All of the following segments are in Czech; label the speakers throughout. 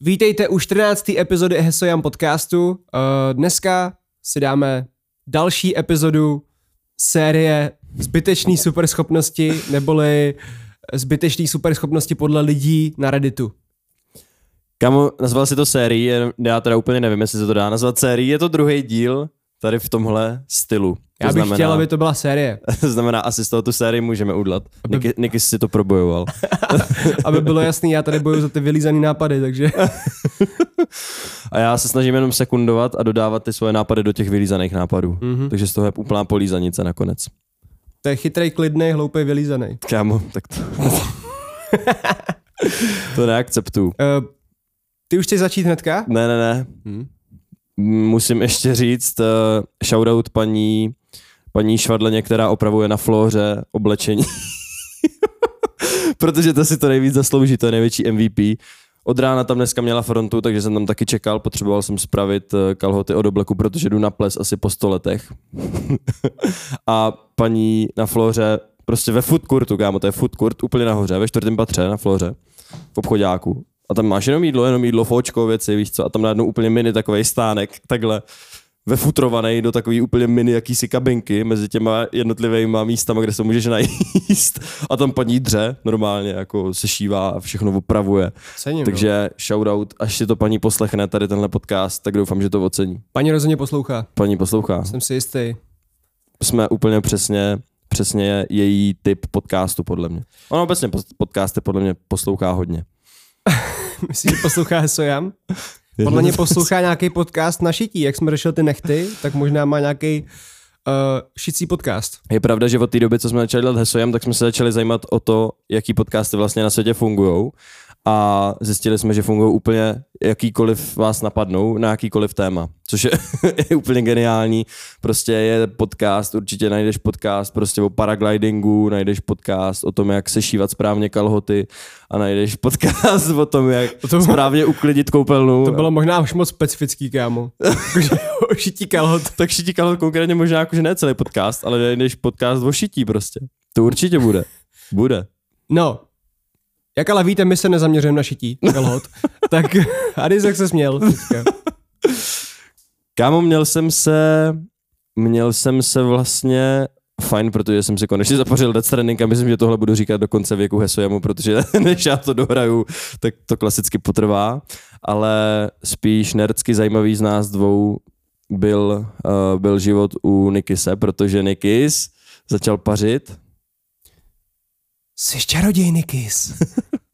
Speaker 1: Vítejte u 14. epizody Hesojam podcastu. Uh, dneska si dáme další epizodu série Zbytečný superschopnosti, neboli Zbytečný superschopnosti podle lidí na Redditu.
Speaker 2: Kamo, nazval si to sérii, jen- já teda úplně nevím, jestli se to dá nazvat sérií, je to druhý díl tady v tomhle stylu. To
Speaker 1: Já bych znamená... chtěl, aby to byla série,
Speaker 2: to znamená, asi z toho tu sérii můžeme udlat.
Speaker 1: Aby-
Speaker 2: Niky, Niky si to probojoval.
Speaker 1: aby bylo jasný, já tady bojuji za ty vylízaný nápady, takže
Speaker 2: A já se snažím jenom sekundovat a dodávat ty svoje nápady do těch vylízaných nápadů.
Speaker 1: Mhm.
Speaker 2: Mm-hmm. Takže z toho je úplná polízanice nakonec.
Speaker 1: to je chytrej, klidnej, hloupej, vylízaný.
Speaker 2: Kámo, tak to... to neakceptuju.
Speaker 1: Uh, ty už chceš začít hnedka?
Speaker 2: Ne, ne, ne.
Speaker 1: Hm.
Speaker 2: Musím ještě říct, uh, shoutout paní, paní Švadleně, která opravuje na flóře oblečení. Protože ta si to nejvíc zaslouží, to je největší MVP. Od rána tam dneska měla frontu, takže jsem tam taky čekal, potřeboval jsem spravit eh, kalhoty od obleku, protože jdu na ples asi po 100 letech. a paní na flóře, prostě ve food courtu, kámo, to je food court úplně nahoře, ve čtvrtém patře na flóře, v obchodáku. A tam máš jenom jídlo, jenom jídlo, fočko, věci, víš co, a tam najednou úplně mini takový stánek, takhle vefutrovaný do takový úplně mini jakýsi kabinky mezi těma jednotlivýma místama, kde se můžeš najíst. A tam paní dře normálně jako se šívá a všechno opravuje.
Speaker 1: Cením, no.
Speaker 2: Takže shoutout, až si to paní poslechne tady tenhle podcast, tak doufám, že to ocení.
Speaker 1: no. Paní rozhodně poslouchá,
Speaker 2: Paní poslouchá.
Speaker 1: jsem si jistý.
Speaker 2: Jsme úplně přesně, přesně její typ podcastu, podle mě. Ona obecně pos- podcasty podle mě poslouchá hodně.
Speaker 1: Myslíš, že poslouchá Hesojam? Podle mě poslouchá nějaký podcast na šití. Jak jsme řešili ty nechty, tak možná má nějaký uh, šicí podcast.
Speaker 2: Je pravda, že od té doby, co jsme začali dělat Hesojem, tak jsme se začali zajímat o to, jaký podcasty vlastně na světě fungují. A zjistili jsme, že fungují úplně jakýkoliv vás napadnou na jakýkoliv téma, což je, je úplně geniální. Prostě je podcast, určitě najdeš podcast prostě o paraglidingu, najdeš podcast o tom, jak sešívat správně kalhoty a najdeš podcast o tom, jak
Speaker 1: To bylo-
Speaker 2: správně uklidit koupelnu.
Speaker 1: To bylo možná už moc specifický, kámo. Jakože o šití kalhot.
Speaker 2: Tak šití kalhot konkrétně možná jako, že ne celý podcast, ale najdeš podcast o šití prostě. To určitě bude. Bude.
Speaker 1: No, jak ale víte, my se nezaměřujeme na šití kalhot. tak Adis, jak se směl? teďka.
Speaker 2: Kámo, měl jsem se, měl jsem se vlastně fajn, protože jsem si konečně zapařil Death Stranding a myslím, že tohle budu říkat do konce věku Hesojemu, protože než já to dohraju, tak to klasicky potrvá, ale spíš nerdsky zajímavý z nás dvou byl, uh, byl život u Nikise, protože Nikis začal pařit.
Speaker 1: Jsi čaroděj, Nikis.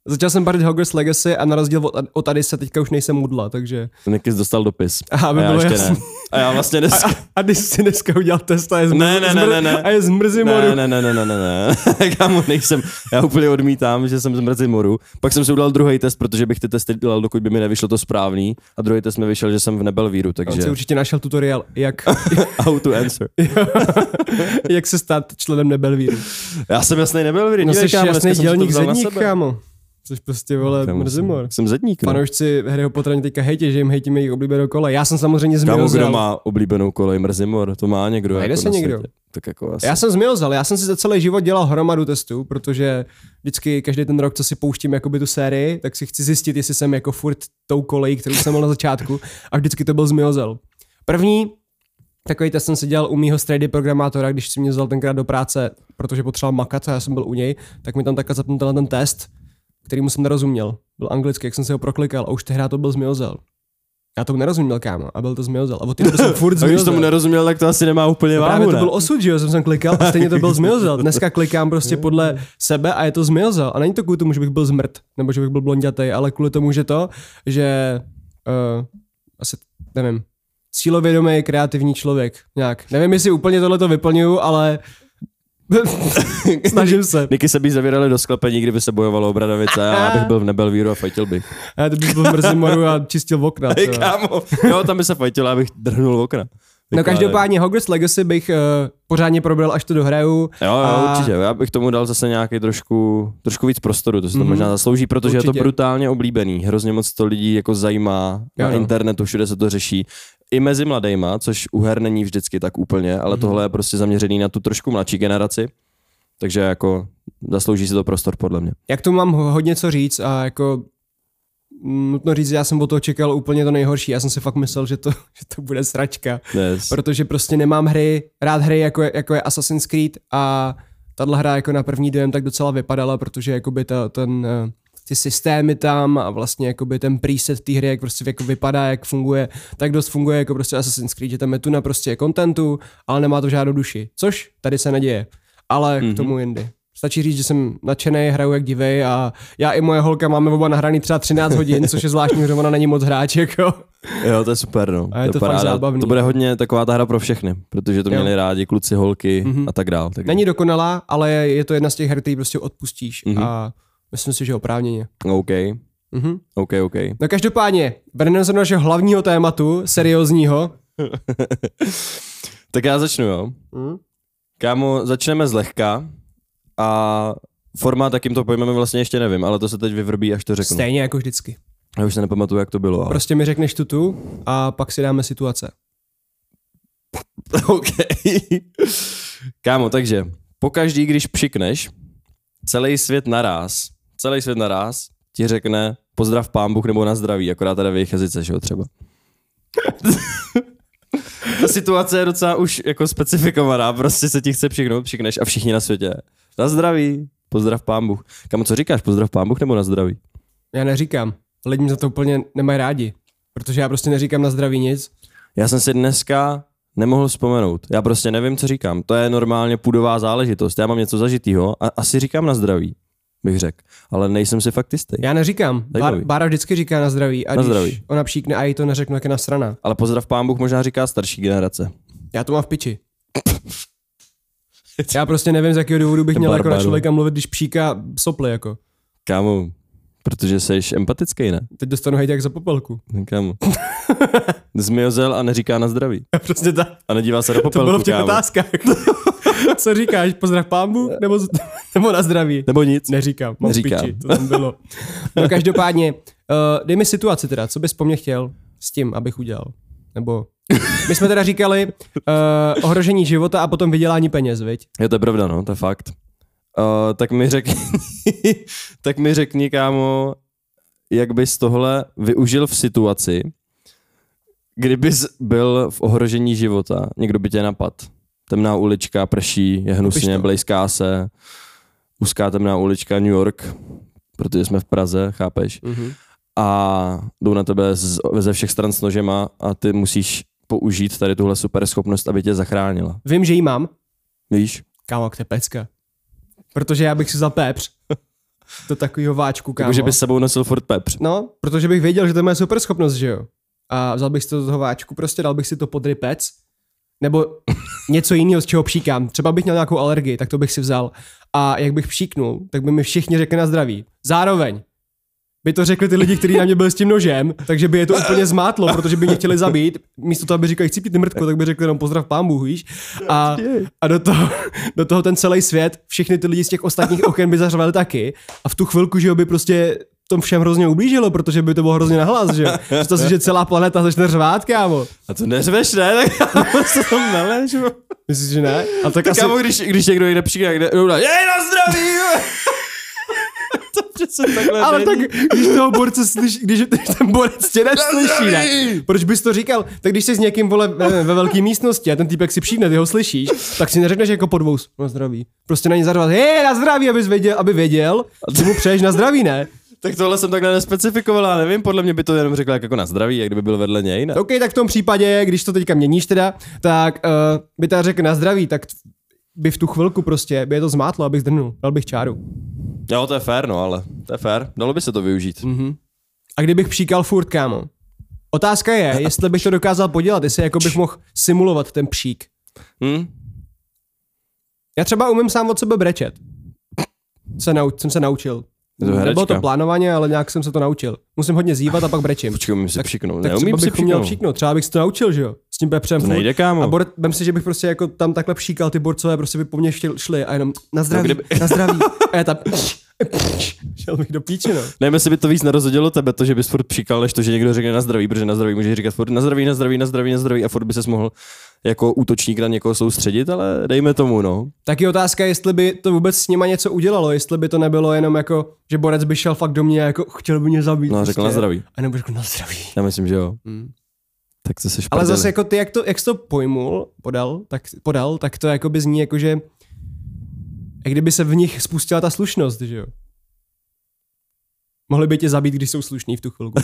Speaker 1: Začal jsem barit Hogwarts Legacy a na rozdíl od, od Adise teďka už nejsem mudla, takže...
Speaker 2: Nikis dostal dopis.
Speaker 1: Aha, aby
Speaker 2: a já
Speaker 1: bylo
Speaker 2: ještě ne.
Speaker 1: jasný.
Speaker 2: A já vlastně
Speaker 1: A,
Speaker 2: dneska...
Speaker 1: a když si dneska udělal test a je zmrzí,
Speaker 2: Ne, ne, ne, ne, ne.
Speaker 1: a je zmrzí moru.
Speaker 2: Ne, ne, ne, ne, ne, ne, ne. Kámo, nejsem. Já úplně odmítám, že jsem z Mrzimoru. Pak jsem si udělal druhý test, protože bych ty testy dělal, dokud by mi nevyšlo to správný. A druhý test mi vyšel, že jsem v Nebelvíru,
Speaker 1: On si
Speaker 2: takže
Speaker 1: určitě našel tutoriál, jak,
Speaker 2: how to answer.
Speaker 1: jak se stát členem Nebelvíru.
Speaker 2: Já jsem jasný Nebelvíru.
Speaker 1: No jsi
Speaker 2: dívej, kámo,
Speaker 1: jasný
Speaker 2: dneska jsem si to
Speaker 1: dělník
Speaker 2: vzal na
Speaker 1: zedník,
Speaker 2: sebe.
Speaker 1: kámo. Jsi prostě, vole,
Speaker 2: Kámo,
Speaker 1: mrzimor.
Speaker 2: jsem- Jsem zedník. No.
Speaker 1: Fanoušci Harryho Pottera mě teďka hejtě, že jim hejtíme jejich oblíbeného kola. Já jsem samozřejmě z
Speaker 2: Kámo, kdo
Speaker 1: Milozal.
Speaker 2: má oblíbenou kolej Mrzimor? To má někdo.
Speaker 1: Najde
Speaker 2: jako
Speaker 1: se
Speaker 2: na
Speaker 1: někdo.
Speaker 2: světě. Tak jako asi.
Speaker 1: Já jsem z Milozal, já jsem si za celý život dělal hromadu testů, protože vždycky každý ten rok, co si pouštím jakoby tu sérii, tak si chci zjistit, jestli jsem jako furt tou kolejí, kterou jsem měl na začátku a vždycky to byl z Milozal. První Takový test jsem si dělal u mýho strady programátora, když si mě vzal tenkrát do práce, protože potřeboval makat a já jsem byl u něj, tak mi tam takhle zapnul tenhle ten test, kterýmu jsem nerozuměl. Byl anglicky, jak jsem si ho proklikal a už tehdy to byl zmiozel. Já tomu nerozuměl, kámo, a byl to zmiozel. A od té doby jsem furt
Speaker 2: A když tomu
Speaker 1: zmiozel.
Speaker 2: nerozuměl, tak to asi nemá úplně váhu,
Speaker 1: Právě to
Speaker 2: ne?
Speaker 1: byl osud, že jo, jsem sem klikal a stejně to byl zmiozel. Dneska klikám prostě podle sebe a je to zmiozel. A není to kvůli tomu, že bych byl zmrt, nebo že bych byl blondětej, ale kvůli tomu, že to, že uh, asi, nevím, cílovědomý, kreativní člověk. Nějak. Nevím, jestli úplně tohle to vyplňuju, ale snažím se.
Speaker 2: Niky se by zavírali do sklepení, kdyby se bojovalo o Bradavice a já bych byl v Nebelvíru a fajtil bych.
Speaker 1: A já to bych byl v Mrzimoru a čistil okna.
Speaker 2: Hej,
Speaker 1: třeba.
Speaker 2: kámo. Jo, tam by se fajtil, abych drhnul okna. Jako,
Speaker 1: No
Speaker 2: Vykládej.
Speaker 1: každopádně Hogwarts Legacy bych uh, pořádně probral, až to dohraju.
Speaker 2: Jo, jo,
Speaker 1: a-
Speaker 2: a... určitě. Já bych tomu dal zase nějaký trošku, trošku víc prostoru, to se to
Speaker 1: Mhm.
Speaker 2: možná zaslouží, protože je
Speaker 1: Určitě.
Speaker 2: to brutálně oblíbený. Hrozně moc to lidí jako zajímá
Speaker 1: Jo,
Speaker 2: na
Speaker 1: no.
Speaker 2: internetu, všude se to řeší. I mezi mladejma, což u her není vždycky tak úplně,
Speaker 1: Mhm.
Speaker 2: ale tohle je prostě zaměřený na tu trošku mladší generaci. Takže jako zaslouží si to prostor podle mě.
Speaker 1: Jak tomu mám ho- hodně co říct a jako nutno říct, já jsem od toho čekal úplně to nejhorší. Já jsem si fakt myslel, že to, že to bude sračka.
Speaker 2: Yes.
Speaker 1: Protože prostě nemám hry, rád hry jako je, jako je Assassin's Creed a tahle hra jako na první dojem tak docela vypadala, protože jakoby ta, ten, eh, ty systémy tam a vlastně jakoby ten preset té hry, jak prostě jako vypadá, jak funguje, tak dost funguje jako prostě Assassin's Creed, že tam je tu na prostě kontentu, ale nemá to žádnou duši, což tady se neděje, ale mm-hmm. k tomu jindy. Stačí říct, že jsem nadšený, hraju jak divej a já i moje holka máme oba nahraný třeba 13 hodin, což je zvláštní, že ona není moc hráč, jako.
Speaker 2: Jo, to je super, no.
Speaker 1: A je to fakt
Speaker 2: paráda.
Speaker 1: zábavný.
Speaker 2: To bude hodně taková ta hra pro všechny, protože to měli rádi kluci, holky mm-hmm. a tak dál. Tak
Speaker 1: Mhm. Není dokonalá, ale je, je to jedna z těch her, který prostě odpustíš mm-hmm.
Speaker 2: Mhm.
Speaker 1: a myslím si, že oprávněně.
Speaker 2: OK,
Speaker 1: Mhm.
Speaker 2: OK, OK.
Speaker 1: No každopádně, vrneme se do našeho hlavního tématu, seriózního.
Speaker 2: Tak já začnu, jo.
Speaker 1: Mm.
Speaker 2: Kámo, začneme zlehka a formát, jakým to pojmeme, vlastně ještě nevím, ale to se teď vyvrbí, až to řeknu.
Speaker 1: Stejně jako vždycky.
Speaker 2: Já už se nepamatuju, jak to bylo, ale...
Speaker 1: Prostě mi řekneš tu tu a pak si dáme situace.
Speaker 2: OK. Kámo, takže pokaždý, když přikneš, celý svět naraz, celý svět naraz ti řekne pozdrav pán Bůh nebo na zdraví, akorát teda v jejich jazyce, že jo, třeba. Ta situace je docela už jako specifikovaná, prostě se ti chce přiknout, přikneš a všichni na světě. Na zdraví, pozdrav pán Bůh. Kámo, co říkáš, pozdrav pán Bůh nebo na zdraví?
Speaker 1: Já neříkám, lidi mě za to úplně nemají rádi, protože já prostě neříkám na zdraví nic.
Speaker 2: Já jsem si dneska nemohl vzpomenout. Já prostě nevím, co říkám. To je normálně půdová záležitost. Já mám něco zažitýho a asi říkám na zdraví, bych řekl. Ale nejsem si fakt jistý.
Speaker 1: Já neříkám. Bár,
Speaker 2: Zajímavý.
Speaker 1: Bára vždycky říká na zdraví a
Speaker 2: Na
Speaker 1: když
Speaker 2: zdraví.
Speaker 1: ona příkne a jí to neřeknu, jak je nasraná.
Speaker 2: Ale pozdrav pán Bůh možná říká starší generace.
Speaker 1: Já to mám v piči. Já prostě nevím, z jakého důvodu bych
Speaker 2: Ten
Speaker 1: měl jako na
Speaker 2: barbaru.
Speaker 1: člověka mluvit, když příká soply, jako.
Speaker 2: Kámo, protože jsi empatický, ne?
Speaker 1: Teď dostanu hejt jak za popelku.
Speaker 2: Kámo. Zmiozel a neříká na zdraví.
Speaker 1: Prostě tak.
Speaker 2: A nedívá se do
Speaker 1: To
Speaker 2: popelku,
Speaker 1: bylo v těch
Speaker 2: kámo.
Speaker 1: otázkách. Co říkáš? Pozdrav pámbu? Nebo, z- nebo na zdraví?
Speaker 2: Nebo nic.
Speaker 1: Neříkám, mám
Speaker 2: Neříkám.
Speaker 1: Neříkám. piči, to tam bylo. No každopádně, uh, dej mi situaci teda, co bys po mně chtěl s tím, abych udělal? Nebo... My jsme teda říkali uh, ohrožení života a potom vydělání peněz, viď?
Speaker 2: Jo, to je pravda, no, to je fakt. Uh, tak mi řekni, tak mi řekni, kámo, jak bys tohle využil v situaci, kdybys byl v ohrožení života, někdo by tě napadl. Temná ulička, prší, je hnusně,
Speaker 1: to.
Speaker 2: blejská se, úzká temná ulička, New York, protože jsme v Praze, chápeš?
Speaker 1: Mhm.
Speaker 2: A jdou na tebe z, ze všech stran s nožema a ty musíš použít tady tuhle super schopnost, aby tě zachránila.
Speaker 1: Vím, že ji mám.
Speaker 2: Víš?
Speaker 1: Kámo, to je pecka. Protože já bych si vzal pepř. Do takového váčku, kámo.
Speaker 2: Jakože Jako, bys s sebou nosil furt pepř.
Speaker 1: No, protože bych věděl, že to je moje super schopnost, že jo. A vzal bych si to do toho váčku, prostě dal bych si to pod rypec, nebo něco jiného, z čeho příkám. Třeba bych měl nějakou alergii, tak to bych si vzal. A jak bych příknul, tak by mi všichni řekli na zdraví. Zároveň by to řekli ty lidi, kteří na mě byli s tím nožem, takže by je to úplně zmátlo, protože by mě chtěli zabít. Místo toho, aby říkali, chci pít ty mrtku, tak by řekli jenom pozdrav pán Bůh, víš. A, a do, toho, do toho ten celý svět, všechny ty lidi z těch ostatních oken by zařvali taky. A v tu chvilku, že jo, by prostě tom všem hrozně ublížilo, protože by to bylo hrozně nahlas, že jo. Představ si, že celá planeta začne řvát, kámo.
Speaker 2: A to neřveš, ne? Tak já prostě tam neležu.
Speaker 1: Myslíš, že ne? A tak,
Speaker 2: Tak
Speaker 1: asi...
Speaker 2: kámo, když, když někdo někde přijde, kde udělá, jej na zdraví! to přece takhle
Speaker 1: Ale tak,
Speaker 2: není.
Speaker 1: když toho borce slyší, když když ten borec tě neslyší, ne?
Speaker 2: zdraví!
Speaker 1: Proč bys to říkal? Tak když jsi s někým vole ve, ve velké místnosti a ten týpek si přijde, ty ho slyšíš, tak si neřekneš jako podvou na zdraví. Prostě na ně zařvat, hej, na zdraví, abys věděl, aby věděl, a ty mu přeješ na zdraví, ne?
Speaker 2: tak tohle jsem takhle nespecifikovala, nevím, podle mě by to jenom řekla jako na zdraví, jak kdyby byl vedle něj, ne?
Speaker 1: OK, tak v tom případě, když to teďka měníš teda, tak uh, by ta řekl na zdraví, tak by v tu chvilku prostě, by je to zmátlo, abych zdrnul, dal bych čáru.
Speaker 2: Jo, to je fér, no, ale to je fér, dalo by se to využít.
Speaker 1: Mhm. A kdybych příkal furt, kámo? Otázka je, jestli bych to dokázal podělat, jestli jako bych mohl simulovat ten přík.
Speaker 2: Hm?
Speaker 1: Já třeba umím sám od sebe brečet. Se nau, jsem se naučil.
Speaker 2: Je to herečka.
Speaker 1: Nebylo to plánovaně, ale nějak jsem se to naučil. Musím hodně zívat a pak brečím.
Speaker 2: Počkej, umím si přiknout,
Speaker 1: tak
Speaker 2: neumím
Speaker 1: třeba
Speaker 2: si
Speaker 1: bych měl
Speaker 2: přiknout.
Speaker 1: příknout, třeba bych se to naučil, že jo? S tím pepřem.
Speaker 2: To
Speaker 1: furt.
Speaker 2: nejde,
Speaker 1: A
Speaker 2: kámo.
Speaker 1: bor, vem si, že bych prostě jako tam takhle příkal ty borcové, prostě by po mně šli, šli a jenom na zdraví,
Speaker 2: kdyby-
Speaker 1: na zdraví. A já tam, Šel bych do píči, no.
Speaker 2: Nevím, jestli by to víc nerozhodilo tebe, to, že bys furt přikal, než to, že někdo řekne na zdraví, protože na zdraví můžeš říkat furt na zdraví, na zdraví, na zdraví, na zdraví a furt by ses mohl jako útočník na někoho soustředit, ale dejme tomu, no.
Speaker 1: Tak je otázka, jestli by to vůbec s nima něco udělalo, jestli by to nebylo jenom jako, že borec by šel fakt do mě a jako chtěl by mě zabít. prostě.
Speaker 2: No a řekl na zdraví.
Speaker 1: A nebo řekl na zdraví.
Speaker 2: Já myslím, že jo.
Speaker 1: Mm.
Speaker 2: Tak to se
Speaker 1: Ale zase jako ty, jak to, jak jsi to pojmul, podal, tak, podal, tak to jako by zní jako, že jak kdyby se v nich spustila ta slušnost, že jo? Mohli by tě zabít, když jsou slušní v tu chvilku.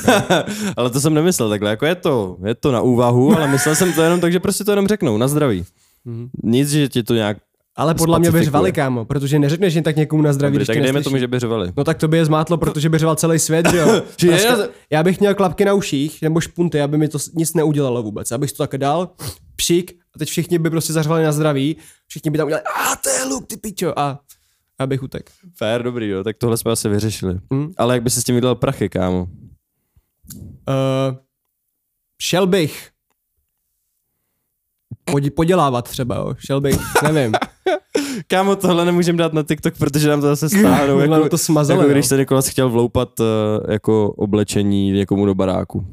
Speaker 2: ale to jsem nemyslel takhle, jako je to, je to na úvahu, ale myslel jsem to jenom tak, že prostě to jenom řeknou, na zdraví.
Speaker 1: Mhm.
Speaker 2: Nic, že ti to nějak...
Speaker 1: Ale podle mě by
Speaker 2: Spacifikuje.
Speaker 1: řvali, kámo, protože neřekneš jen tak někomu na zdraví,
Speaker 2: Dobrý,
Speaker 1: když
Speaker 2: tak
Speaker 1: tě
Speaker 2: dejme
Speaker 1: neslyší.
Speaker 2: tomu, že by řvali.
Speaker 1: No tak to by je zmátlo, protože by řval celý svět, že jo?
Speaker 2: Že je
Speaker 1: Praska-
Speaker 2: na-
Speaker 1: já bych měl klapky na uších, nebo špunty, aby mi to s- nic neudělalo vůbec. Abych to tak dal, pšik, a teď všichni by prostě zařvali na zdraví, všichni by tam udělali, a to je luk, ty pičo, a a abych utek.
Speaker 2: Fér, dobrý, jo, tak tohle jsme asi vyřešili.
Speaker 1: Hm.
Speaker 2: Ale jak by si s tím vydělal prachy, kámo?
Speaker 1: Uh, šel bych Podě- podělávat třeba, jo. šel bych, nevím.
Speaker 2: Kámo, tohle nemůžem dát na TikTok, protože nám to zase stáhnou.
Speaker 1: Tohle
Speaker 2: jako,
Speaker 1: to smazali,
Speaker 2: jako
Speaker 1: no.
Speaker 2: když se Nikolas chtěl vloupat eh, jako oblečení někomu do baráku.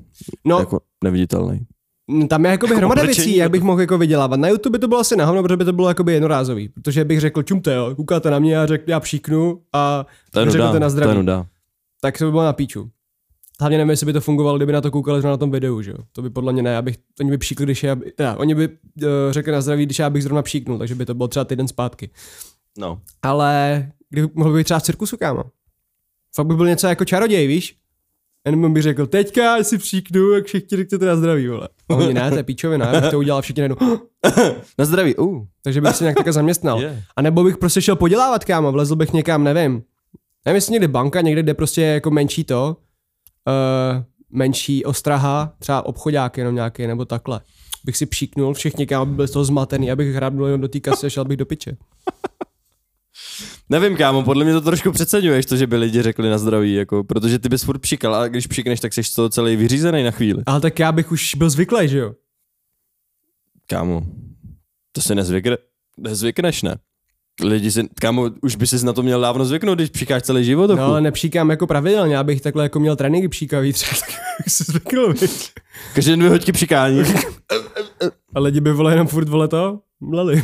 Speaker 1: No,
Speaker 2: Jako neviditelný.
Speaker 1: Mm, Tam je jakoby hromada
Speaker 2: Jako oblečení,
Speaker 1: věcí, jak bych mohl jako vydělávat. Na YouTube by to bylo asi nahovno, protože by to bylo jakoby jednorázový. Protože bych řekl, čumte jo, koukáte na mě a řekl, já příknu a
Speaker 2: To je
Speaker 1: řekl to
Speaker 2: nuda,
Speaker 1: na
Speaker 2: to je
Speaker 1: zdraví.
Speaker 2: nuda.
Speaker 1: tak to by bylo na píču. Hlavně nevím, jestli by to fungovalo, kdyby na to koukali zrovna na tom videu, že jo. To by podle mě ne, abych, oni by příkli, když já, by- teda, oni by uh, řekli na zdraví, když já bych zrovna příknul, takže by to bylo třeba týden zpátky.
Speaker 2: No.
Speaker 1: Ale kdyby mohl být třeba v cirkusu, kámo. Fakt by byl něco jako čaroděj, víš? Jenom bych řekl, teďka si příknu, jak všichni řekněte na zdraví, vole. A oni ne, to je píčovina, já bych to udělal a všichni jenom,
Speaker 2: Na zdraví, uh.
Speaker 1: takže bych se nějak také zaměstnal.
Speaker 2: Je.
Speaker 1: A nebo bych prostě šel podělávat, kámo, vlezl bych někam, nevím. Nevím, jestli někde banka, někde, kde prostě je jako menší to, uh, menší ostraha, třeba obchodák jenom nějaký, nebo takhle. Bych si příknul, všichni kámo by byli z toho zmatený, abych hrábnul jenom do té kasy a šel bych do piče.
Speaker 2: Nevím, kámo, podle mě to trošku přeceňuješ, to, že by lidi řekli na zdraví, jako, protože ty bys furt přikal a když přikneš, tak jsi z toho celý vyřízený na chvíli.
Speaker 1: Ale tak já bych už byl zvyklý, že jo?
Speaker 2: Kámo, to si nezvykne, nezvykneš, ne? Lidi si, kámo, už by si na to měl dávno zvyknout, když přikáš celý život.
Speaker 1: No
Speaker 2: No,
Speaker 1: ale nepříkám jako pravidelně, já bych takhle jako měl tréninky příkavý, třeba tak bych se zvykl, viď?
Speaker 2: Každý den dvě hoďky přikání.
Speaker 1: A lidi by vole jenom furt vole to, mleli.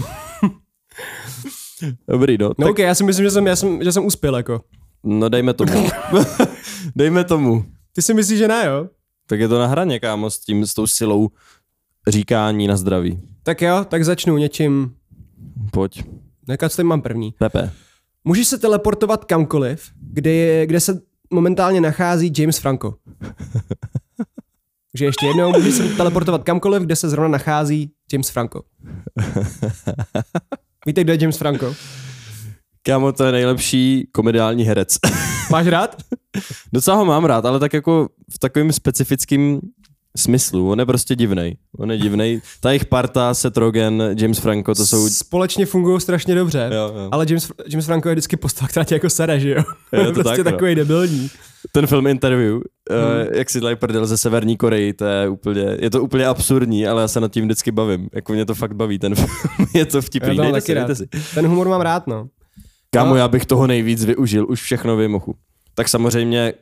Speaker 2: Dobrý, no.
Speaker 1: No
Speaker 2: tak,
Speaker 1: ok, já si myslím, že jsem, já jsem, že jsem uspěl jako.
Speaker 2: no dejme tomu. dejme tomu.
Speaker 1: Ty si myslíš, že ne, jo?
Speaker 2: Tak je to na hraně, kámo, s, tím, s tou silou říkání na zdraví.
Speaker 1: Tak jo, tak začnu něčím. No,
Speaker 2: Pojď.
Speaker 1: Jaká s tím mám první?
Speaker 2: Pepe.
Speaker 1: Můžeš se teleportovat kamkoliv, kde, je, kde se momentálně nachází James Franco. Takže ještě jednou, můžeš se teleportovat kamkoliv, kde se zrovna nachází James Franco. Víte, kdo je James Franco?
Speaker 2: Kámo, to je nejlepší komediální herec.
Speaker 1: Máš rád?
Speaker 2: Docela ho mám rád, ale tak jako v takovém specifickém smyslu. On je prostě divnej. On je divnej. Ta jejich parta, Seth Rogen, James Franco, to jsou...
Speaker 1: Společně fungují strašně dobře.
Speaker 2: Jo, jo.
Speaker 1: Ale James, James Franco je vždycky postava, která tě jako sere, že jo?
Speaker 2: Je to
Speaker 1: prostě
Speaker 2: tak, no.
Speaker 1: takový debilní.
Speaker 2: Ten film Interview, hmm. uh, jak si dělají prdel ze Severní Koreji, to je úplně, je to úplně absurdní, ale já se nad tím vždycky bavím. Jako mě to fakt baví, ten film. je to
Speaker 1: Já to
Speaker 2: vtipný.
Speaker 1: mám
Speaker 2: Dejte
Speaker 1: taky
Speaker 2: si,
Speaker 1: rád.
Speaker 2: dejte si.
Speaker 1: Ten humor mám rád, no.
Speaker 2: Kámo,
Speaker 1: No.
Speaker 2: já bych toho nejvíc využil, už všechno vím, ochu. Tak samozřejmě,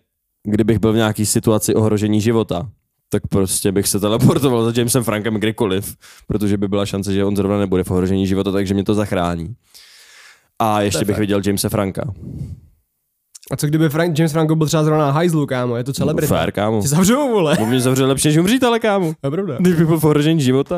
Speaker 2: kdybych byl v nějaký situaci ohrožení života, tak prostě bych se teleportoval za Jamesem Frankem kdykoliv, protože by byla šance, že on zrovna nebude v ohrožení života, takže mě to zachrání. A ještě bych viděl Jamesa Franka.
Speaker 1: A co kdyby Frank, James Franco byl třeba zrovna na hajzlu, kámo? Je to celebrita.
Speaker 2: Jako Fair, kámo.
Speaker 1: Tě zavřou, vole.
Speaker 2: On mě zavřel lepší, než umřít, ale kámo.
Speaker 1: To je pravda.
Speaker 2: Když bych byl v ohrožení života.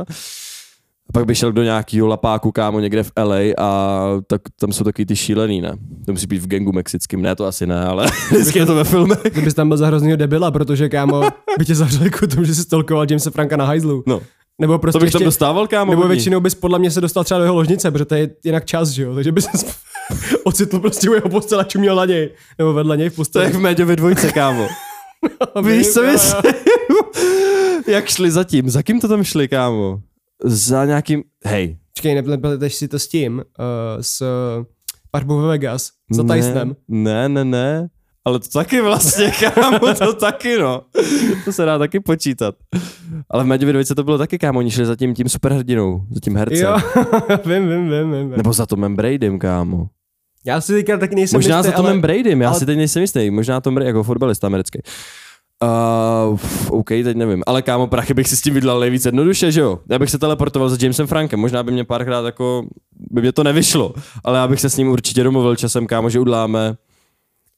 Speaker 2: A pak bych šel do nějakého lapáku, kámo, někde v LA a tak, tam jsou taky ty šílený, ne? To musí být v gengu mexickým, ne, to asi ne, ale vždycky je to ve filmech.
Speaker 1: Kdybys tam byl za hroznýho debila, protože kámo by tě zavřeli kvůli tomu, že jsi stolkoval Jamesa Franka na hajzlu.
Speaker 2: No,
Speaker 1: Nebo prostě
Speaker 2: to bych
Speaker 1: ještě,
Speaker 2: tam dostával, kámo.
Speaker 1: Nebo
Speaker 2: hodně.
Speaker 1: většinou bys podle mě se dostal třeba do jeho ložnice, protože to je jinak čas, že jo? Takže bys se ocitl prostě u jeho postele, čuměl na něj. Nebo vedle něj v
Speaker 2: To je
Speaker 1: posteli.
Speaker 2: jak v Méďově dvojce, kámo. Víš, co
Speaker 1: Jo, jo.
Speaker 2: myslím? jak šli za tím? Za kým to tam šli, kámo? Za nějakým... Hej,
Speaker 1: Počkej, nepleteš si to s tím, uh, s uh, Barbou ve Vegas, za Tysonem.
Speaker 2: Ne, ne, ne. Ale to taky vlastně, kámo, to taky, no. To se dá taky počítat. Ale v Meďově dvojce to bylo taky, kámo, oni šli za tím, tím superhrdinou, za tím hercem.
Speaker 1: Jo, vím, vím, vím, vím. vím.
Speaker 2: Nebo za Tomem Bradym, kámo.
Speaker 1: Já si teďka taky nejsem
Speaker 2: Možná
Speaker 1: jistý,
Speaker 2: za Tomem
Speaker 1: ale...
Speaker 2: ale... Bradym, já
Speaker 1: ale-
Speaker 2: ale... si teď nejsem jistý. Možná Tom Brady jako fotbalista americký. Uh, OK, teď nevím. Ale kámo, prachy bych si s tím vydlal nejvíc jednoduše, že jo? Já bych se teleportoval za Jamesem Frankem, možná by mě párkrát jako, by mě to nevyšlo, ale já bych se s ním určitě domluvil časem, kámo, že udláme,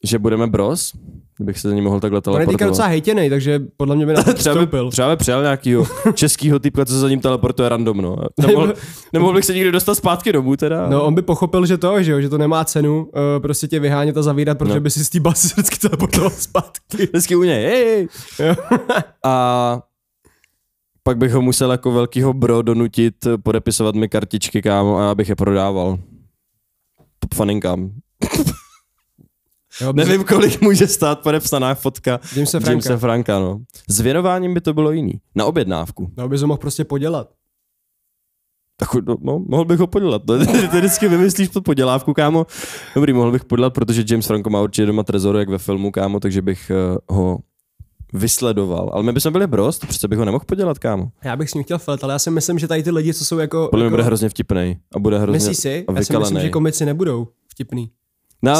Speaker 2: že budeme bros, bych se za ním mohl
Speaker 1: On
Speaker 2: takhle
Speaker 1: je teďka
Speaker 2: teleportovat.
Speaker 1: docela hejtěnej, takže podle mě by na to
Speaker 2: Třeba by,
Speaker 1: přistoupil.
Speaker 2: třeba by přijal nějakýho českýho typka, co se za ním teleportuje random, no. Nemohl, nemohl bych se nikdy dostat zpátky domů teda.
Speaker 1: No, on by pochopil, že to, že, jo, že to nemá cenu uh, prostě tě vyhánět a zavírat, protože
Speaker 2: No.
Speaker 1: by si z té basy vždycky teleportoval zpátky.
Speaker 2: Vždycky u něj, hej, hej.
Speaker 1: Jo.
Speaker 2: A pak bych ho musel jako velkýho bro donutit podepisovat mi kartičky, kámo, a já bych je prodával. P- Faninkám.
Speaker 1: Jo,
Speaker 2: Nevím, kolik může stát podepsaná fotka
Speaker 1: Jamesa Franka.
Speaker 2: Jamesa Franka, no. S věnováním by to bylo jiný. Na objednávku.
Speaker 1: No, by to mohl prostě podělat.
Speaker 2: Tak no, no, mohl bych ho podělat. No, ty vždycky vymyslíš tu podělávku, kámo. Dobrý, mohl bych podělat, protože James Franco má určitě doma trezoru, jak ve filmu, kámo, takže bych eh, ho vysledoval. Ale my bychom byli brost, přece bych ho nemohl podělat, kámo.
Speaker 1: Já bych s ním chtěl flet, ale já si myslím, že tady ty lidi, co jsou jako...
Speaker 2: Podle mě
Speaker 1: jako
Speaker 2: bude hrozně vtipný a bude hrozně
Speaker 1: myslíš si?
Speaker 2: a
Speaker 1: Já si myslím,
Speaker 2: vykalenej.
Speaker 1: že komici nebudou vtipný. si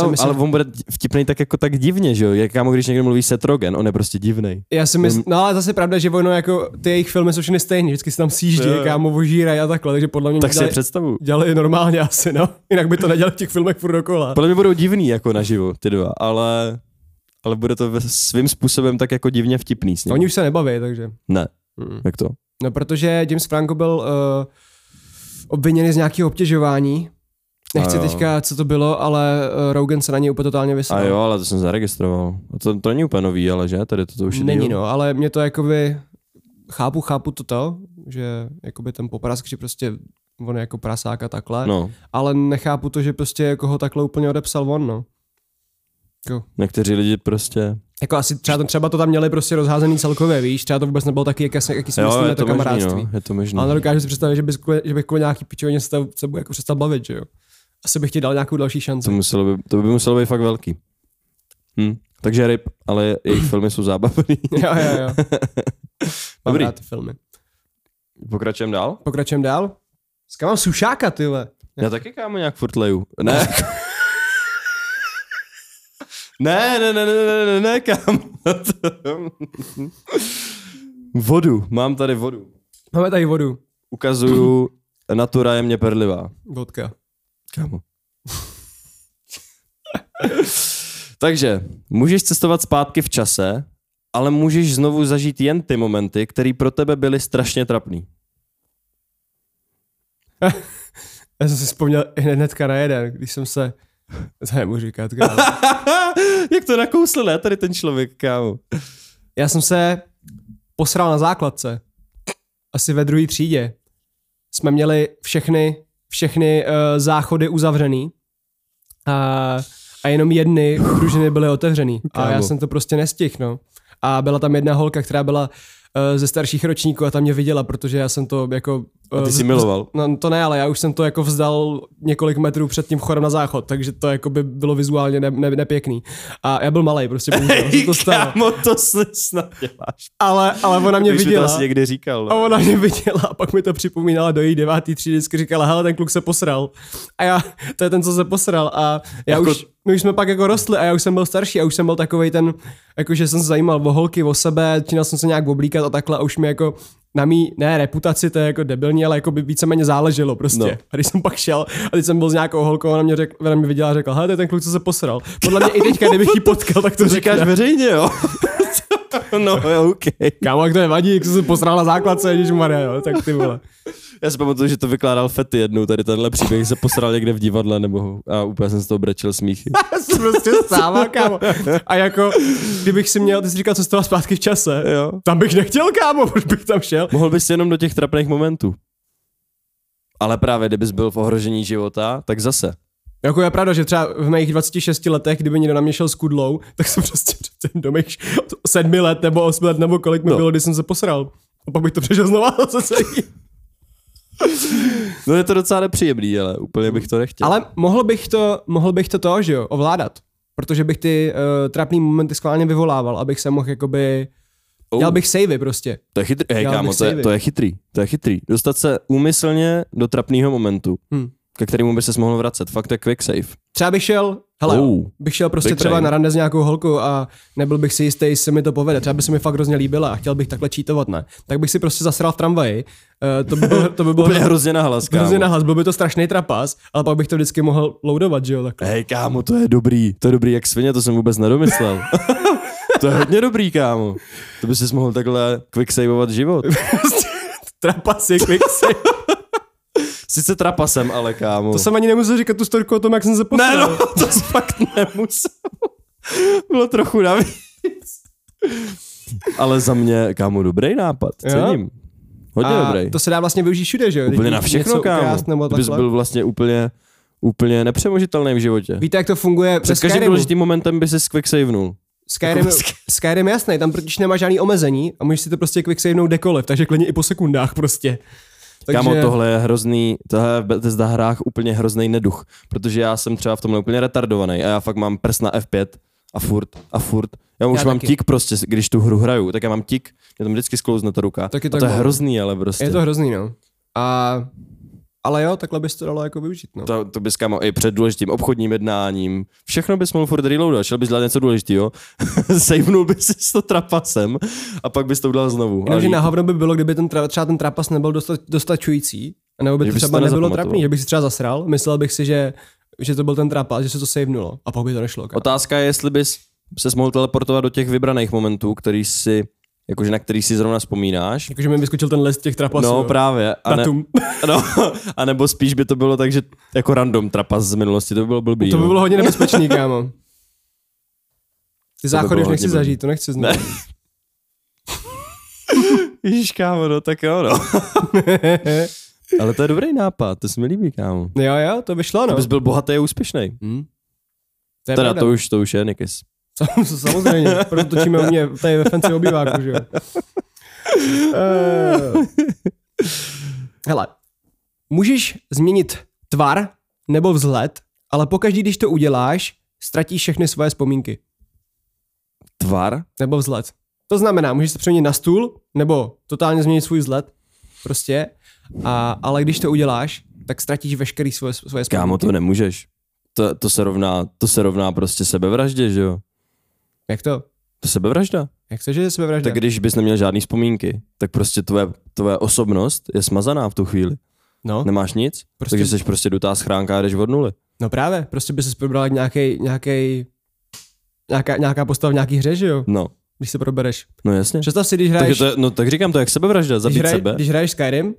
Speaker 2: no,
Speaker 1: myslím-
Speaker 2: ale on bude vtipný tak jako tak divně, že jo? Jak kámo, když někdo mluví Seth Rogen, on je prostě divný.
Speaker 1: Já si myslím, no ale zase pravda, že ono jako ty jejich filmy jsou všechny stejné, vždycky se tam
Speaker 2: Jo,
Speaker 1: sjíždí,
Speaker 2: jo.
Speaker 1: kámo, ožírají a takhle, takže podle mě
Speaker 2: Tak si je
Speaker 1: dělali,
Speaker 2: představu.
Speaker 1: dělali normálně asi, no. Jinak by to nedělali v těch filmech furt dokola.
Speaker 2: Podle mě budou divný jako naživo, ty dva, ale, ale bude to ve- svým způsobem tak jako divně vtipný s ním.
Speaker 1: No, Oni už se nebaví, takže.
Speaker 2: Ne,
Speaker 1: Mm.
Speaker 2: jak to?
Speaker 1: No, protože James Franco byl uh, obviněný z nějakého obtěžování. Nechci
Speaker 2: A jo.
Speaker 1: teďka, co to bylo, ale uh, Rogan se na něj úplně totálně
Speaker 2: A
Speaker 1: vysel.
Speaker 2: jo, ale to jsem zaregistroval. A To, to není úplně nový, ale že? Tady to, to už je
Speaker 1: Není
Speaker 2: díl.
Speaker 1: no, ale mě to jakoby, chápu, chápu toto, že jakoby ten poprask, že prostě on je jako prasák a takhle,
Speaker 2: no.
Speaker 1: ale nechápu to, že prostě jako ho takhle úplně odepsal on, no.
Speaker 2: Někteří lidi prostě...
Speaker 1: Jako asi třeba, třeba to tam měli prostě rozházený celkově, víš, třeba to vůbec nebylo taky, jak, jaký jsme
Speaker 2: Jo,
Speaker 1: myslíme
Speaker 2: je
Speaker 1: to
Speaker 2: to, možný,
Speaker 1: kamarádství.
Speaker 2: no. Je to možný.
Speaker 1: Ale nedokážu si představit, že, bys kvůli, že bych kvůli nějaký pičovině se tam- se bu- jako přestal bavit, že jo. Asi bych ti dal nějakou další šanci.
Speaker 2: To, muselo by, to by muselo být fakt velký. Hm. Takže ryb, ale jejich filmy jsou zábavný.
Speaker 1: jo, jo, jo. Mám
Speaker 2: Dobrý.
Speaker 1: rád ty filmy.
Speaker 2: Pokračujeme dál?
Speaker 1: Pokračujeme dál. Dneska mám sušáka, ty vole.
Speaker 2: Já taky kámo nějak furt leju. Ne. ne, ne, ne, ne, ne, ne, ne, kámo. vodu, mám tady vodu.
Speaker 1: Máme tady vodu.
Speaker 2: Ukazuju, natura je mě perlivá.
Speaker 1: Vodka.
Speaker 2: Kámo. Takže, můžeš cestovat zpátky v čase, ale můžeš znovu zažít jen ty momenty, které pro tebe byly strašně trapný.
Speaker 1: Já jsem si vzpomněl hned- hnedka na jeden, když jsem se... To nemůžu říkat, kámo.
Speaker 2: Jak to nakousl, ne, tady ten člověk, kámo.
Speaker 1: Já jsem se posral na základce. Asi ve druhé třídě. Jsme měli všechny, všechny uh, záchody uzavřený. A, a jenom jedny družiny byly otevřený. A já
Speaker 2: Kámo.
Speaker 1: jsem to prostě nestihl, no. A byla tam jedna holka, která byla eh, ze starších ročníků a ta mě viděla, protože já jsem to jako...
Speaker 2: A
Speaker 1: eh,
Speaker 2: ty jsi
Speaker 1: vz-
Speaker 2: miloval.
Speaker 1: No to ne, ale já už jsem to jako vzdal několik metrů před tím vchodem na záchod, takže to jako by bylo vizuálně ne, ne, nepěkný. A já byl malý, prostě bohužel, se to stalo.
Speaker 2: kámo, to se snad děláš.
Speaker 1: Ale, ale ona mě
Speaker 2: Už mi to
Speaker 1: viděla.
Speaker 2: asi někdy říkal.
Speaker 1: A
Speaker 2: No.
Speaker 1: ona mě viděla a pak mi to připomínala do její devátý třídy, vždycky říkala, hele, ten kluk se posral. A já, to je ten, co se posral. A já
Speaker 2: Jako-
Speaker 1: už, my už jsme pak jako rostli a já už jsem byl starší a už jsem byl takový ten, jako že jsem se zajímal o holky, o sebe, začínal jsem se nějak oblíkat a takhle a už mi jako na mý, ne reputaci, to je jako debilní, ale jako by víceméně záleželo prostě. No.
Speaker 2: No.
Speaker 1: A když jsem pak šel a když jsem byl s nějakou holkou, ona mě, řekl, ona mě viděla a řekla, hele, to je ten kluk, co se posral. Podle mě i teďka, kdybych ji potkal, tak to
Speaker 2: To říkáš
Speaker 1: řekne.
Speaker 2: veřejně, jo? no, jo, OK.
Speaker 1: Kámo, jak to nevadí, jak jsi se posral na základce, když jo, tak ty vole.
Speaker 2: Já si pamatuju, že to vykládal Fety jednou, tady tenhle příběh se posral někde v divadle, nebo a úplně jsem z toho brečel smíchy.
Speaker 1: Já se prostě stává, kámo. A jako, kdybych si měl, ty jsi říkal, co stalo zpátky v čase.
Speaker 2: Jo.
Speaker 1: Tam bych nechtěl, kámo, proč bych tam šel.
Speaker 2: Mohl bys jenom do těch trapných momentů. Ale právě, kdybys byl v ohrožení života, tak zase.
Speaker 1: Jako je pravda, že třeba v mých 26 letech, kdyby někdo na mě šel s kudlou, tak jsem prostě předtím do mých 7 let nebo 8 let nebo kolik mi no.
Speaker 2: No.
Speaker 1: bylo, když jsem se posral. A pak bych to přešel znova zase celý.
Speaker 2: No je to docela nepříjemný, ale úplně bych to nechtěl.
Speaker 1: Ale mohl bych to, mohl bych to to, že jo, ovládat. Protože bych ty uh, trapný momenty schválně vyvolával, abych se mohl jakoby...
Speaker 2: Oh.
Speaker 1: Dělal bych savey prostě.
Speaker 2: To je chytrý, hej,
Speaker 1: Já bych
Speaker 2: kámo, to je,
Speaker 1: savey.
Speaker 2: to je chytrý, to je chytrý. Dostat se úmyslně do trapného momentu,
Speaker 1: Hm.
Speaker 2: hmm. ke kterému by se mohl vracet. Fakt je quick save.
Speaker 1: Třeba bych šel, hele,
Speaker 2: Oh.
Speaker 1: oh, bych šel prostě
Speaker 2: Big
Speaker 1: třeba
Speaker 2: brain.
Speaker 1: na rande s nějakou holkou a nebyl bych si jistý, jestli se mi to povede. Třeba by se mi fakt hrozně líbila a chtěl bych takhle čítovat, ne? Tak bych si prostě zasral v tramvaji. Eh, to by bylo, to by bylo
Speaker 2: Úplně hrozně nahlas, kámo.
Speaker 1: hrozně nahlas, byl by to strašný trapas, ale pak bych to vždycky mohl loadovat, že jo? Tak.
Speaker 2: Hej, kámo, to je dobrý. To je dobrý jak svině, to jsem vůbec nedomyslel. to je hodně dobrý, kámo. To by si mohl takhle quick saveovat život.
Speaker 1: Trapas je quick save.
Speaker 2: Sice trapasem, ale kámo.
Speaker 1: To jsem ani nemusel říkat tu storku o tom, jak jsem se
Speaker 2: Ne,
Speaker 1: postavil.
Speaker 2: no, to jsi fakt nemusel. Bylo trochu navíc. Ale za mě, kámo, dobrý nápad.
Speaker 1: Jo?
Speaker 2: Cením. Hodně
Speaker 1: a
Speaker 2: dobrý.
Speaker 1: to se dá vlastně využít všude, že jo?
Speaker 2: Úplně
Speaker 1: Když
Speaker 2: na všechno,
Speaker 1: něco
Speaker 2: kámo.
Speaker 1: ukrást Nebo
Speaker 2: Ty bys
Speaker 1: takhle.
Speaker 2: byl vlastně úplně, úplně nepřemožitelný v životě.
Speaker 1: Víte, jak to funguje ve
Speaker 2: Před každým
Speaker 1: Skyrimu?
Speaker 2: důležitým momentem by si quick savenul. Jako
Speaker 1: Skyrim, Skyrim je jasný, tam totiž nemá žádný omezení a můžeš si to prostě quick savenout kdekoliv, takže klidně i po sekundách prostě. Takže,
Speaker 2: Kámo, tohle je hrozný, tohle je v Bethesda hrách úplně hrozný neduch, protože já jsem třeba v tomhle úplně retardovaný a já fakt mám prs na F5 a furt a furt. Já už
Speaker 1: Já
Speaker 2: mám
Speaker 1: taky.
Speaker 2: tik prostě, když tu hru hraju, tak já mám tik, mě tam vždycky sklouzne ta ruka.
Speaker 1: Taky
Speaker 2: a
Speaker 1: tak
Speaker 2: to je
Speaker 1: mám.
Speaker 2: hrozný, ale prostě.
Speaker 1: Je to hrozný, no. A, ale jo, takhle bys to dalo jako využít, no.
Speaker 2: To, to bys kámo i před důležitým obchodním jednáním. Všechno bys mohl furt reloadovat, šel bys dělat něco důležitého, sejmnul bys si to trapasem a pak bys to udělal znovu. A
Speaker 1: Jenomže
Speaker 2: líp.
Speaker 1: na hovno by bylo, kdyby ten, tra- třeba ten trapas nebyl dosta- dostačující, nebo by
Speaker 2: Že
Speaker 1: to
Speaker 2: bys
Speaker 1: třeba
Speaker 2: to
Speaker 1: nebylo
Speaker 2: nezapamatoval.
Speaker 1: trapný, že bych si třeba zasral, myslel bych si, že, že to byl ten trapas, že se to savenulo a pak by to nešlo. Kámo.
Speaker 2: Otázka je, jestli bys se mohl teleportovat do těch vybraných momentů, který si, jakože na který si zrovna vzpomínáš.
Speaker 1: Jakože mi vyskočil ten list těch trapasů.
Speaker 2: No
Speaker 1: Vlastně jo.
Speaker 2: právě. A, ne,
Speaker 1: Datum.
Speaker 2: no, a nebo spíš by to bylo tak, že jako random trapas z minulosti, to by bylo blbý.
Speaker 1: To by
Speaker 2: no.
Speaker 1: bylo hodně nebezpečný, kámo. Ty záchody
Speaker 2: bylo
Speaker 1: už nechci
Speaker 2: hodně blbý.
Speaker 1: zažít, to nechci znát.
Speaker 2: Ne. Ježíš, kámo, no tak jo, no. Ale to je dobrý nápad, to se mi líbí, kámo.
Speaker 1: Jo, jo, to by šlo, no.
Speaker 2: Abys byl bohatý a úspěšný.
Speaker 1: To je
Speaker 2: Teda
Speaker 1: pravda.
Speaker 2: to už, to už je Nikis.
Speaker 1: Sam- Samozřejmě, proto točíme u mě tady ve fancy obýváku, že jo. Eh. Hele, můžeš změnit tvar nebo vzhled, ale pokaždý, když to uděláš, ztratíš všechny svoje vzpomínky
Speaker 2: Tvar?
Speaker 1: nebo vzhled. To znamená, můžeš se přeměnit na stůl nebo totálně změnit svůj vzhled, prostě, a, ale když to uděláš, tak ztratíš veškerý svoje, svoje vzpomínky.
Speaker 2: Kámo, to nemůžeš. To, to, se rovná, to se rovná prostě sebevraždě, že jo?
Speaker 1: Jak to?
Speaker 2: To sebevražda.
Speaker 1: Jak to, že je sebevražda?
Speaker 2: Tak když bys neměl žádný vzpomínky, tak prostě tvoje, tvoje osobnost je smazaná v tu chvíli.
Speaker 1: No,
Speaker 2: Nemáš nic,
Speaker 1: Prostě-
Speaker 2: prostě... takže jsi prostě dutá schránka a jdeš od nuly.
Speaker 1: no právě, prostě by se probral nějaký, nějaký, nějaká, nějaká postava v nějaký hře, že jo?
Speaker 2: No,
Speaker 1: Když se probereš.
Speaker 2: no jasně.
Speaker 1: Představ si, když
Speaker 2: Takže
Speaker 1: hraješ,
Speaker 2: to je, no tak říkám, to je jak sebevražda,
Speaker 1: když,
Speaker 2: zabít
Speaker 1: hraj,
Speaker 2: sebe.
Speaker 1: když hraješ Skyrim,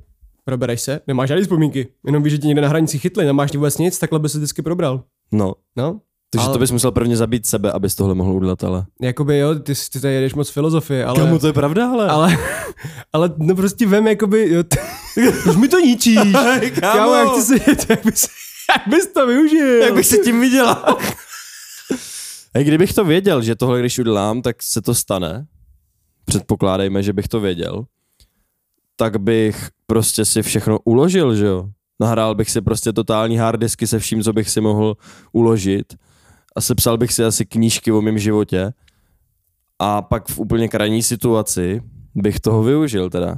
Speaker 1: probereš se, nemáš žádný vzpomínky, jenom víš, že tě někde na hranici chytli, nemáš vůbec nic, takhle by se vždycky probral.
Speaker 2: No,
Speaker 1: No,
Speaker 2: takže
Speaker 1: Ale-
Speaker 2: to bys musel prvně zabít sebe, abys tohle mohl udělat, ale...
Speaker 1: jakoby jo, ty, ty tady jedeš moc filozofie, ale...
Speaker 2: Kamu, to je pravda, ale...
Speaker 1: Ale, ale no prostě vem, jakoby, jo, t- už mi to ničíš. Kámo, jak, ty si, jak, bys, jak bys to využil?
Speaker 2: Jak bych se tím vydělal? A kdybych to věděl, že tohle když udělám, tak se to stane. Předpokládejme, že bych to věděl. Tak bych prostě si všechno uložil, že jo? Nahrál bych si prostě totální harddisky se vším, co bych si mohl uložit. A sepsal bych si asi knížky o mém životě. A pak v úplně krajní situaci bych toho využil teda.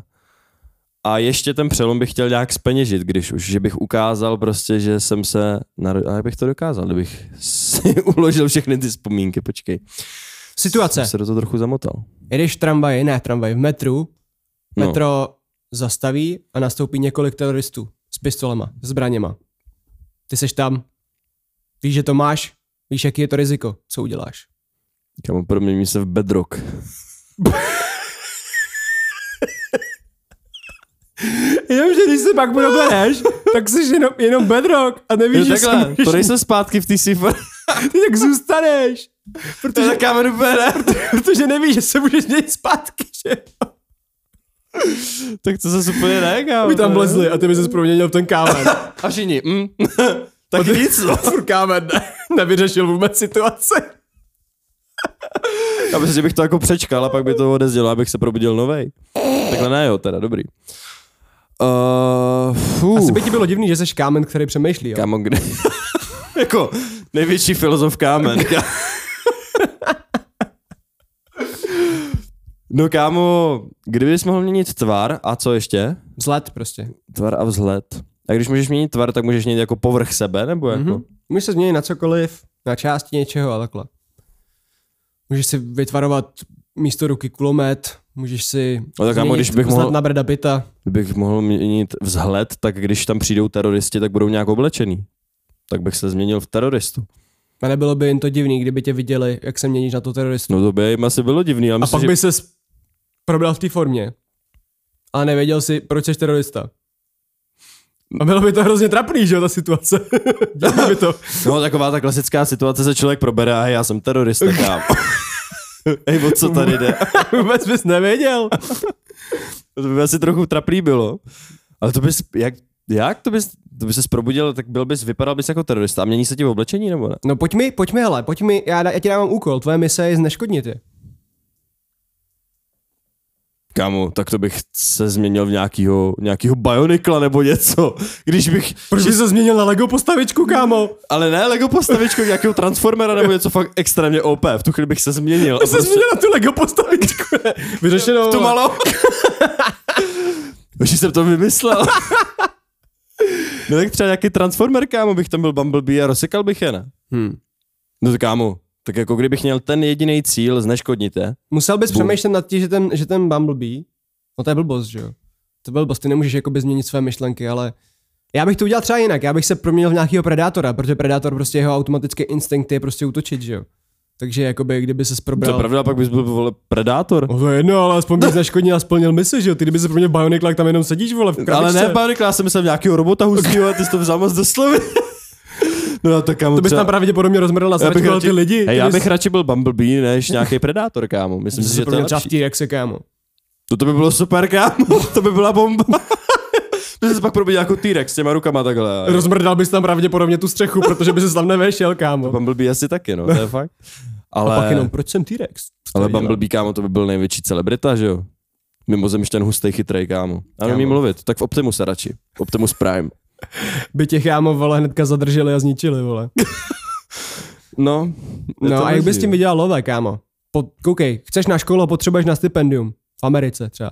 Speaker 2: A ještě ten přelom bych chtěl nějak speněžit, když už, že bych ukázal prostě, že jsem se, naro... a jak bych to dokázal, kdybych si uložil všechny ty vzpomínky, počkej,
Speaker 1: Situace.
Speaker 2: jsem se do toho trochu zamotal.
Speaker 1: Jedeš v tramvaji, ne tramvaj, v metru,
Speaker 2: No.
Speaker 1: metro zastaví a nastoupí několik teroristů s pistolema, s zbraněma. Ty seš tam, víš, že to máš, víš, jaký je to riziko, co uděláš.
Speaker 2: Kámo, promění se v bedrock.
Speaker 1: Jenom, že když se pak podobneš, tak jsi jenom, jenom bedrock a nevíš,
Speaker 2: Jo, takhle, to nejsem zpátky v té sifr.
Speaker 1: ty tak zůstaneš.
Speaker 2: To je za kámen úplně ne.
Speaker 1: Protože nevíš, že se můžeš dělat zpátky, že?
Speaker 2: Tak to zase úplně ne, kámo.
Speaker 1: My tam vlezli a ty mi se proměnil v ten kámen.
Speaker 2: A všichni, mm. tak nic, no.
Speaker 1: Furt kámen ne, nevyřešil vůbec situaci.
Speaker 2: Já myslím, že bych to jako přečkal a pak by to odezdělo, abych se probudil novej. Takhle ne, jo, teda, dobrý. Uh, fuh.
Speaker 1: Asi by ti bylo divný, že jsi kámen, který přemýšlí, jo?
Speaker 2: Kámo, kde? jako největší filozof kámen. no kámo, kdybys mohl měnit tvar a co ještě? Mhm.
Speaker 1: Vzhled prostě.
Speaker 2: Tvar a vzhled. Tak když můžeš měnit tvar, tak můžeš měnit jako povrch sebe, nebo jako...
Speaker 1: Mhm.
Speaker 2: Mm-hmm.
Speaker 1: Můžeš se změnit na cokoliv, na části něčeho a takhle. Můžeš si vytvarovat místo ruky kulomet, můžeš si
Speaker 2: No tak, kámo,
Speaker 1: změnit
Speaker 2: když bych mohl-
Speaker 1: znát na Breda Pitta.
Speaker 2: Kdybych mohl měnit vzhled, tak když tam přijdou teroristi, tak budou nějak oblečený. Tak bych se změnil v teroristu.
Speaker 1: A nebylo by jim to divný, kdyby tě viděli, jak se měníš na to teroristu.
Speaker 2: No to by jim asi bylo divný, ale
Speaker 1: a
Speaker 2: myslím,
Speaker 1: pak
Speaker 2: že...
Speaker 1: by se probral v té formě. A nevěděl si, proč jsi terorista. A bylo by to hrozně trapný, že jo, ta situace. Dělalo by to.
Speaker 2: No taková ta klasická situace se člověk probere a já jsem terorista, kámo. Ej, o co tady jde?
Speaker 1: Vůbec bys nevěděl.
Speaker 2: To by asi trochu trapný bylo. Ale to bys, jak, jak to bys, to bys se probudil, tak byl bys, vypadal bys jako terorista. A mění se ti v oblečení, nebo ne?
Speaker 1: No pojď mi, pojď mi, hele, pojď mi, já, dá- já ti dávám úkol, tvoje mise je zneškodnit je.
Speaker 2: Kámo, tak to bych se změnil v nějakýho, nějakýho bionikla nebo něco. Když bych...
Speaker 1: Proč bys se změnil na Lego postavičku, kámo?
Speaker 2: Ale ne Lego postavičku, nějakého Transformera nebo něco fakt extrémně OP. V tu chvíli bych se změnil.
Speaker 1: Ty se změnil na tu Lego postavičku. Vyřešeno.
Speaker 2: tu malou. Už jsem to vymyslel. no tak třeba nějaký Transformer, kámo, bych tam byl Bumblebee a rozsekal bych je, ne?
Speaker 1: Hmm.
Speaker 2: No tak kámo, tak jako kdybych měl ten jediný cíl, zneškodnit je.
Speaker 1: Musel bys
Speaker 2: Bum.
Speaker 1: přemýšlet nad tím, že ten, že ten Bumblebee, no to je blbost, že jo? To byl blbost, ty nemůžeš jakoby změnit své myšlenky, ale já bych to udělal třeba jinak, já bych se proměnil v nějakého predátora, protože predátor prostě jeho automatické instinkty je prostě útočit, že jo? Takže jakoby, kdyby se
Speaker 2: To je
Speaker 1: probral...
Speaker 2: pravda, pak bys byl vole, predátor.
Speaker 1: No to je jedno, ale aspoň bys neškodnil a splnil misi, že jo? Ty kdyby se proměnil v Bionicle, tak tam jenom sedíš, vole, v
Speaker 2: Ale
Speaker 1: krabičce.
Speaker 2: ne, pane, já jsem myslel v nějakého robota husího a ty jsi to vzal moc do slovy. no a tak kámo,
Speaker 1: To bys tam pravděpodobně rozmrdal a zračkoval ty lidi.
Speaker 2: Hej, já
Speaker 1: Ty bys
Speaker 2: bych radši byl Bumblebee než nějaký predátor, kámo. Myslím si,
Speaker 1: se
Speaker 2: že to je
Speaker 1: proměnil třeba
Speaker 2: lepší.
Speaker 1: v T-Rexe, kámo.
Speaker 2: No To, to by bylo super, kámo. To by byla bomba. To se pak probudil jako T-Rex s těma rukama takhle.
Speaker 1: Rozmrdal bys tam pravděpodobně tu střechu, protože by se tam nevešel, kámo.
Speaker 2: Bumblebee asi taky, no, to je fakt. Ale,
Speaker 1: A pak jenom, proč jsem T-Rex? Co
Speaker 2: ale
Speaker 1: tady dělám?
Speaker 2: Bumblebee, kámo, to by byl největší celebrita, že jo? Mimozemšťan hustej, chytrej, kámo. A
Speaker 1: Kámo.
Speaker 2: neumí mluvit, tak v Optimus radši. Optimus Prime.
Speaker 1: by tě chámo, vole, hnedka zadrželi a zničili, vole.
Speaker 2: No, je to
Speaker 1: No a jak
Speaker 2: možný,
Speaker 1: bys tím
Speaker 2: jo.
Speaker 1: vydělal lové, kámo? Po, koukej, chceš na školu a potřebuješ na stipendium. V Americe třeba.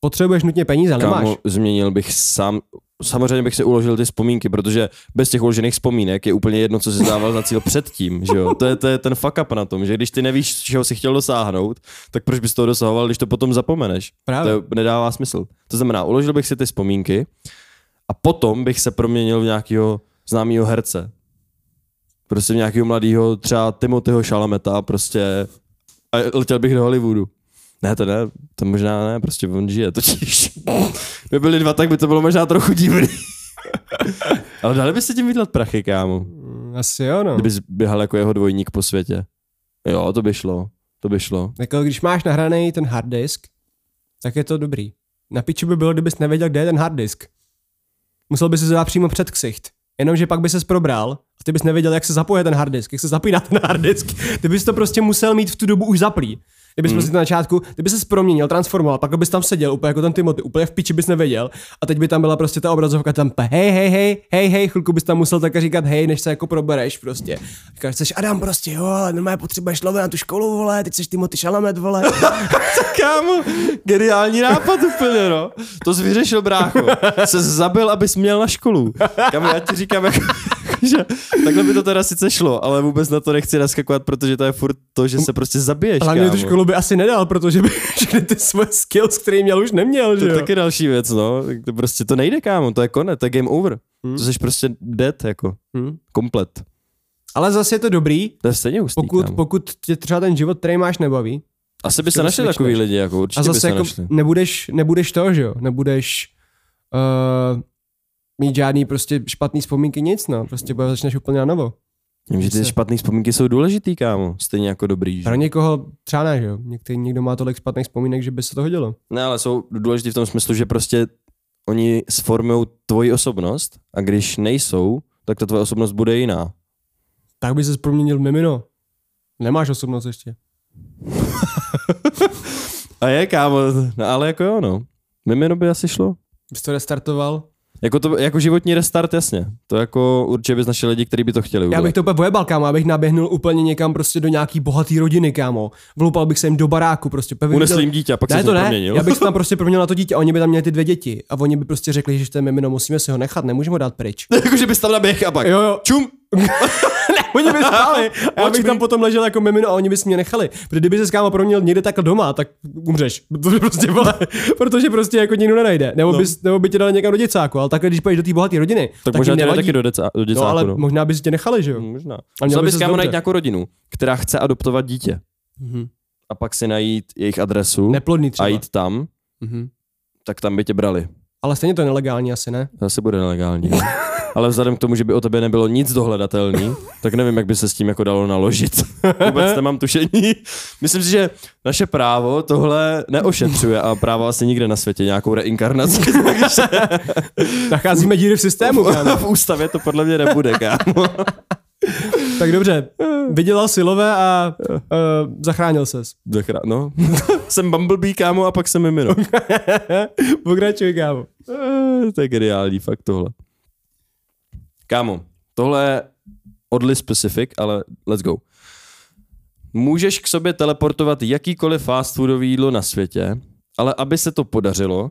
Speaker 1: Potřebuješ nutně peníze, ale nemáš.
Speaker 2: Kámo, změnil bych sám, samozřejmě bych si uložil ty vzpomínky, protože bez těch uložených vzpomínek je úplně jedno, co jsi dával za cíl předtím, že jo? To je, to je ten fuck up na tom, že když ty nevíš, čeho jsi chtěl dosáhnout, tak proč bys toho dosahoval, když to potom zapomeneš?
Speaker 1: Právě.
Speaker 2: To je- nedává smysl. To znamená, uložil bych si ty vzpomínky a potom bych se proměnil v nějakého známého herce. Prostě v nějakého mladého, třeba Timothyho Šalameta, prostě a letěl bych do Hollywoodu. Ne, to ne, to možná ne, prostě on žije, totiž. Kdyby byli dva, tak by to bylo možná trochu divný. Ale dali by se tím vydělat prachy, kámo.
Speaker 1: Mm, Asi jo, no.
Speaker 2: Kdyby běhal jako jeho dvojník po světě. Jo, to by šlo, to by šlo.
Speaker 1: Jako, když máš nahraný ten hard disk, tak je to dobrý. Na piči by bylo, kdybys nevěděl, kde je ten hard disk. Musel bys se dát přímo před ksicht. Jenomže pak by ses probral a ty bys nevěděl, jak se zapoje ten hard disk, jak se zapíná ten hard disk. Ty bys to prostě musel mít v tu dobu už zaplý. Ty
Speaker 2: Hmm.
Speaker 1: bys prostě na začátku, ty bys se proměnil, transformoval, pak bys tam seděl úplně jako ten Timothy, úplně v piči bys nevěděl. A teď by tam byla prostě ta obrazovka tam, pe- hej, hej, hej, hej, hej, chvilku bys tam musel také říkat hej, než se jako probereš prostě. Říkáš, jsi Adam prostě, jo, ale normálně potřebuješ love na tu školu, vole, teď jsi Timothy Šalamet, vole.
Speaker 2: Kámo, geniální nápad úplně, no. To jsi vyřešil, brácho. Se zabil, abys měl na školu. Kámo, já ti říkám, jako, že takhle by to teda sice šlo, ale vůbec na to nechci naskakovat, protože to je furt to, že se prostě zabiješ,
Speaker 1: Hlavně
Speaker 2: kámo.
Speaker 1: tu školu by asi nedal, protože by všechny ty svoje skills, které měl, už neměl, že
Speaker 2: To je
Speaker 1: jo?
Speaker 2: taky další věc, no. Tak To prostě to nejde, kámo, to je konec, to je game over. Hmm. To jsi prostě dead, jako.
Speaker 1: Hm.
Speaker 2: Komplet.
Speaker 1: Ale zase je to dobrý,
Speaker 2: To je stejně hustý,
Speaker 1: pokud,
Speaker 2: kámo.
Speaker 1: pokud tě třeba ten život, který máš, nebaví.
Speaker 2: Asi by se
Speaker 1: to
Speaker 2: našli
Speaker 1: switchneš.
Speaker 2: takový lidi, jako určitě
Speaker 1: A
Speaker 2: by
Speaker 1: zase
Speaker 2: se
Speaker 1: jako
Speaker 2: našli.
Speaker 1: nebudeš, nebudeš to, že jo? Nebudeš uh, mít žádný prostě špatný vzpomínky, nic, no. Prostě bude začneš úplně na novo.
Speaker 2: Vím, že ty
Speaker 1: se-
Speaker 2: špatné vzpomínky jsou důležitý, kámo. Stejně jako dobrý. Že?
Speaker 1: Pro někoho třeba ne, že jo? Některý, někdo má tolik špatných vzpomínek, že by se to hodilo.
Speaker 2: Ne, ale jsou důležitý v tom smyslu, že prostě oni sformují tvoji osobnost a když nejsou, tak ta tvoje osobnost bude jiná.
Speaker 1: Tak by se proměnil v mimino. Nemáš osobnost ještě.
Speaker 2: A je, kámo, no, ale jako jo, no. Mimino by asi šlo.
Speaker 1: Bys to restartoval,
Speaker 2: Jako, to, jako životní restart, jasně. To jako určitě bys našel lidi, kteří by to chtěli udělat.
Speaker 1: Já bych to úplně vojebal, kámo, abych naběhnul úplně někam prostě do nějaký bohatý rodiny, kámo. Vloupal bych se jim do baráku, prostě pevně.
Speaker 2: Unesl jim dítě a pak
Speaker 1: ne,
Speaker 2: se
Speaker 1: to
Speaker 2: to
Speaker 1: ne.
Speaker 2: proměnil.
Speaker 1: Já bych tam prostě proměnil na to dítě a oni by tam měli ty dvě děti. A oni by prostě řekli, že to mimino musíme si ho nechat, nemůžeme ho dát pryč.
Speaker 2: jako, že bys tam naběh a pak
Speaker 1: Jo, jo.
Speaker 2: čum.
Speaker 1: Oni by spali. Já
Speaker 2: Watch
Speaker 1: bych
Speaker 2: me.
Speaker 1: tam potom ležel jako mimino a oni by si mě nechali. Protože kdyby se s kámo proměnil někde takhle doma, tak umřeš. Protože prostě, vole, protože prostě jako nikdo nenajde. Nebo, no. bys, nebo by tě dali někam do děcáku, ale takhle, když půjdeš do té bohaté rodiny,
Speaker 2: Tak, možná
Speaker 1: jim
Speaker 2: tě dají
Speaker 1: nevadí.
Speaker 2: taky do, deca, do
Speaker 1: No,
Speaker 2: děcáku, Mm.
Speaker 1: ale možná by si tě nechali, že jo?
Speaker 2: Možná.
Speaker 1: A měl
Speaker 2: Musel
Speaker 1: by
Speaker 2: bys
Speaker 1: ses
Speaker 2: kámo
Speaker 1: dobře.
Speaker 2: najít nějakou rodinu, která chce adoptovat dítě
Speaker 1: Mhm.
Speaker 2: a pak si najít jejich adresu
Speaker 1: Neplodný třeba.
Speaker 2: a jít tam,
Speaker 1: Mhm.
Speaker 2: tak tam by tě brali.
Speaker 1: Ale stejně to je nelegální asi, ne?
Speaker 2: Zase bude nelegální. jo. Ale vzhledem k tomu, že by o tebe nebylo nic dohledatelný, tak nevím, jak by se s tím jako dalo naložit. Vůbec nemám tušení. Myslím si, že naše právo tohle neošetřuje a právo asi nikde na světě nějakou reinkarnaci.
Speaker 1: Nacházíme díry v systému, kámo.
Speaker 2: v ústavě to podle mě nebude, kámo.
Speaker 1: Tak dobře, vydělal silové a uh, zachránil ses.
Speaker 2: Zachra- No. jsem Bumblebee, kámo, a pak jsem mimino.
Speaker 1: Pokračuj, kámo.
Speaker 2: Eh, to je geniální, fakt tohle. Kámo, tohle je oddly specific, ale let's go. Můžeš k sobě teleportovat jakýkoliv fast foodový jídlo na světě, ale aby se to podařilo,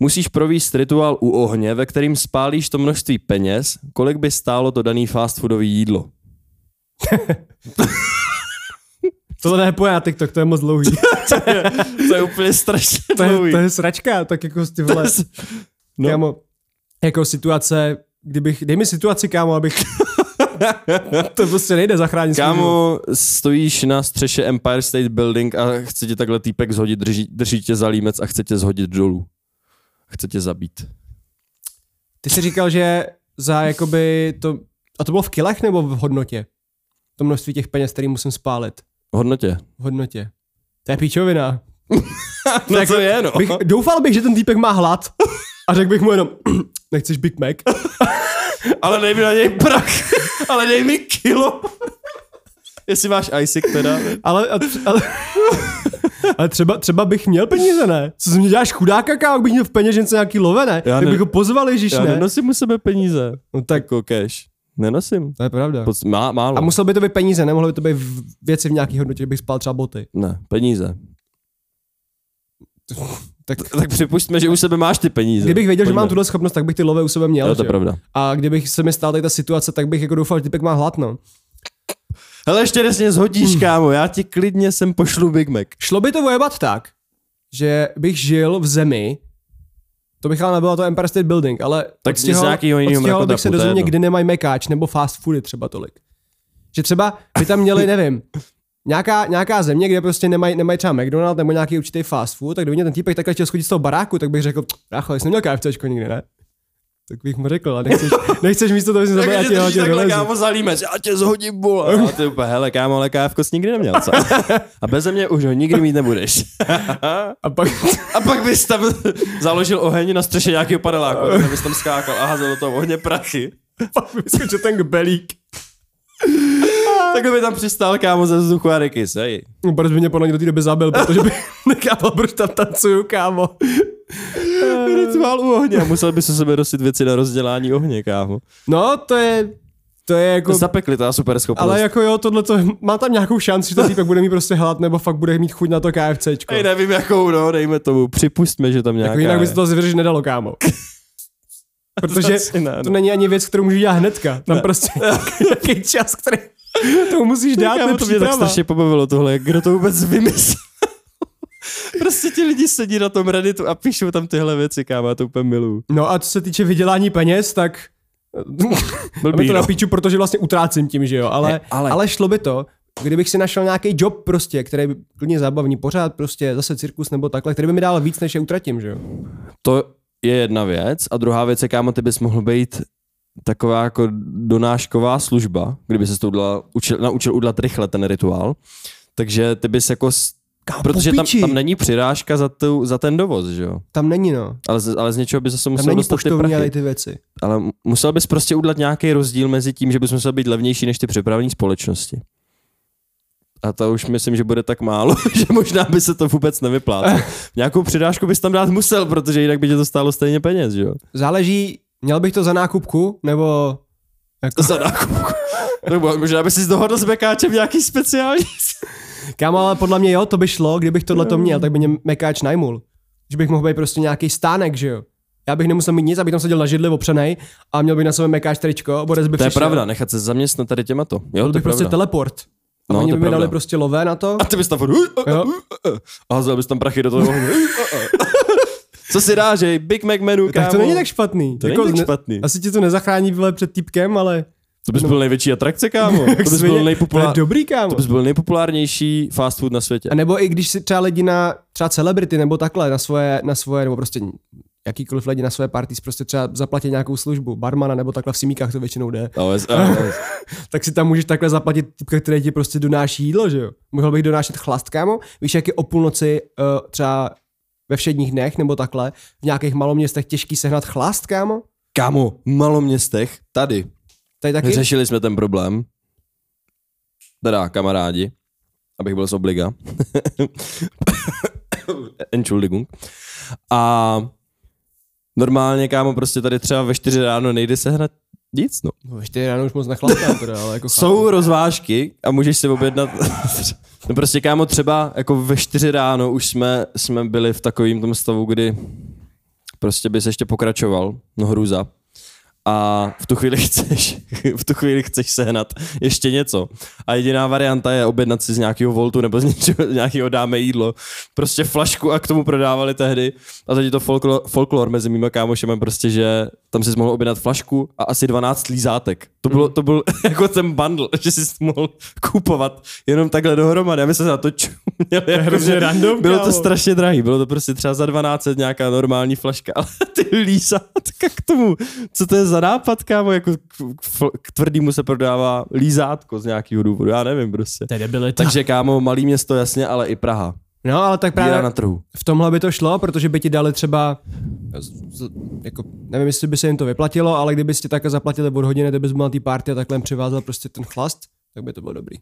Speaker 2: musíš províst rituál u ohně, ve kterým spálíš to množství peněz, kolik by stálo to daný fast foodový jídlo.
Speaker 1: Tohle ne na TikTok, to je moc dlouhý.
Speaker 2: To je úplně strašně
Speaker 1: to, je,
Speaker 2: dlouhý.
Speaker 1: to je sračka, tak jako ty vole,
Speaker 2: no.
Speaker 1: no. kámo, jako situace, kdybych, dej mi situaci, kámo, abych, to prostě nejde zachránit. svůj život.
Speaker 2: Kámo, stojíš na střeše Empire State Building a chce tě takhle týpek zhodit, drží, drží tě za límec a chce tě zhodit dolů. Chce tě zabít.
Speaker 1: Ty jsi říkal, že za jakoby to, a to bylo v kilech nebo v hodnotě? To množství těch peněz, který musím spálit.
Speaker 2: Hodnotě.
Speaker 1: V hodnotě. To je píčovina.
Speaker 2: No tak to je, no.
Speaker 1: Bych, doufal bych, že ten týpek má hlad a řekl bych mu jenom, nechceš Big Mac?
Speaker 2: Ale dej mi na něj prach. Ale dej mi kilo. Jestli máš ISIC teda.
Speaker 1: Ale, a, ale, ale třeba, třeba bych měl peníze, ne? Co si mě děláš chudáka, kámo, bych měl v peněžence nějaký lovene,
Speaker 2: Já
Speaker 1: tak
Speaker 2: ne-
Speaker 1: bych ho pozval, Ježíš,
Speaker 2: Já
Speaker 1: ne?
Speaker 2: nenosím u sebe peníze.
Speaker 1: No tak,
Speaker 2: Jako cash. Nenosím.
Speaker 1: to je pravda.
Speaker 2: Pod, má, málo.
Speaker 1: A musel by to být peníze, nemohlo by to být v- věci v nějaký hodnotě, že bych spal třeba boty.
Speaker 2: Ne, peníze.
Speaker 1: Tak
Speaker 2: Tak připustme, že u sebe máš ty peníze.
Speaker 1: kdybych věděl, že
Speaker 2: Pojďme.
Speaker 1: mám tuhle schopnost, tak bych ty love u sebe měl.
Speaker 2: Jo, to
Speaker 1: že
Speaker 2: je pravda.
Speaker 1: A kdybych se mi stala tady ta situace, tak bych jako doufal, že typek má hlad, no.
Speaker 2: Hele, ještě mě zhodíš, kámo. Já ti klidně sem pošlu Big Mac.
Speaker 1: Šlo by to vojebat tak, že bych žil v zemi, to bych ale nebylo to Empire State Building, ale
Speaker 2: Tak z
Speaker 1: odstěhoval-
Speaker 2: nějakýho jinýho
Speaker 1: odstěhoval bych
Speaker 2: mrakodrapu,
Speaker 1: se
Speaker 2: to
Speaker 1: do
Speaker 2: je
Speaker 1: země,
Speaker 2: jedno.
Speaker 1: kde nemají mekáč nebo fast foody třeba tolik. Že třeba by tam měli, nevím, nějaká, nějaká země, kde prostě nemají, nemají třeba McDonald nebo nějaký určitý fast food, tak kdyby mě ten týpek takhle chtěl schodit z toho baráku, tak bych řekl, rácho, jsi neměl KFCčko nikdy, ne? Tak bych mu řekl, a nechceš, nechceš místo toho, že jsem zabil, já
Speaker 2: Takže
Speaker 1: ti
Speaker 2: držíš
Speaker 1: hodil
Speaker 2: takhle,
Speaker 1: dolezu.
Speaker 2: kámo, zalíme, já tě zhodím, vole. A ty úplně, hele, kámo, ale kávko jsi nikdy neměl, co? A bez mě už ho nikdy mít nebudeš.
Speaker 1: A pak,
Speaker 2: A pak bys tam založil oheň na střeše nějakého paneláku, a bys tam skákal a házel do toho ohně prachy.
Speaker 1: pak vyskočil ten kbelík.
Speaker 2: Takhle by tam přistál, kámo, ze vzduchu a řeky, sej.
Speaker 1: No, Proč by mě podle mě do té doby zabil, protože bych nechápal, proč tam tancuju, kámo.
Speaker 2: Rituál u ohně. A musel by se sebe dostat věci na rozdělání ohně, kámo.
Speaker 1: No, to je, to je jako...
Speaker 2: To zapekli, to je super schopnost.
Speaker 1: Ale jako jo, tohle to má tam nějakou šanci, že ten týpek bude mít prostě hlad, nebo fakt bude mít chuť na to KFCčko.
Speaker 2: Ej, nevím jakou, no, dejme tomu. Připustme, že tam nějaká
Speaker 1: Jako jinak by se
Speaker 2: je.
Speaker 1: to zvěřit nedalo, kámo. Protože
Speaker 2: asi ne, no.
Speaker 1: to není ani věc, kterou můžu dělat hnedka. Tam prostě nějaký čas, který to musíš dát,
Speaker 2: Kámo,
Speaker 1: to
Speaker 2: to mě tak strašně pobavilo tohle, jak kdo to vůbec vymyslel. prostě ti lidi sedí na tom Redditu a píšou tam tyhle věci, kámo, já to úplně miluju.
Speaker 1: No a co se týče vydělání peněz, tak
Speaker 2: Blbý,
Speaker 1: Blbý, to
Speaker 2: no.
Speaker 1: na píču, protože vlastně utrácím tím, že jo, ale,
Speaker 2: Ne,
Speaker 1: ne,
Speaker 2: ale-
Speaker 1: ale... ale šlo by to, kdybych si našel nějaký job prostě, který by klidně zábavní, pořád prostě zase cirkus nebo takhle, který by mi dal víc, než je utratím, že jo.
Speaker 2: To je jedna věc. A druhá věc je, kámo, ty bys mohl být taková jako donášková služba, kdyby se to udělal, učil, naučil udělat rychle ten rituál. Takže ty bys jako... s-
Speaker 1: Kámo,
Speaker 2: protože tam,
Speaker 1: popíči.
Speaker 2: tam není přirážka za, tu, za ten dovoz, že jo?
Speaker 1: Tam není, no.
Speaker 2: Ale, z- ale z něčeho by zase
Speaker 1: Tam
Speaker 2: musel
Speaker 1: není
Speaker 2: dostat ty
Speaker 1: poštovní,
Speaker 2: prachy.
Speaker 1: ale i ty věci.
Speaker 2: Ale m- musel bys prostě udělat nějaký rozdíl mezi tím, že bys musel být levnější než ty přepravní společnosti. A to už myslím, že bude tak málo, že možná by se to vůbec nevyplácelo. Nějakou přidášku bys tam dát musel, protože jinak by tě to stálo stejně peněz, že jo?
Speaker 1: Záleží, Měl bych to za nákupku, nebo... Jako...
Speaker 2: Za nákupku. Nebo možná by si dohodl s Mekáčem nějaký speciální.
Speaker 1: Kámo, ale podle mě jo, to by šlo, kdybych tohle to měl, tak by mě mekáč najmul. Že bych mohl být prostě nějaký stánek, že jo. Já bych nemusel mít nic, abych tam seděl na židli opřenej a měl bych na sobě mekáč tričko, Boris by
Speaker 2: To je
Speaker 1: přišel.
Speaker 2: pravda, nechat se zaměstnat tady těma to. Jo,
Speaker 1: Byl
Speaker 2: to je
Speaker 1: bych prostě
Speaker 2: pravda.
Speaker 1: teleport. A
Speaker 2: No,
Speaker 1: no, oni
Speaker 2: to
Speaker 1: by
Speaker 2: je
Speaker 1: mi dali
Speaker 2: pravda.
Speaker 1: prostě lové na to.
Speaker 2: A ty bys tam furt...
Speaker 1: Jo.
Speaker 2: A hazel bys tam prachy do toho ohně. Co si dáš, hej? Big Mac menu, kámo.
Speaker 1: tak to není tak špatný. Jako
Speaker 2: To není tak jako
Speaker 1: ne-
Speaker 2: špatný.
Speaker 1: Asi ti to nezachrání vole před týpkem, ale...
Speaker 2: To bys byl největší atrakce, kámo. To bys
Speaker 1: svině-
Speaker 2: byl
Speaker 1: To je
Speaker 2: nejpopulár...
Speaker 1: dobrý, kámo.
Speaker 2: To bys byl nejpopulárnější fast food na světě.
Speaker 1: A nebo i když si třeba lidi na třeba celebrity nebo takhle na svoje, na svoje nebo prostě jakýkoliv lidi na své party prostě třeba zaplatí nějakou službu, barmana nebo takhle v simíkách to většinou jde,
Speaker 2: AOS, AOS.
Speaker 1: tak si tam můžeš takhle zaplatit typka, který ti prostě donáší jídlo, že jo? Mohl bych donášet chlast, kámo? Víš, jak je o půlnoci uh, třeba ve všedních dnech nebo takhle, v nějakých maloměstech těžký sehnat chlast, kámo?
Speaker 2: Kámo, v maloměstech, tady.
Speaker 1: Tady taky?
Speaker 2: Řešili jsme ten problém. Teda kamarádi, abych byl z obliga. Entschuldigung. A normálně, kámo, prostě tady třeba ve čtyři ráno nejde sehnat nic, no.
Speaker 1: No, ještě ráno už moc nechlastám, teda, ale jako chápu.
Speaker 2: Jsou rozvážky a můžeš si objednat... no prostě, kámo, třeba jako ve čtyři ráno už jsme, jsme byli v takovým tom stavu, kdy prostě bys ještě pokračoval, no hrůza. A v tu chvíli chceš, v tu chvíli chceš sehnat ještě něco. A jediná varianta je objednat si z nějakého voltu nebo z něčeho, z nějakého dáme jídlo. Prostě flašku a k tomu prodávali tehdy. A teď je to folklor, folklor mezi mýma kámošema prostě, že tam si mohl objednat flašku a asi 12 lízátek. To, bylo,
Speaker 1: Mhm.
Speaker 2: to byl jako ten bundle, že jsi mohl kupovat jenom takhle dohromady. A my jsme se na to čuměli. To
Speaker 1: hrozně random,
Speaker 2: bylo to
Speaker 1: kámo.
Speaker 2: strašně drahý, bylo to prostě třeba za 12 nějaká normální flaška, ale ty lízátka k tomu, co to je za nápad, kámo, jako k, k, k tvrdýmu se prodává lízátko z nějakého důvodu, já nevím prostě.
Speaker 1: To je debilita.
Speaker 2: Takže kámo, malý město jasně, ale i Praha.
Speaker 1: No, ale tak
Speaker 2: Právě
Speaker 1: právě...
Speaker 2: na trhu.
Speaker 1: v tomhle by to šlo, protože by ti dali třeba, z- z- jako, nevím, jestli by se jim to vyplatilo, ale kdyby ti takhle zaplatili od hodiny, kdyby bys byl na té party a takhle jim přivázal prostě ten chlast, tak by to bylo dobrý.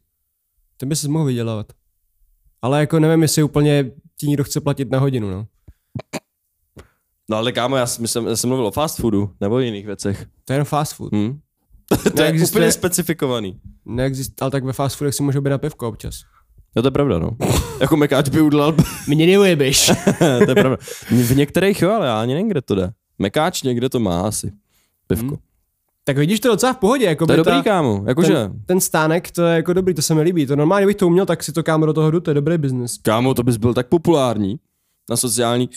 Speaker 1: Ten by se mohl vydělávat. Ale jako nevím, jestli úplně ti někdo chce platit na hodinu, no.
Speaker 2: No ale kámo, já jsem, jsem, já jsem mluvil o fast foodu, nebo o jiných věcech.
Speaker 1: To je jenom fast food.
Speaker 2: Hm? to je
Speaker 1: Neexistuje-
Speaker 2: úplně specifikovaný.
Speaker 1: Neexist, ale tak ve fast foodech si můžeš objednat pivko občas.
Speaker 2: No to je pravda, no. jako Mekáč by udělal,
Speaker 1: Mě neujebeš.
Speaker 2: to je pravda. V některých jo, ale já ani nevím, kde to jde. Mekáč někde to má asi. Pivko.
Speaker 1: tak vidíš to je docela v pohodě, jako
Speaker 2: To je
Speaker 1: by
Speaker 2: dobrý,
Speaker 1: Hm. ta,
Speaker 2: kámo, jakože.
Speaker 1: ten, ten, stánek, to je jako dobrý, to se mi líbí. To normálně, kdybych to uměl, tak si to kámo do toho jdu, to je dobrý biznis.
Speaker 2: Kámo, to bys byl tak populární na sociální...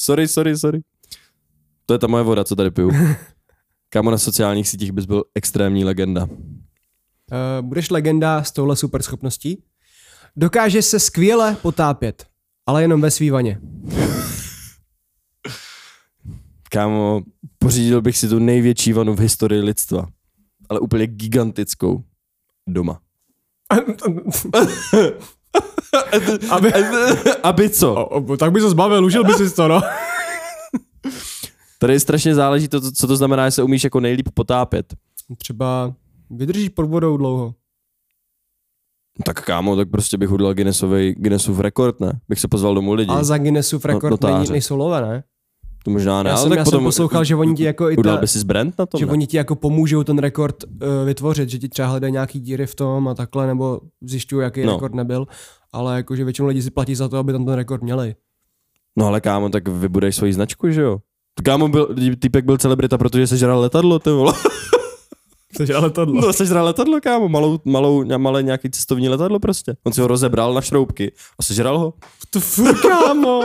Speaker 2: Sorry, sorry, sorry. To je ta moje voda, co tady piju. Kámo, na sociálních sítích bys byl extrémní legenda.
Speaker 1: Uh, budeš legenda s touhle superschopností? Dokáže se skvěle potápět, ale jenom ve svý vaně.
Speaker 2: Kámo, pořídil bych si tu největší vanu v historii lidstva. Ale úplně gigantickou. Doma.
Speaker 1: Aby,
Speaker 2: Aby co?
Speaker 1: o, tak by se zbavil, užil by si to, no.
Speaker 2: Tady strašně záleží to, co to znamená, že se umíš jako nejlíp potápět.
Speaker 1: Třeba vydržíš pod vodou dlouho.
Speaker 2: Tak kámo, tak prostě bych udělal Guinnessovej, Guinnessův rekord, ne? Bych se pozval domů lidi.
Speaker 1: Ale za Guinnessův rekord
Speaker 2: notáře.
Speaker 1: no, není, nejsou lové, ne?
Speaker 2: To možná ne,
Speaker 1: Já
Speaker 2: ale
Speaker 1: jsem,
Speaker 2: tak
Speaker 1: já
Speaker 2: potom...
Speaker 1: jsem poslouchal, že oni ti jako i ta,
Speaker 2: Udělal by si brand na tom,
Speaker 1: že
Speaker 2: ne?
Speaker 1: oni ti jako pomůžou ten rekord uh, vytvořit, že ti třeba hledají nějaký díry v tom a takhle, nebo zjišťují, jaký
Speaker 2: No.
Speaker 1: no. rekord nebyl. Ale jakože většinou lidi si platí za to, aby tam ten rekord měli.
Speaker 2: No ale kámo, tak vybudeš svoji značku, že jo? To Kámo, byl, týpek byl celebrita, protože sežral letadlo, ty vole.
Speaker 1: Takže ale tohle.
Speaker 2: No, sežral letadlo, kámo, malou, malou, ně- malé nějaký cestovní letadlo prostě. On si ho rozebral na šroubky a sežral ho.
Speaker 1: To furt, kámo.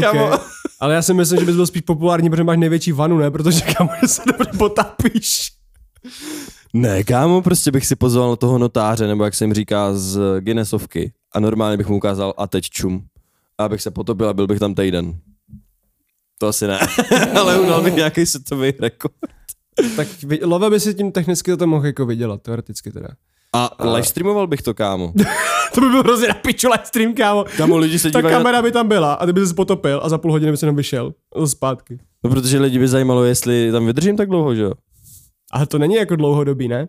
Speaker 2: Kámo.
Speaker 1: Okay. Ale já si myslím, že bys byl spíš populární, protože máš největší vanu, ne? Protože kámo, že se dobře potápíš.
Speaker 2: Ne, kámo, prostě bych si pozval toho notáře, nebo jak se jim říká, z Guinnessovky. A normálně bych mu ukázal a teď čum. A abych se potopil a byl bych tam týden. To asi ne, ale udělal bych nějaký světový rekord.
Speaker 1: Tak vy- Love by si tím technicky to tam mohl jako vydělat, teoreticky teda.
Speaker 2: A livestreamoval bych to, kámo.
Speaker 1: To by byl hrozně na piču live stream, kámo.
Speaker 2: Kámo, lidi se
Speaker 1: Ta
Speaker 2: dívají na
Speaker 1: kamera by tam byla a ty by se potopil a za půl hodiny by se jenom vyšel a zase zpátky.
Speaker 2: No, protože lidi by zajímalo, jestli tam vydržím tak dlouho, že jo?
Speaker 1: Ale to není jako dlouhodobý, ne?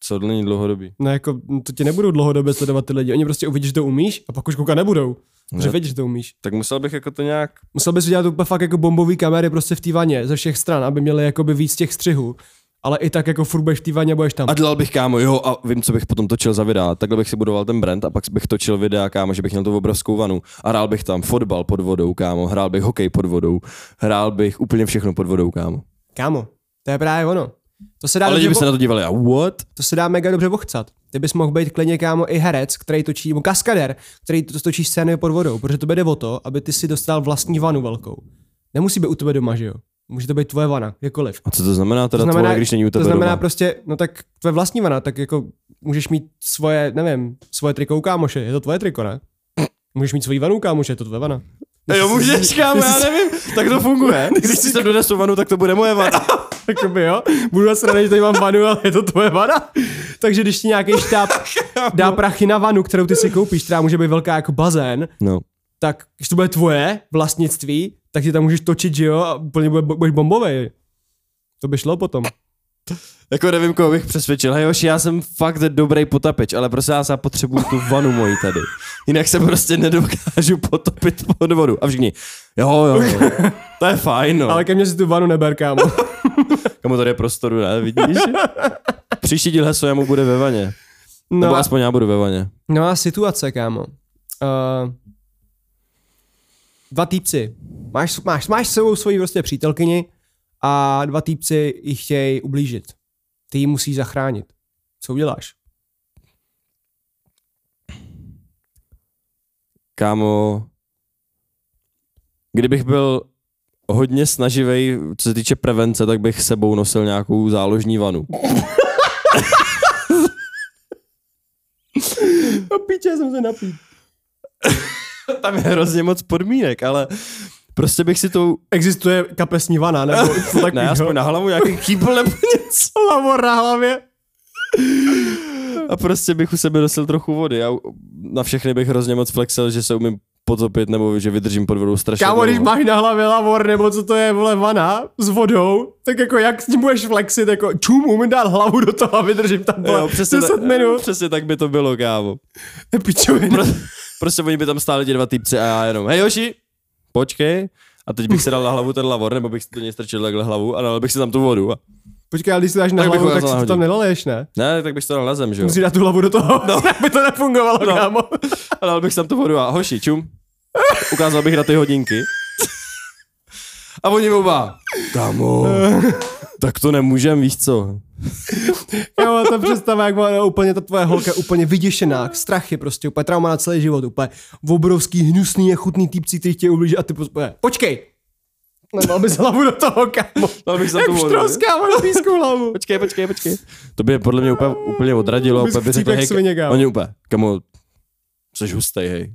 Speaker 2: Co to není dlouhodobý?
Speaker 1: No jako, no to ti nebudou dlouhodobě sledovat ty lidi. Oni prostě uvidí, že to umíš a pak už kouka nebudou. Protože vědíš, že to umíš.
Speaker 2: Tak musel bych jako to nějak...
Speaker 1: Musel bys udělat úplně fakt jako bombový kamery prostě v té vaně ze všech stran, aby měli jakoby víc těch střihů. Ale i tak jako furt budeš v té vaně, budeš tam.
Speaker 2: A dělal bych kámo, jo, a vím, co bych potom točil za videa. Takhle bych si budoval ten brand a pak bych točil videa, kámo, že bych měl tu obrovskou vanu. A hrál bych tam fotbal pod vodou, kámo, hrál bych hokej pod vodou, hrál bych úplně všechno pod vodou, kámo.
Speaker 1: Kámo, to je právě ono. To se dá
Speaker 2: Ale
Speaker 1: dobře
Speaker 2: lidi by
Speaker 1: vo-
Speaker 2: se na to dívali a what?
Speaker 1: To se dá mega dobře vochcat. Ty bys mohl být klidně kámo i herec, který točí, nebo kaskader, který to točí scény pod vodou, protože to jde o to, aby ty si dostal vlastní vanu velkou. Nemusí být u tebe doma, že jo? Může to být tvoje vana, jakkoliv.
Speaker 2: A co to znamená
Speaker 1: To
Speaker 2: teda
Speaker 1: znamená-
Speaker 2: tvoje, když není u tebe
Speaker 1: to znamená
Speaker 2: doma?
Speaker 1: prostě, no tak tvoje vlastní vana, tak jako můžeš mít svoje, nevím, svoje triko u kámoše, je to tvoje triko, ne? Můžeš mít svoji vanu u kámoše, je to tvoje vana.
Speaker 2: Jo, můžeš, kámo, já nevím, tak to funguje. Když si sem donesu vanu, tak to bude moje vana.
Speaker 1: Jakoby jo, budu vás rád, že tady mám vanu, ale je to tvoje vana. Takže když ti nějaký štáb dá prachy na vanu, kterou ty si koupíš, která může být velká jako bazén,
Speaker 2: No.
Speaker 1: tak když to bude tvoje vlastnictví, tak ti tam můžeš točit, že jo, a úplně bude, budeš bombovej. To by šlo potom.
Speaker 2: No. Jako nevím, koho bych přesvědčil. Hej, hoši, já jsem fakt dobrý potapeč, ale prosím vás, já potřebuju tu vanu moji tady. Jinak se prostě nedokážu potopit pod vodu. A všichni, jo, jo, jo. To je fajn, no.
Speaker 1: Ale ke mně si tu vanu neber, kámo.
Speaker 2: Komu tady je prostoru, ne? Vidíš? Příští díl Heso, já mu bude ve vaně. No. Nebo
Speaker 1: No, a,
Speaker 2: aspoň já budu ve vaně.
Speaker 1: no a situace, kámo. Uh, dva týpci. Máš, máš, máš s sebou svoji prostě přítelkyni a dva týpci ji chtějí ublížit. Ty ji musíš zachránit. Co uděláš?
Speaker 2: Kámo, kdybych byl hodně snaživej, co se týče prevence, tak bych sebou nosil nějakou záložní vanu.
Speaker 1: No píče, jsem se napít.
Speaker 2: Tam je hrozně moc podmínek, ale prostě bych si tou
Speaker 1: Existuje kapesní vana, nebo co
Speaker 2: Tak ne,
Speaker 1: takového?
Speaker 2: aspoň na hlavu nějaký kýbl nebo něco.
Speaker 1: Lavor na hlavě.
Speaker 2: A prostě bych u sebe nosil trochu vody. Já u- na všechny bych hrozně moc flexil, že se umím potopit nebo že vydržím pod vodou strašně
Speaker 1: Kámo, když
Speaker 2: dlouho.
Speaker 1: máš na hlavě lavor, nebo co to je, vole, vana s vodou, tak jako jak s tím budeš flexit, jako čum, umím dát hlavu do toho a vydržím tam, vole,
Speaker 2: jo, přesně,
Speaker 1: 10
Speaker 2: tak,
Speaker 1: minut.
Speaker 2: přesně tak by to bylo, kámo.
Speaker 1: Pičovina.
Speaker 2: Pro, prostě oni by tam stáli ti dva týpci a já jenom, hej Joši, počkej. A teď bych si dal na hlavu ten lavor, nebo bych si to něj strčil takhle hlavu a dal bych si tam tu vodu. A...
Speaker 1: Počkej, ale když si dáš na
Speaker 2: Tak bych
Speaker 1: hlavu,
Speaker 2: ho
Speaker 1: tak si to
Speaker 2: zahodil.
Speaker 1: tam nelaleješ, ne?
Speaker 2: Ne, tak bych si to dal na zem, že jo?
Speaker 1: Musíš dát tu hlavu do toho, no. aby to nefungovalo, no. kámo.
Speaker 2: A dal bych tam tu vodu a hoši, čum. Ukázal bych na ty hodinky. A oni oba. Kamo. tak to nemůžem, víš co.
Speaker 1: Kámo, ta představa, jak byla no, úplně ta tvoje holka, úplně vyděšená, strachy prostě, úplně trauma na celý život, úplně obrovský, hnusný, nechutný týpci, který tě ublíží a ty prostě, počkej. Nemal bys hlavu do toho, kámo.
Speaker 2: Dal bych za
Speaker 1: Jak
Speaker 2: tu vodu.
Speaker 1: štros, kámo, na písku hlavu.
Speaker 2: Počkej, počkej, počkej. To by je podle mě úplně, úplně odradilo.
Speaker 1: Bys
Speaker 2: Úplně by řekli,
Speaker 1: chcípek
Speaker 2: hej,
Speaker 1: svině, kámo.
Speaker 2: oni úplně, kamo, jsi hustej, hej.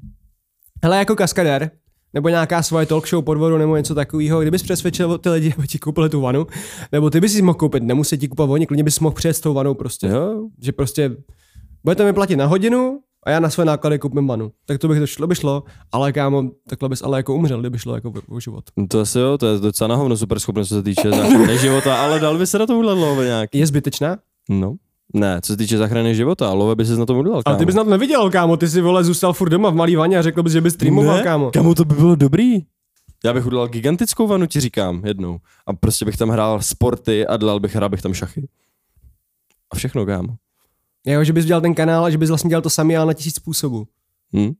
Speaker 1: Hele, jako kaskadér, nebo nějaká svoje talk show podvodu nebo něco takového, kdybys přesvědčil ty lidi, aby ti koupili tu vanu, nebo ty bys si mohl koupit, nemusí ti kupovat oni, klidně bys mohl přijet s tou vanou prostě.
Speaker 2: Jo,
Speaker 1: Že prostě budete mi platit na hodinu a já na své náklady koupím vanu. Tak to bych to šlo, by šlo, ale kámo, takhle bys ale jako umřel, kdyby šlo jako o- o život.
Speaker 2: No to asi jo, to je docela na hovno super schopnost, co se týče záchrany života, ale dal by se na to udělat love nějak.
Speaker 1: Je zbytečná?
Speaker 2: No. Ne, co se týče záchrany života, love by se na to udělal,
Speaker 1: Ale
Speaker 2: kámo.
Speaker 1: ty bys na to neviděl, kámo, ty si vole zůstal furt doma v malý vaně a řekl bys, že bys streamoval,
Speaker 2: ne?
Speaker 1: kámo.
Speaker 2: Kamo, to by bylo dobrý. Já bych udělal gigantickou vanu, ti říkám, jednou. A prostě bych tam hrál sporty a dělal bych, hrál bych tam šachy. A všechno, kámo.
Speaker 1: Jo, Jako, že bys dělal ten kanál a že bys vlastně dělal to samý, ale na tisíc způsobů.
Speaker 2: Hm?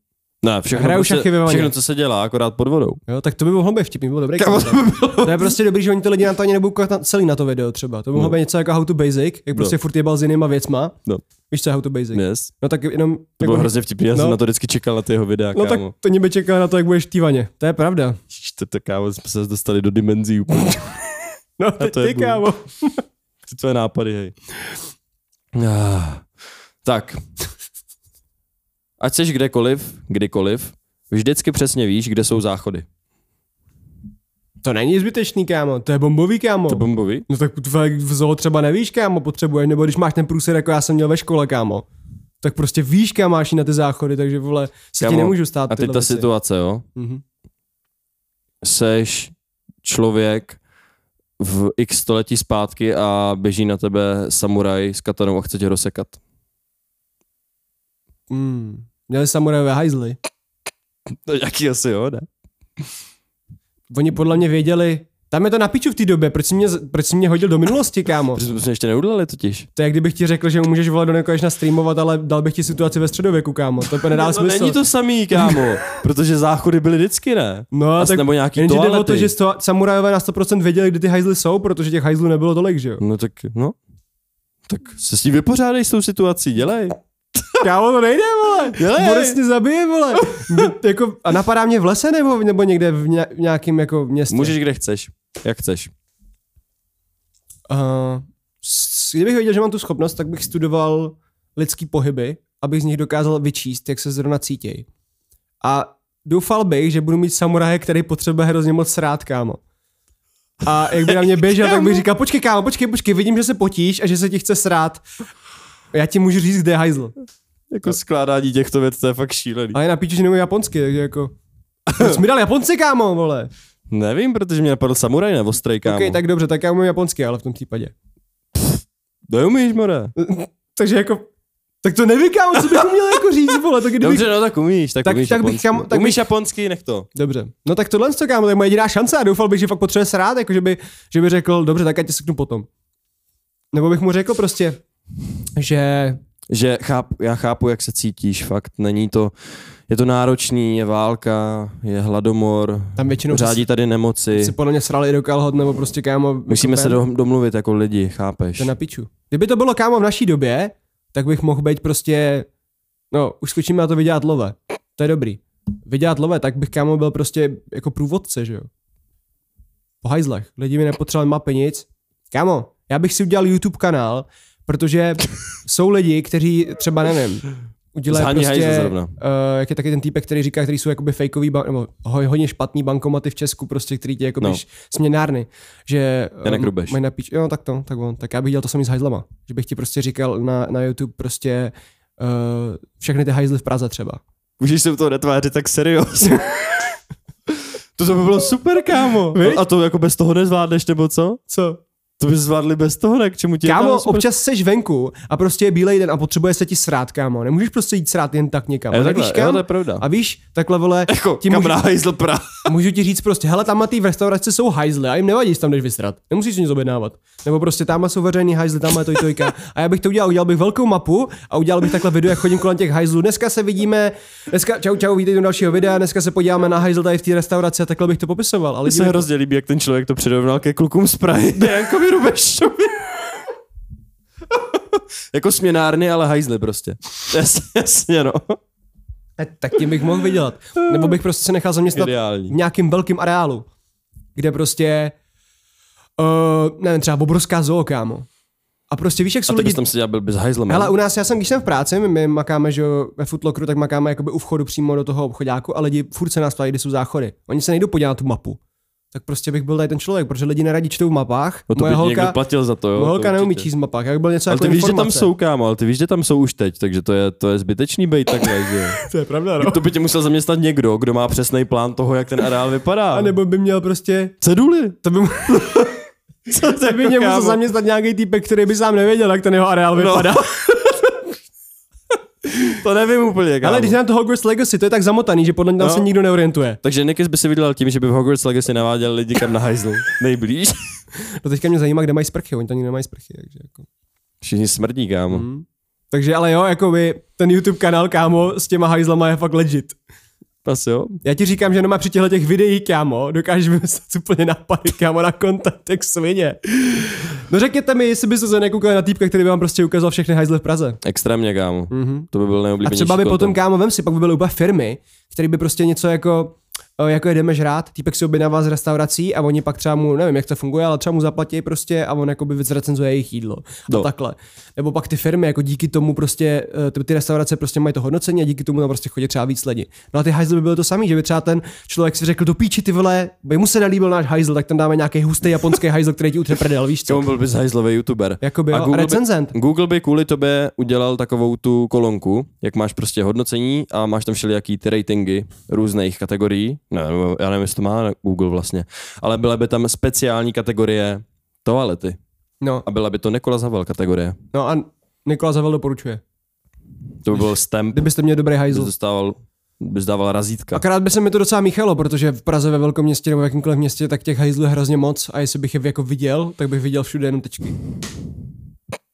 Speaker 2: Ne, všechno, prostě
Speaker 1: Hraju šachy ve vaně.
Speaker 2: všechno, co se dělá, akorát pod vodou.
Speaker 1: Jo, tak to by mohlo být vtipný, bylo dobré.
Speaker 2: Kámo, to by bylo
Speaker 1: To je prostě dobrý, že oni ty lidi na to ani nebudou koukat na- celý na to video třeba. To by mohlo být něco jako How to Basic, jak prostě furt jebal s jinýma věcma.
Speaker 2: No.
Speaker 1: Víš co je How to Basic?
Speaker 2: yes.
Speaker 1: No tak jenom...
Speaker 2: To bylo hrozně vtipný, já
Speaker 1: No.
Speaker 2: jsem na to vždycky čekal na ty jeho videa,
Speaker 1: No tak
Speaker 2: kámo.
Speaker 1: to nebe čeká na to, jak budeš v té vaně. To je pravda.
Speaker 2: Ježiš, To, to, kámo, jsme se dostali do dimenzí úplně.
Speaker 1: No ty,
Speaker 2: to je
Speaker 1: ty
Speaker 2: bůh.
Speaker 1: kámo.
Speaker 2: Ty tvoje nápady, hej. Ah. Tak. Ať seš kdekoliv, kdykoliv, vždycky přesně víš, kde jsou záchody.
Speaker 1: To není zbytečný kámo, to je bombový kámo.
Speaker 2: To bombový?
Speaker 1: No tak tvé v zoo třeba nevíš kámo, potřebuješ, nebo když máš ten průser, jako já jsem měl ve škole kámo. Tak prostě víš, kam máš jít na ty záchody, takže vole, se ti
Speaker 2: Kámo,
Speaker 1: nemůžu stát
Speaker 2: A teď
Speaker 1: tyhle
Speaker 2: ta
Speaker 1: věci.
Speaker 2: situace, jo?
Speaker 1: Mhm.
Speaker 2: Seš člověk v x století zpátky a běží na tebe samuraj s katanou a chce tě rozsekat.
Speaker 1: Hmm. Mm. Měli samurajové hajzly.
Speaker 2: To jaký asi jo, ne?
Speaker 1: Oni podle mě věděli, tam je to na piču v té době, proč jsi, mě, proč jsi mě hodil do minulosti, kámo?
Speaker 2: Protože jsme ještě neudělali totiž.
Speaker 1: To je, jak kdybych ti řekl, že můžeš volat do nekonečna streamovat, ale dal bych ti situaci ve středověku, kámo. To úplně nedá
Speaker 2: no,
Speaker 1: smysl.
Speaker 2: není to samý, kámo, protože záchody byly vždycky, ne?
Speaker 1: No,
Speaker 2: Asi nebo nějaký
Speaker 1: jenže jde o
Speaker 2: toalety.
Speaker 1: to, že sto, samurajové na 100% věděli, kde ty hajzly jsou, protože těch hajzlů nebylo tolik, že jo?
Speaker 2: No tak, no. Tak se s tím vypořádej s tou situací, dělej.
Speaker 1: Kámo, to nejde, vole.
Speaker 2: Dělej.
Speaker 1: Boris mě zabije, vole. By- jako, a napadá mě v lese nebo, nebo někde v, ně, v nějakém jako městě?
Speaker 2: Můžeš kde chceš, jak chceš.
Speaker 1: Uh, kdybych věděl, že mám tu schopnost, tak bych studoval lidský pohyby, abych z nich dokázal vyčíst, jak se zrovna cítějí. A doufal bych, že budu mít samuraje, který potřebuje hrozně moc srát, kámo. A jak by na mě běžel, tak bych říkal, počkej, kámo, počkej, počkej, vidím, že se potíš a že se ti chce srát. Já ti můžu říct, kde je hajzl.
Speaker 2: Jako skládání těchto věcí, to je fakt šílený.
Speaker 1: A je na píči, že nemůžu japonsky, takže jako... Proč mi dal Japonci, kámo, vole?
Speaker 2: Nevím, protože mě napadl samuraj nebo ostrej, kámo.
Speaker 1: Kámo. Ok, tak dobře, tak já umím japonsky, ale v tom případě.
Speaker 2: Neumíš, more.
Speaker 1: Takže jako... Tak to nevím, kámo, co bych uměl jako říct, vole, to kdybych...
Speaker 2: Dobře, no tak umíš, tak,
Speaker 1: Tak-
Speaker 2: umíš
Speaker 1: tak bych
Speaker 2: japonský.
Speaker 1: kam- tak
Speaker 2: umíš japonský, nech to.
Speaker 1: Dobře. No tak tohle to, kámo, to je moje jediná šance a doufal bych, že fakt potřebuje srát, jako že by, že by řekl, dobře, tak já tě seknu potom. Nebo bych mu řekl prostě, že
Speaker 2: Že chápu, já chápu, jak se cítíš, fakt není to, je to náročný, je válka, je hladomor,
Speaker 1: tam většinou
Speaker 2: řádí tady nemoci,
Speaker 1: si podle mě srali i do kalhot, nebo prostě kámo.
Speaker 2: musíme
Speaker 1: jako
Speaker 2: se
Speaker 1: pen-
Speaker 2: do- domluvit jako lidi, chápeš?
Speaker 1: To na piču. Kdyby to bylo kámo v naší době, tak bych mohl být prostě, no už skočíme na to vydělat love. To je dobrý. Vydělat love, tak bych kámo byl prostě jako průvodce, že jo. Po hajzlech. Lidi mi nepotřebovali mapy nic. Kámo, já bych si udělal YouTube kanál, protože jsou lidi, kteří třeba nevím, udělají
Speaker 2: Zhání hajzl
Speaker 1: prostě,
Speaker 2: zrovna.
Speaker 1: uh, jak je taky ten týpek, který říká, který jsou jakoby fakeový, ba- nebo ho- hodně špatný bankomaty v Česku, prostě, který tě jako
Speaker 2: No.
Speaker 1: no. směnárny, že
Speaker 2: Janek
Speaker 1: Um,
Speaker 2: Rubeš.
Speaker 1: Mají na píč, jo, tak to, tak on. Tak já bych dělal to samý s hajzlama. Že bych ti prostě říkal na, na YouTube prostě uh, všechny ty hajzly v Praze třeba.
Speaker 2: Můžeš se u toho netvářit tak seriózně. to, to by bylo super, kámo.
Speaker 1: Viď?
Speaker 2: A to jako bez toho nezvládneš, nebo co?
Speaker 1: Co?
Speaker 2: To by zvládli bez toho, ne? K čemu ti je
Speaker 1: Kámo,
Speaker 2: to super?
Speaker 1: občas seš venku a prostě je bílej den a potřebuje se ti srát, kámo. Nemůžeš prostě jít srát jen tak někam.
Speaker 2: Jo,
Speaker 1: Ale
Speaker 2: takhle,
Speaker 1: víš,
Speaker 2: jo,
Speaker 1: kam?
Speaker 2: to je pravda.
Speaker 1: A víš, takhle vole,
Speaker 2: Jako,
Speaker 1: ti
Speaker 2: kam
Speaker 1: můžu,
Speaker 2: náhajzl pra.
Speaker 1: můžu, ti říct prostě, hele, tam ty v restauraci jsou hajzly a jim nevadí, že tam jdeš vysrat. Nemusíš si nic objednávat. Nebo prostě tam jsou veřejný hajzly, tam je to i tojka. A já bych to udělal, udělal bych velkou mapu a udělal bych takhle video, jak chodím kolem těch hajzlů. Dneska se vidíme, dneska, čau, čau, vítejte do dalšího videa, dneska se podíváme na hajzl tady v té restauraci a takhle bych to popisoval. Ale
Speaker 2: Mně se hrozně líbí, jak ten člověk to přirovnal ke klukům z Prahy. Jankovi Rubešovi. jako směnárny, ale hajzly prostě. Jasně, jasně no.
Speaker 1: Eh, tak tím bych mohl vydělat. Nebo bych prostě se nechal zaměstnat v
Speaker 2: Ideální.
Speaker 1: nějakém velkém areálu, kde prostě, uh, nevím, třeba obrovská zoo, kámo. A prostě víš, jak
Speaker 2: A
Speaker 1: jsou
Speaker 2: ty
Speaker 1: lidi
Speaker 2: bys tam seděl byl bez hajzlem.
Speaker 1: No. Hele,
Speaker 2: ne?
Speaker 1: u nás, já jsem, když jsem v práci, my, my makáme, že jo, ve Footlockeru, tak makáme jakoby u vchodu přímo do toho obchodáku a lidi furt se nás ptají, kde jsou záchody. Oni se nejdou podívat na tu mapu. Tak prostě bych byl tady ten člověk, protože lidi neradi čtou v mapách.
Speaker 2: No to by
Speaker 1: moje
Speaker 2: ti někdo
Speaker 1: holka,
Speaker 2: platil za to, jo.
Speaker 1: moje holka
Speaker 2: to
Speaker 1: neumí
Speaker 2: určitě.
Speaker 1: číst v mapách, jak byl něco
Speaker 2: Ale
Speaker 1: jako
Speaker 2: ty víš, že tam
Speaker 1: informace.
Speaker 2: jsou, kámo, ale ty víš, že tam jsou už teď, takže to je, to je zbytečný bejt takhle, že jo.
Speaker 1: To je pravda, no.
Speaker 2: To by tě musel zaměstnat někdo, kdo má přesný plán toho, jak ten areál vypadá.
Speaker 1: A nebo by měl prostě,
Speaker 2: ceduly.
Speaker 1: to by, mu,
Speaker 2: Co to
Speaker 1: by mě musel zaměstnat nějaký týpek, který by sám nevěděl, jak ten jeho
Speaker 2: No,
Speaker 1: areál vypadá.
Speaker 2: To nevím úplně, kámo.
Speaker 1: Ale když nám to Hogwarts Legacy, to je tak zamotaný, že podle mě tam
Speaker 2: No.
Speaker 1: se nikdo neorientuje.
Speaker 2: Takže Nikis by se vydělal tím, že by v Hogwarts Legacy naváděl lidi kam na hajzlu. Nejblíž.
Speaker 1: To No, teďka mě zajímá, kde mají sprchy, oni tam nikdy nemají sprchy. Takže jako.
Speaker 2: Všichni smrdí, kámo.
Speaker 1: Mhm.
Speaker 2: Mm.
Speaker 1: Takže ale jo, jako by ten YouTube kanál, kámo, s těma hajzlama je fakt legit.
Speaker 2: Asi jo.
Speaker 1: Já ti říkám, že jenom při těchto těch videí, kámo, dokážeš vymyslet úplně nápady, kámo, na kontakt, jak svině. No řekněte mi, jestli byste se nekoukali na týpka, který by vám prostě ukázal všechny hajzle v Praze.
Speaker 2: Extrémně, kámo. Mm-hmm. To by byl
Speaker 1: Mhm. A
Speaker 2: nejoblíbenější
Speaker 1: třeba by
Speaker 2: content.
Speaker 1: potom, kámo, vem si, pak by byly úplně firmy, které by prostě něco jako, o, jako jedeme žrát, týpek si objednává z restaurací a oni pak třeba mu, nevím, jak to funguje, ale třeba mu zaplatí prostě a on jako by zrecenzuje jejich jídlo. No.
Speaker 2: No.
Speaker 1: A takhle. Nebo pak ty firmy, jako díky tomu prostě, eh, ty, ty restaurace prostě mají to hodnocení a díky tomu tam prostě chodí třeba víc lidi. No a ty hajzly by bylo to samý, že by třeba ten člověk si řekl, do píči ty vole, by mu se nelíbil náš hajzl, tak tam dáme nějaký hustý japonský hajzl, který ti utře prdel, víš co?
Speaker 2: Kámo byl bys hajzlový youtuber.
Speaker 1: Jakoby,
Speaker 2: A
Speaker 1: Jako jo,
Speaker 2: Google by-
Speaker 1: recenzent.
Speaker 2: Google by kvůli tobě udělal takovou tu kolonku, jak máš prostě hodnocení a máš tam všelijaký ty ratingy různých kategorií. Ne, nebo já nevím, jestli to má Google vlastně. Ale byla by tam speciální kategorie toalety.
Speaker 1: No,
Speaker 2: A byla by to Nikola Havel kategorie.
Speaker 1: no a Nikola Zavel doporučuje.
Speaker 2: To by byl stamp,
Speaker 1: Kdybyste měli dobrý
Speaker 2: bys
Speaker 1: hajzl.
Speaker 2: dostával bys dával razítka.
Speaker 1: Akorát by se mi to docela míchalo, protože v Praze ve velkém městě nebo v jakýmkoliv městě, tak těch hajzlů je hrozně moc a jestli bych je jako viděl, tak bych viděl všude jenom tečky.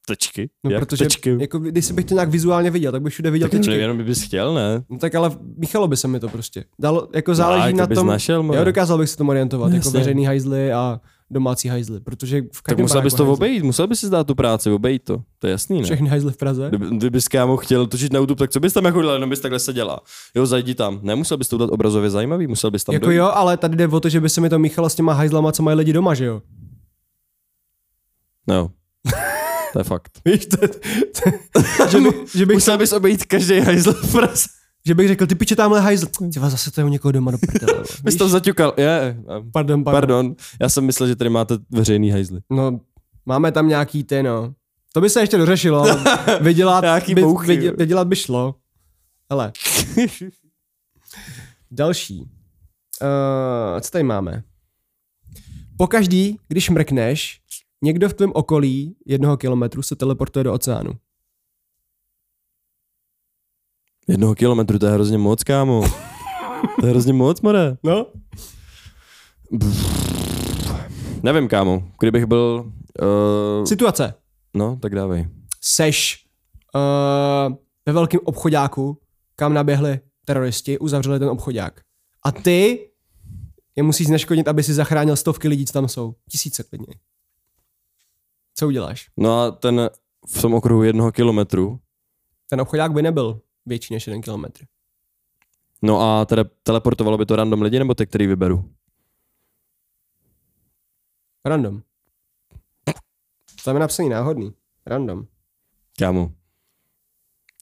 Speaker 2: Tečky?
Speaker 1: No,
Speaker 2: Jak
Speaker 1: protože
Speaker 2: tečky?
Speaker 1: jako, když bych to nějak vizuálně viděl, tak bych všude viděl
Speaker 2: tak
Speaker 1: tečky.
Speaker 2: tečky. Nevím, jenom bys chtěl, ne?
Speaker 1: No, tak ale míchalo by se mi to prostě. Dalo, jako záleží
Speaker 2: jako
Speaker 1: na
Speaker 2: bys
Speaker 1: tom.
Speaker 2: našel, more. No,
Speaker 1: jo, dokázal bych se tomu orientovat, jako
Speaker 2: Jasně.
Speaker 1: veřejný hajzly a domácí hajzly, protože v
Speaker 2: Tak
Speaker 1: každém
Speaker 2: musel
Speaker 1: baráku
Speaker 2: bys to
Speaker 1: hajzly.
Speaker 2: obejít, musel bys si zdát tu práci, obejít to. To je jasný, ne?
Speaker 1: Všechny hajzly v Praze.
Speaker 2: Kdyby, kdybys kámo chtěl točit na YouTube, tak co bys tam jako dělal, jenom bys takhle seděla. Jo, zajdi tam. Nemusel bys to udělat obrazově zajímavý, musel bys tam
Speaker 1: Jako
Speaker 2: dojít.
Speaker 1: jo, ale tady jde o to, že by se mi to míchalo s těma hajzlama, co mají lidi doma, že jo?
Speaker 2: No jo. To je fakt.
Speaker 1: Víš, to, to, že, by, že, bych,
Speaker 2: Musel bys obejít každý hajzl v prase.
Speaker 1: že bych řekl, ty piče, tamhle hajzl. Tyva, zase to je u někoho doma do prdele. vole.
Speaker 2: Bys
Speaker 1: Víš?
Speaker 2: tam zaťukal. Je, je,
Speaker 1: Pardon, pardon.
Speaker 2: pardon. Já jsem myslel, že tady máte veřejný hajzly.
Speaker 1: No, máme tam nějaký ty, no. To by se ještě dořešilo. ale Vydělat,
Speaker 2: Nějaký
Speaker 1: by,
Speaker 2: bouchy,
Speaker 1: vydě,
Speaker 2: jo.
Speaker 1: vydělat by šlo. Hele. Další. Uh, co tady máme? Pokaždý, když mrkneš, někdo v tvém okolí jednoho kilometru se teleportuje do oceánu.
Speaker 2: Jednoho kilometru, to je hrozně moc, kámo. To je hrozně moc, more.
Speaker 1: No?
Speaker 2: Nevím, kámo. Kdybych byl... Uh,
Speaker 1: Situace.
Speaker 2: no, tak dávej.
Speaker 1: Seš uh, ve velkém obchodáku, kam naběhli teroristi, uzavřeli ten obchodák. A ty je musíš zneškodnit, aby si zachránil stovky lidí, co tam jsou. Tisíce klidně. Co uděláš?
Speaker 2: No a ten v tom okruhu jednoho kilometru.
Speaker 1: Ten obchodák by nebyl větší než jeden kilometr.
Speaker 2: No a teda teleportovalo by to random lidi, nebo ty, který vyberu?
Speaker 1: Random. Tam je napsaný náhodný. Random.
Speaker 2: Kámo.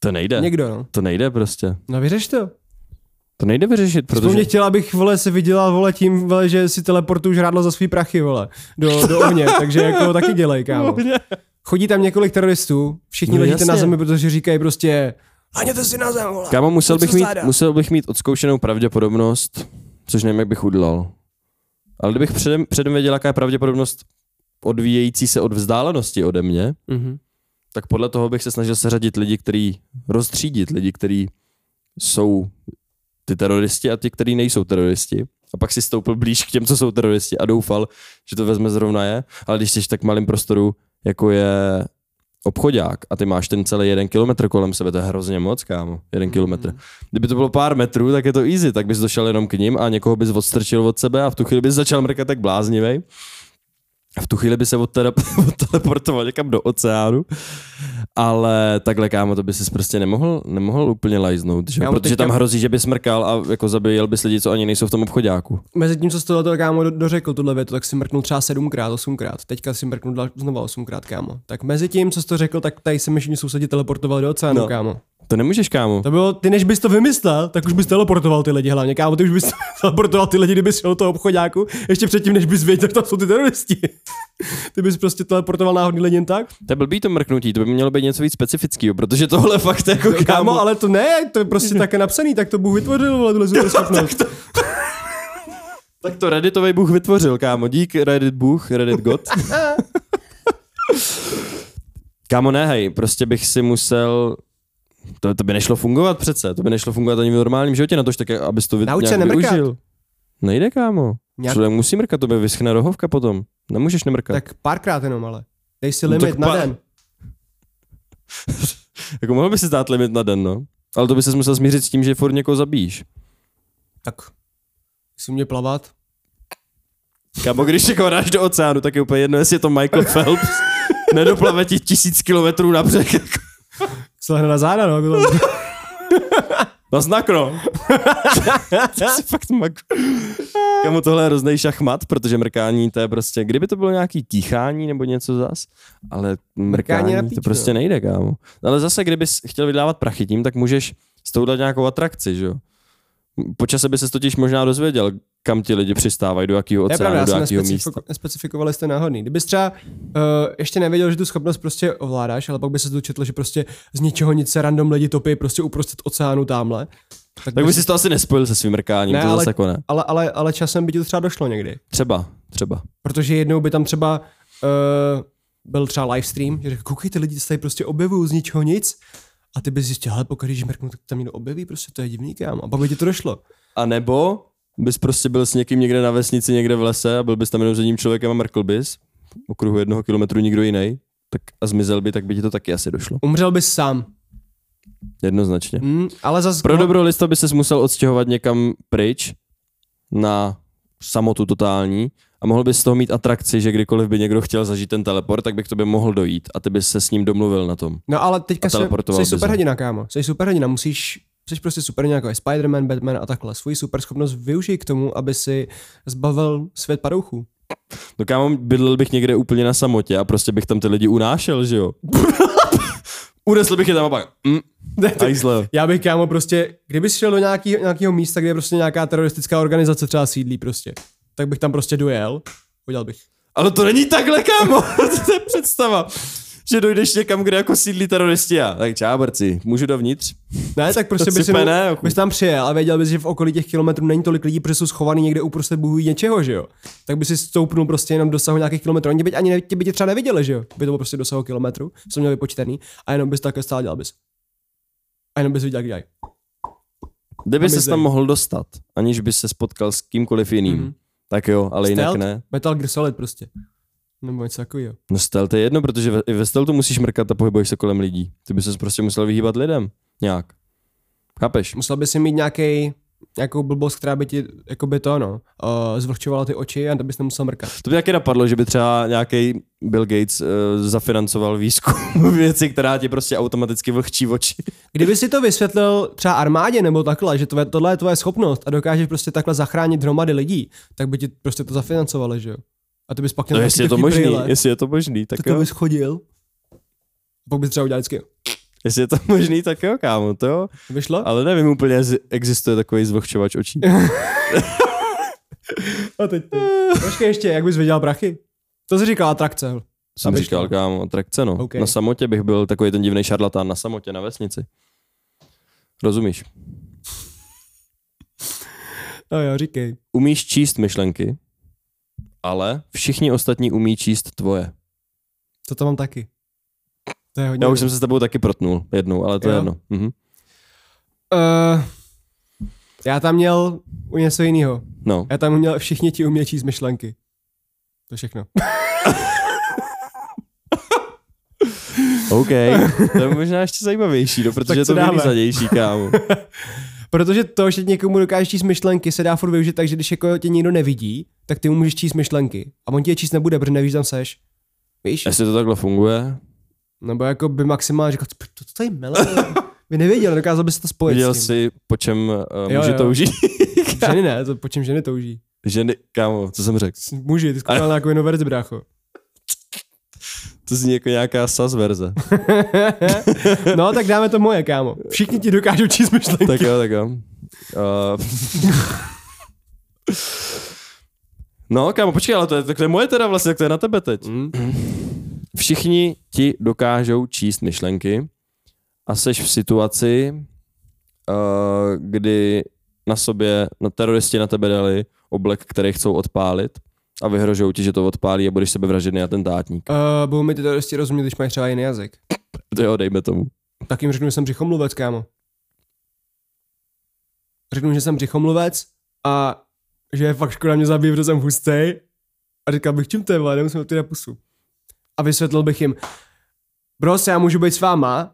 Speaker 2: To nejde. Něk...
Speaker 1: Někdo, no.
Speaker 2: To nejde prostě.
Speaker 1: No vyřeš to.
Speaker 2: To nejde vyřešit,
Speaker 1: Protože...
Speaker 2: protože...
Speaker 1: mě chtěla, abych vole, se vydělal vole, tím, vole, že si teleportuju žrádlo za svý prachy vole, do, do ohně, takže jako taky dělej, kámo. Chodí tam několik teroristů, všichni
Speaker 2: No
Speaker 1: no, ležíte na
Speaker 2: jasně.
Speaker 1: zemi, protože říkají prostě Haněte si na zem, vole.
Speaker 2: Kámo, musel
Speaker 1: Něco
Speaker 2: bych, mít,
Speaker 1: záda.
Speaker 2: musel bych mít odzkoušenou pravděpodobnost, což nevím, jak bych udělal. Ale kdybych předem, předem věděl, jaká je pravděpodobnost odvíjející se od vzdálenosti ode mě,
Speaker 1: Mhm.
Speaker 2: tak podle toho bych se snažil seřadit lidi, který rozstřídit lidi, kteří jsou ty teroristi a ti, kteří nejsou teroristi. A pak si stoupil blíž k těm, co jsou teroristi a doufal, že to vezme zrovna je. Ale když jsi v tak malém prostoru, jako je obchodák a ty máš ten celý jeden kilometr kolem sebe, to je hrozně moc, kámo,
Speaker 1: Mm-hmm.
Speaker 2: jeden kilometr. Kdyby to bylo pár metrů, tak je to easy, tak bys došel jenom k ním a někoho bys odstrčil od sebe a v tu chvíli bys začal mrkat tak bláznivej. A v tu chvíli by se odtele- odteleportoval někam do oceánu. Ale takhle, kámo, to by si prostě nemohl, nemohl úplně lajznout, že? jo?
Speaker 1: Kámo,
Speaker 2: protože
Speaker 1: teďka-
Speaker 2: tam hrozí, že by smrkal a jako zabijel bys lidi, co ani nejsou v tom obchodáku.
Speaker 1: Mezi tím, co jsi tohle kámo do- dořekl, tuhle větu, tak si mrknul třeba sedmkrát, osmkrát. Teďka si mrknul dal- znova osmkrát, kámo. Tak mezi tím, co jsi to řekl, tak tady se mi všichni sousedi teleportovali do oceánu,
Speaker 2: No.
Speaker 1: no. kámo.
Speaker 2: To nemůžeš, kámo.
Speaker 1: To bylo, ty než bys to vymyslel, tak už bys teleportoval ty lidi hlavně, kámo, ty už bys teleportoval ty lidi, kdyby šel do toho obchodáku, ještě předtím, než bys věděl, že tam jsou ty teroristi. Ty bys prostě teleportoval náhodný lidi jen tak?
Speaker 2: To je blbý to mrknutí, to by mělo být něco víc specifického, protože tohle fakt jako,
Speaker 1: No, Kámo,
Speaker 2: kámo,
Speaker 1: ale to ne, to je prostě také napsaný, tak to Bůh vytvořil, vole, tuhle superschopnost.
Speaker 2: Tak to Redditový Bůh vytvořil, kámo. Dík Reddit Bůh, Reddit God. kámo, ne, hej, prostě bych si musel... To, to by nešlo fungovat přece, to by nešlo fungovat ani v normálním životě, na tož tak, abys to vy,
Speaker 1: Nauč se
Speaker 2: nějak
Speaker 1: nemrkat.
Speaker 2: využil. Nejde, kámo.
Speaker 1: Nějak-
Speaker 2: Člověk musí mrkat, to by vyschne rohovka potom. Nemůžeš nemrkat.
Speaker 1: Tak párkrát jenom, ale. Dej si
Speaker 2: No
Speaker 1: limit
Speaker 2: tak
Speaker 1: na
Speaker 2: pár-
Speaker 1: den.
Speaker 2: Jako mohl by si dát limit na den, no. Ale to by se musel smířit s tím, že furt někoho zabíjíš.
Speaker 1: Tak. Jsi mě plavat?
Speaker 2: Kámo, když někoho dáš do oceánu, tak je úplně jedno, jestli je to Michael Phelps. Nedoplave ti tisíc kilometrů na břeh. Jako.
Speaker 1: Slehne na záda, no. bylo-
Speaker 2: Na znak, no. to si fakt mak. Kamu tohle je hroznej šachmat, protože mrkání to je prostě, kdyby to bylo nějaký tíchání nebo něco zas, ale mrkání,
Speaker 1: Mrkání na
Speaker 2: mrkání to
Speaker 1: píču,
Speaker 2: prostě nejde, kámo. Ale zase, kdyby chtěl vydávat prachy tím, tak můžeš s tou dát nějakou atrakci, že jo? Po čase by se totiž možná dozvěděl, kam ti lidi přistávají, do jakého
Speaker 1: To je
Speaker 2: oceánu,
Speaker 1: pravda, já
Speaker 2: do
Speaker 1: jsem
Speaker 2: jakého místa.
Speaker 1: nespecifiko- nespecifikovali jste náhodný. Kdybys třeba uh, ještě nevěděl, že tu schopnost prostě ovládáš, ale pak by se dočetl, že prostě z ničeho nic se random lidi topí prostě uprostřed oceánu tamhle.
Speaker 2: Tak by si to asi nespojil se svým mrkáním,
Speaker 1: Ne,
Speaker 2: to
Speaker 1: ale-
Speaker 2: zase jako ne.
Speaker 1: ale, ale, ale časem by ti to třeba došlo někdy.
Speaker 2: Třeba, třeba.
Speaker 1: Protože jednou by tam třeba eh, uh, byl třeba livestream, že řekl, koukejte lidi, se tady prostě objevují z ničeho nic A ty bys zjistil, ale pokud když mrknu, tak tam někdo objeví, prostě to je divný, kámo. A pak by ti to došlo.
Speaker 2: A nebo bys prostě byl s někým někde na vesnici, někde v lese a byl bys tam jenom s jedním člověkem a mrkl bys. V okruhu jednoho kilometru nikdo jiný. Tak a zmizel by, tak by ti to taky asi došlo.
Speaker 1: Umřel bys sám.
Speaker 2: Jednoznačně.
Speaker 1: Hm, ale zase...
Speaker 2: Pro dobro lista by se musel odstěhovat někam pryč na samotu totální a mohl bys z toho mít atrakci, že kdykoliv by někdo chtěl zažít ten teleport, tak by k tobě mohl dojít a ty bys se s ním domluvil na tom.
Speaker 1: No ale teďka
Speaker 2: A
Speaker 1: se,
Speaker 2: teleportoval
Speaker 1: jsi
Speaker 2: bys ho.
Speaker 1: superhrdina, kámo. Jsi superhrdina, musíš jsi prostě superhrdina, jako je Spider-Man, Batman a takhle. Svoji superschopnost využij k tomu, aby si zbavil svět parouchů.
Speaker 2: No kámo, bydlel bych někde úplně na samotě a prostě bych tam ty lidi unášel, že jo? Unesl bych je tam a pak... Mm, a jí zle.
Speaker 1: Já bych, kámo, prostě, kdyby šel do nějaký, nějakého místa, kde je prostě nějaká teroristická organizace třeba sídlí prostě, tak bych tam prostě dojel, udělal bych.
Speaker 2: Ale to není takhle, kámo. to je představa. Že dojdeš někam, kde jako sídlí teroristi a tak čábrci, můžu dovnitř?
Speaker 1: Ne, tak prostě
Speaker 2: To
Speaker 1: by si
Speaker 2: sype,
Speaker 1: mu,
Speaker 2: ne, jako.
Speaker 1: bys tam přijel a věděl bys, že v okolí těch kilometrů není tolik lidí, protože jsou schovaný někde uprostřed bůh ví něčeho, že jo. Tak by si stoupnul prostě jenom dosahu nějakých kilometrů. Oni by tě ani ne, tě by tě třeba neviděli, že jo. By to bylo prostě dosahu kilometrů, jsem měl vypočtený, a jenom bys takhle stál, dělal bys. A jenom bys viděl, jak dělají.
Speaker 2: Kdyby
Speaker 1: Tam je
Speaker 2: se tam
Speaker 1: zem.
Speaker 2: mohl dostat, aniž by se spotkal s kýmkoliv jiným,
Speaker 1: Mhm.
Speaker 2: tak jo, ale jinak
Speaker 1: Stealth?
Speaker 2: ne.
Speaker 1: Metal Gear Solid prostě. Nebo něco takového.
Speaker 2: No stealth je jedno, protože ve, i ve stealthu musíš mrkat a pohybuješ se kolem lidí. Ty bys se prostě musel vyhýbat lidem. Nějak. Chápeš?
Speaker 1: Musel by si mít nějaký nějakou blbost, která by ti jako by to, no, uh, zvlhčovala ty oči a bys nemusel mrkat.
Speaker 2: To by taky napadlo, že by třeba nějaký Bill Gates uh, zafinancoval výzkum věci, která ti prostě automaticky vlhčí oči.
Speaker 1: Kdyby si to vysvětlil třeba armádě nebo takhle, že tvoje, tohle je tvoje schopnost a dokážeš prostě takhle zachránit hromady lidí, tak by ti prostě to zafinancovali, že jo? A ty bys pak
Speaker 2: No,
Speaker 1: taky
Speaker 2: jestli je to
Speaker 1: takový
Speaker 2: možný,
Speaker 1: brýle,
Speaker 2: jestli je to možný, tak
Speaker 1: tak
Speaker 2: jo.
Speaker 1: to bys chodil. Pak bys třeba udělal vždycky.
Speaker 2: Jestli je to možný, tak jo, kámo, to jo.
Speaker 1: Vyšlo?
Speaker 2: Ale nevím úplně, jestli existuje takový zvlhčovač očí.
Speaker 1: A teď ty. Počkej ještě, jak bys viděl prachy? To jsi říkal atrakce.
Speaker 2: Jsem
Speaker 1: Aby
Speaker 2: říkal,
Speaker 1: šlo.
Speaker 2: kámo, atrakce, no.
Speaker 1: OK.
Speaker 2: Na samotě bych byl takový ten divný šarlatán, na samotě, na vesnici. Rozumíš?
Speaker 1: No jo, říkej.
Speaker 2: Umíš číst myšlenky, ale všichni ostatní umí číst tvoje.
Speaker 1: To tam mám taky. To je hodně.
Speaker 2: Já už jsem se s tebou taky protnul jednou, ale to je
Speaker 1: Jo.
Speaker 2: jedno. Mhm.
Speaker 1: Uh, já tam měl u něco jiného.
Speaker 2: No.
Speaker 1: Já tam měl všichni ti umějí číst myšlenky. To je všechno.
Speaker 2: OK, to je možná ještě zajímavější, no, protože
Speaker 1: Tak
Speaker 2: je
Speaker 1: co
Speaker 2: to
Speaker 1: dáme?
Speaker 2: vylízadější, kámo.
Speaker 1: Protože to, že někomu dokážeš číst myšlenky, se dá furt využít tak, že když jako tě nikdo nevidí, tak ty mu můžeš číst myšlenky. A on ti je číst nebude, protože nevíš, že tam seš. Víš?
Speaker 2: Jestli to takhle funguje,
Speaker 1: Nebo jako by maximálně říkal, "Pr- to, to tady mele, by nevěděl, dokázal by se to spojit
Speaker 2: viděl
Speaker 1: s tím.
Speaker 2: jsi, po čem uh,
Speaker 1: Jo,
Speaker 2: může
Speaker 1: jo.
Speaker 2: toužit?
Speaker 1: Ženy ne, to, po čem ženy touží.
Speaker 2: Ženy, kámo, co jsem řekl?
Speaker 1: Muži, ty zkoušel nějakou jinou verzi, brácho.
Speaker 2: To zní jako nějaká SAS verze.
Speaker 1: No, tak dáme to moje, kámo. Všichni ti dokážou číst myšlenky.
Speaker 2: tak jo, tak jo. Uh, no, kámo, počkej, ale to je, tak to je moje teda vlastně, tak to je na tebe teď.
Speaker 1: Mm.
Speaker 2: Všichni ti dokážou číst myšlenky a seš v situaci, uh, kdy na sobě, na teroristi na tebe dali oblek, který chcou odpálit a vyhrožují ti, že to odpálí a budeš sebevražedný atentátník.
Speaker 1: Uh, budou mi ty teroristi rozumět, když mají třeba jiný jazyk.
Speaker 2: To jo, dejme tomu.
Speaker 1: Tak jim řeknu, že jsem břichomluvec, kámo. Řeknu, že jsem břichomluvec a že je fakt škoda mě zabít, protože jsem hustej. A říkal bych, čím to je, vole, nemusím ty na pusu. A vysvětlil bych jim, bros, já můžu být s váma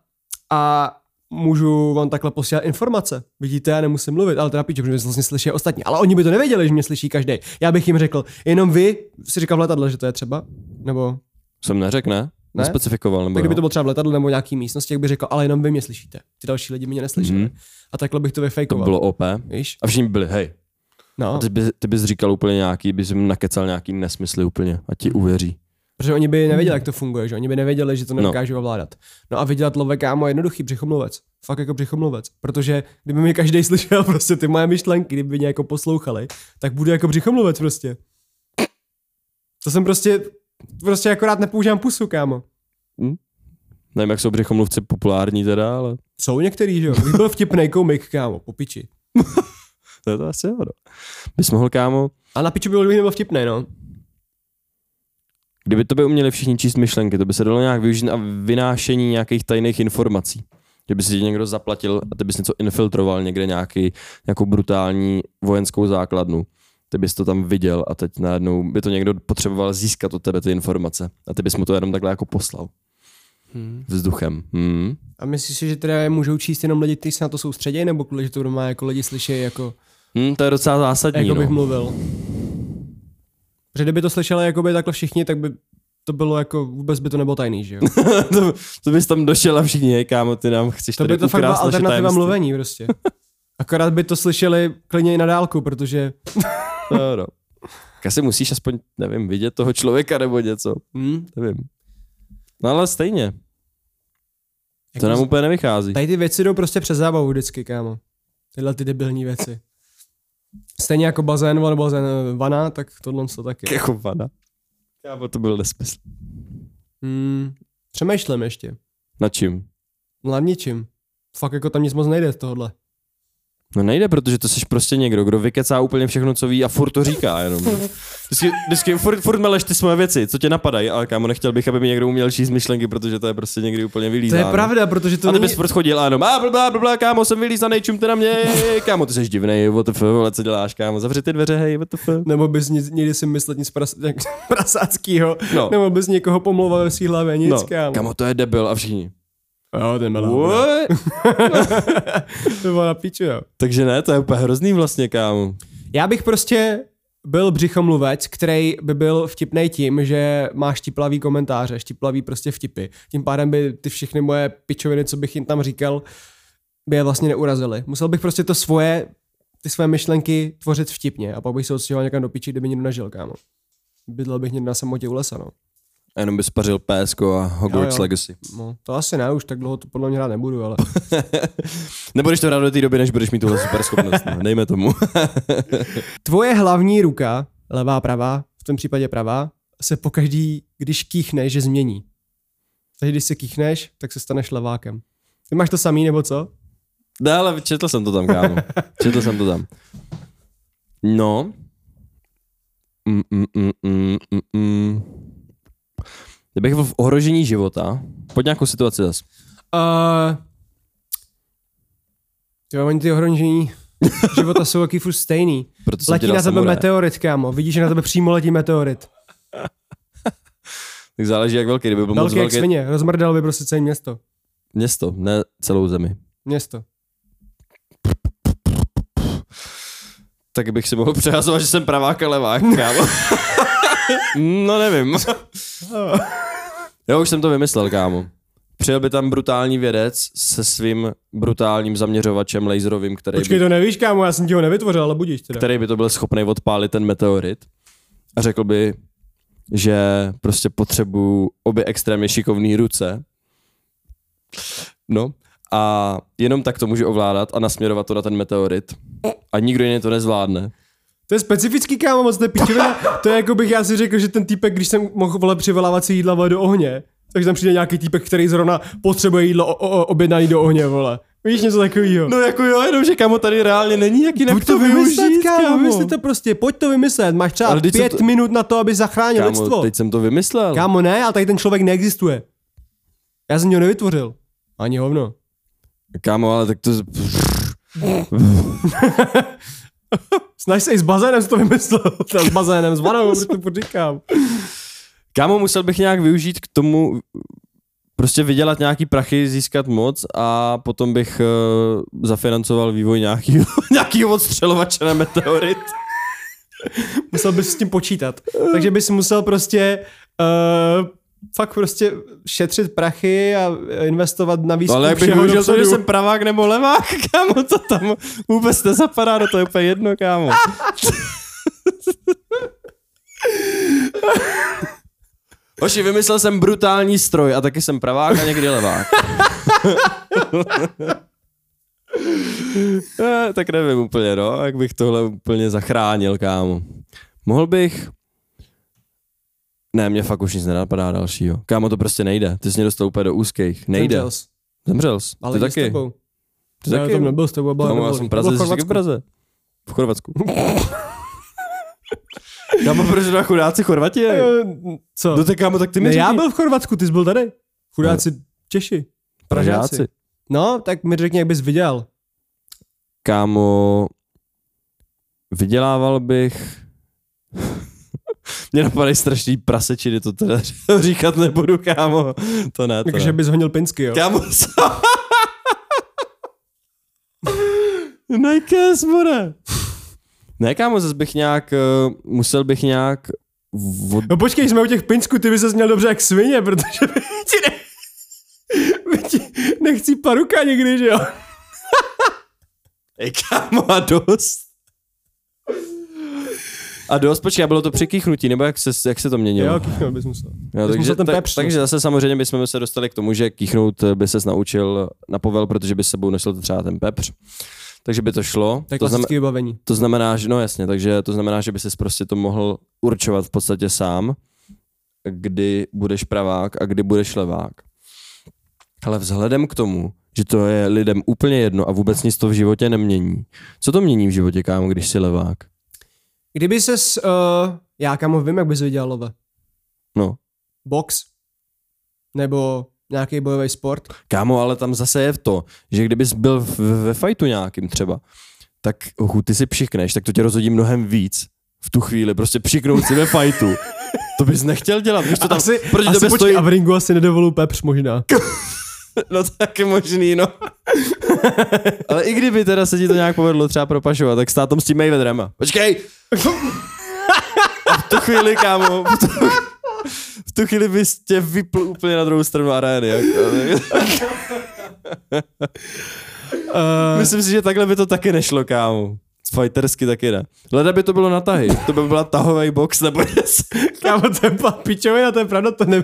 Speaker 1: a můžu vám takhle posílat informace. Vidíte, já nemusím mluvit, ale teda píče, protože mě vlastně slyší ostatní. Ale oni by to nevěděli, že mě slyší každý. Já bych jim řekl, jenom vy, si říkal v letadle, že to je třeba, nebo
Speaker 2: Jsem neřekl, ne? Nespecifikoval, nebo
Speaker 1: tak Jako kdyby
Speaker 2: jo?
Speaker 1: to bylo třeba v letadle nebo nějaký místnosti, jak by řekl, ale jenom vy mě slyšíte. Ty další lidi mě neslyšeli.
Speaker 2: Mhm.
Speaker 1: Mm. A takhle bych to
Speaker 2: to
Speaker 1: vyfejkoval.
Speaker 2: bylo OP.
Speaker 1: Víš?
Speaker 2: A všichni byli, hej.
Speaker 1: No,
Speaker 2: A ty, by, ty bys říkal úplně nějaký, bys jim nakecal nějaký nesmysly úplně a ti uvěří.
Speaker 1: protože oni by nevěděli, jak to funguje, že? Oni by nevěděli, že to
Speaker 2: Mhm. No.
Speaker 1: nedokážu ovládat. No a vydělat love, kámo, je jednoduchý břichomluvec. Fakt jako břichomluvec. Protože kdyby mi každý slyšel prostě ty moje myšlenky, kdyby mě jako poslouchali, tak budu jako břichomluvec prostě. To jsem prostě, prostě akorát nepoužívám pusu, kámo.
Speaker 2: Nevím, jak jsou břichomluvci populární teda, ale
Speaker 1: Jsou některý, že jo? Kdyby byl vtipnej komik, kámo, po piči.
Speaker 2: to je to asi jo, no. Bys mohl, kámo,
Speaker 1: A na piču by byl, kdyby nebyl vtipnej, no.
Speaker 2: kdyby to by uměli všichni číst myšlenky, to by se dalo nějak využít a vynášení nějakých tajných informací. Že by si ti někdo zaplatil a ty bys něco infiltroval někde nějaký, nějakou brutální vojenskou základnu. Ty bys to tam viděl a teď najednou by to někdo potřeboval získat od tebe ty informace. A ty bys mu to jenom takhle jako poslal.
Speaker 1: Hmm.
Speaker 2: Vzduchem. Hmm.
Speaker 1: A myslíš si, že teda je můžou číst jenom lidi, kteří se na to soustředí, nebo kvůli, že to doma jako lidi slyší, jako,
Speaker 2: Hmm, to je docela zásadní.
Speaker 1: jako bych
Speaker 2: no.
Speaker 1: mluvil? Protože kdyby to slyšeli jakoby takhle všichni, tak by to bylo jako, vůbec by to nebylo tajný, že jo?
Speaker 2: to, to, bys tam došel a všichni, hej kámo, ty nám chceš
Speaker 1: To
Speaker 2: tady
Speaker 1: by to fakt
Speaker 2: ukrást
Speaker 1: byla
Speaker 2: naše
Speaker 1: alternativa
Speaker 2: tajemství."
Speaker 1: mluvení prostě. Akorát by to slyšeli klidně i na dálku, protože
Speaker 2: No, no. Tak asi musíš aspoň, nevím, vidět toho člověka nebo něco,
Speaker 1: hm,
Speaker 2: nevím. No ale stejně, to
Speaker 1: jako
Speaker 2: nám úplně nevychází.
Speaker 1: tady ty věci jdou prostě přes zábavu vždycky, kámo. Tyhle ty debilní věci. Stejně jako bazén nebo bazén eh, vana, tak tohle to taky.
Speaker 2: Jako vada. Kámo, to byl nesmysl.
Speaker 1: Hmm, přemýšlím ještě.
Speaker 2: Na čím?
Speaker 1: Hlavně No, ničím. Fakt jako tam nic moc nejde z tohohle.
Speaker 2: No nejde, protože to jsi prostě někdo, kdo vykecá úplně všechno, co ví a furt to říká jenom. no. Vždycky, vždycky furt, furt meleš ty svoje věci, co tě napadají, ale kámo, nechtěl bych, aby mi někdo uměl číst myšlenky, protože to je prostě někdy úplně
Speaker 1: To
Speaker 2: vylízáno.
Speaker 1: je pravda, protože to
Speaker 2: a ty
Speaker 1: není...
Speaker 2: bys furt chodil a jenom, a blblá, blblá, kámo, jsem vylízanej, čumte na mě, kámo, ty jsi divnej, WTF, vole, co děláš, kámo, zavři ty dveře, hej, WTF.
Speaker 1: Nebo bys nic, někdy si myslet nic pras, prasáckýho,
Speaker 2: No.
Speaker 1: no. nebo bys někoho pomlouval ve svý hlavě, nic,
Speaker 2: No,
Speaker 1: kámo.
Speaker 2: kamo, to je debil a všichni.
Speaker 1: Jo, ten byl
Speaker 2: What?
Speaker 1: To bylo na píču, jo.
Speaker 2: Takže ne, to je úplně hrozný vlastně, kámo.
Speaker 1: Já bych prostě byl břichomluvec, který by byl vtipný tím, že má štiplavý komentáře, štiplavý prostě vtipy. Tím pádem by ty všechny moje pičoviny, co bych jim tam říkal, by je vlastně neurazily. Musel bych prostě to svoje, ty své myšlenky tvořit vtipně a pak bych se odstěhoval někam do piči, kde by někdo nežil, kámo. Bydlel bych někde na samotě u lesa, no.
Speaker 2: A Jenom by spařil PSK a Hogwarts
Speaker 1: Jo, jo.
Speaker 2: Legacy.
Speaker 1: no. to asi ne, už tak dlouho to podle mě rád nebudu, ale
Speaker 2: Nebudeš to rád do té doby, než budeš mít tuhle super schopnost. No, dejme tomu.
Speaker 1: Tvoje hlavní ruka, levá, pravá, v tom případě pravá, se pokaždý, když kýchneš, že změní. Takže když se kýchneš, tak se staneš levákem. Ty máš to samý, nebo co?
Speaker 2: Ne, ale četl jsem to tam, kámo. Četl jsem to tam. No. Mm, mm, mm, mm, mm, mm. Kdybych byl v ohrožení života, pod nějakou situaci zas.
Speaker 1: Uh, jo, oni ty ohrožení života jsou jaký furt stejný.
Speaker 2: Proto jsem
Speaker 1: Letí
Speaker 2: ti dal
Speaker 1: na tebe
Speaker 2: samuraje.
Speaker 1: meteorit, kámo. Vidíš, že na tebe přímo letí meteorit.
Speaker 2: Tak záleží, jak velký. Kdyby byl moc
Speaker 1: Velký jak
Speaker 2: velký
Speaker 1: svině. Rozmrdal by prostě celé město.
Speaker 2: město, ne celou zemi.
Speaker 1: Město.
Speaker 2: Tak bych si mohl přehazovat, že jsem pravák a levák, kámo. no nevím. Jo, už jsem to vymyslel, kámo. Přijel by tam brutální vědec se svým brutálním zaměřovačem laserovým, který
Speaker 1: Počkej,
Speaker 2: by,
Speaker 1: to nevíš, kámo, já jsem ti ho nevytvořil, ale budíš teda.
Speaker 2: který by to byl schopný odpálit ten meteorit. A řekl by, že prostě potřebuju obě extrémně šikovné ruce. No. A jenom tak to může ovládat a nasměrovat to na ten meteorit. A nikdo jiný to nezvládne.
Speaker 1: To je specifický kámo, moc nepičovina. To je jako bych já si řekl, že ten týpek, když jsem mohl vole přivolávat si jídla vole do ohně, takže tam přijde nějaký týpek, který zrovna potřebuje jídlo o, o, objednaný do ohně, vole. Víš něco takového?
Speaker 2: No jako jo, jenom že kamo tady reálně není, jak jinak
Speaker 1: Pojď to vymyslet, kámo, vymysli to prostě, pojď to vymyslet. Máš třeba
Speaker 2: Ale teď jsem
Speaker 1: pět
Speaker 2: to-
Speaker 1: to... minut na to, aby zachránil kámo, lidstvo.
Speaker 2: Kámo,
Speaker 1: Teď...
Speaker 2: teď jsem to vymyslel.
Speaker 1: Kámo, ne, ale tady ten člověk neexistuje. Já jsem ho nevytvořil. Ani hovno.
Speaker 2: Kámo, ale tak to...
Speaker 1: Snaž se i s bazénem jsi to vymyslel. Teda s bazénem, s vanou, protože to podříkám.
Speaker 2: Kámo, musel bych nějak využít k tomu, prostě vydělat nějaký prachy, získat moc a potom bych uh, zafinancoval vývoj nějakýho, nějakýho odstřelovače na meteorit.
Speaker 1: Musel bys s tím počítat. Takže bys musel prostě uh, fakt prostě šetřit prachy a investovat na
Speaker 2: No,
Speaker 1: výzkum
Speaker 2: ale jak bych
Speaker 1: všeho
Speaker 2: využil to,
Speaker 1: dopředu.
Speaker 2: že jsem pravák nebo levák, kámo, to tam vůbec nezapadá, do toho je úplně jedno, kámo. Hoši, vymyslel jsem brutální stroj a taky jsem pravák a někdy levák. Eh, tak nevím úplně, no, jak bych tohle úplně zachránil, kámo. Mohl bych... Ne, mě fakt už nic nenapadá dalšího. Kámo, to prostě nejde. Ty jsi mě dostal úplně do úzkých. Nejde.
Speaker 1: Zemřel jsi.
Speaker 2: Zemřel jsi.
Speaker 1: Ale
Speaker 2: ty
Speaker 1: jdi s
Speaker 2: taky.
Speaker 1: tebou.
Speaker 2: Ty
Speaker 1: Já
Speaker 2: taky.
Speaker 1: tam nebyl s tebou, byla jako
Speaker 2: Kámo, já jsem v Praze, jsi taky v Praze. V Chorvatsku. Kámo, proč na chudáci Chorvati?
Speaker 1: Eh, Co?
Speaker 2: No tak kámo, tak ty mi
Speaker 1: Ne, já
Speaker 2: řekni. No.
Speaker 1: byl v Chorvatsku, ty jsi byl tady. Chudáci Češi. Pražáci. No, tak mi řekni, jak bys viděl.
Speaker 2: Kámo, vydělával bych... Mě napadají strašný prasečiny, to teda říkat nebudu, kámo. To ne, to
Speaker 1: Takže
Speaker 2: ne.
Speaker 1: bys honil pinsky, jo.
Speaker 2: Kámo, co? Nike, smore. Ne, kámo, zase bych nějak, eh, musel bych nějak od...
Speaker 1: No počkej, jsme u těch pinsků, ty by ses měl dobře jak svině, protože by ti, ne... by ti nechcí paruka někdy, že jo?
Speaker 2: Ej, kámo, a dost. A dost, počkej, a bylo to přikýchnutí, nebo jak se, jak se to měnilo?
Speaker 1: Jo, kýchnout bys musel.
Speaker 2: Jo,
Speaker 1: Bys musel ten
Speaker 2: tak-
Speaker 1: pepř. no.
Speaker 2: takže zase samozřejmě bychom se dostali k tomu, že kýchnout eh, by se naučil na povel, protože by s sebou nosil třeba ten pepř. Takže by to šlo.
Speaker 1: Tak
Speaker 2: to,
Speaker 1: klasické vybavení.
Speaker 2: to znamená, že no jasně, takže to znamená, že by ses prostě to mohl určovat v podstatě sám, kdy budeš pravák a kdy budeš levák. Ale vzhledem k tomu, že to je lidem úplně jedno a vůbec nic to v životě nemění. Co to mění v životě, kámo, když jsi levák?
Speaker 1: Kdyby ses, uh, já kamo vím, jak bys viděl love.
Speaker 2: No.
Speaker 1: Box? Nebo nějaký bojový sport?
Speaker 2: Kámo, ale tam zase je to, že kdybys byl v- ve fajtu nějakým třeba, tak ochu, ty si přikneš, tak to tě rozhodí mnohem víc v tu chvíli, prostě přiknout si ve fajtu. To bys nechtěl dělat, víš to tam,
Speaker 1: asi,
Speaker 2: proti
Speaker 1: asi
Speaker 2: tobě
Speaker 1: počkej,
Speaker 2: stojí,
Speaker 1: a v ringu asi nedovolil pepř možná.
Speaker 2: No to taky možný, no. Ale i kdyby teda se ti to nějak povedlo třeba propašovat, tak stát tam s tím Mayweatherem. Počkej! A v tu chvíli, kámo, v tu, v tu chvíli bys tě vypl úplně na druhou stranu arény. Jak,
Speaker 1: Uh,
Speaker 2: myslím si, že takhle by to taky nešlo, kámo. Fightersky taky ne. Leda by to bylo na tahy. To by byla tahový box nebo něco.
Speaker 1: kámo, to je pa- pičovina, to je pravda, to ne...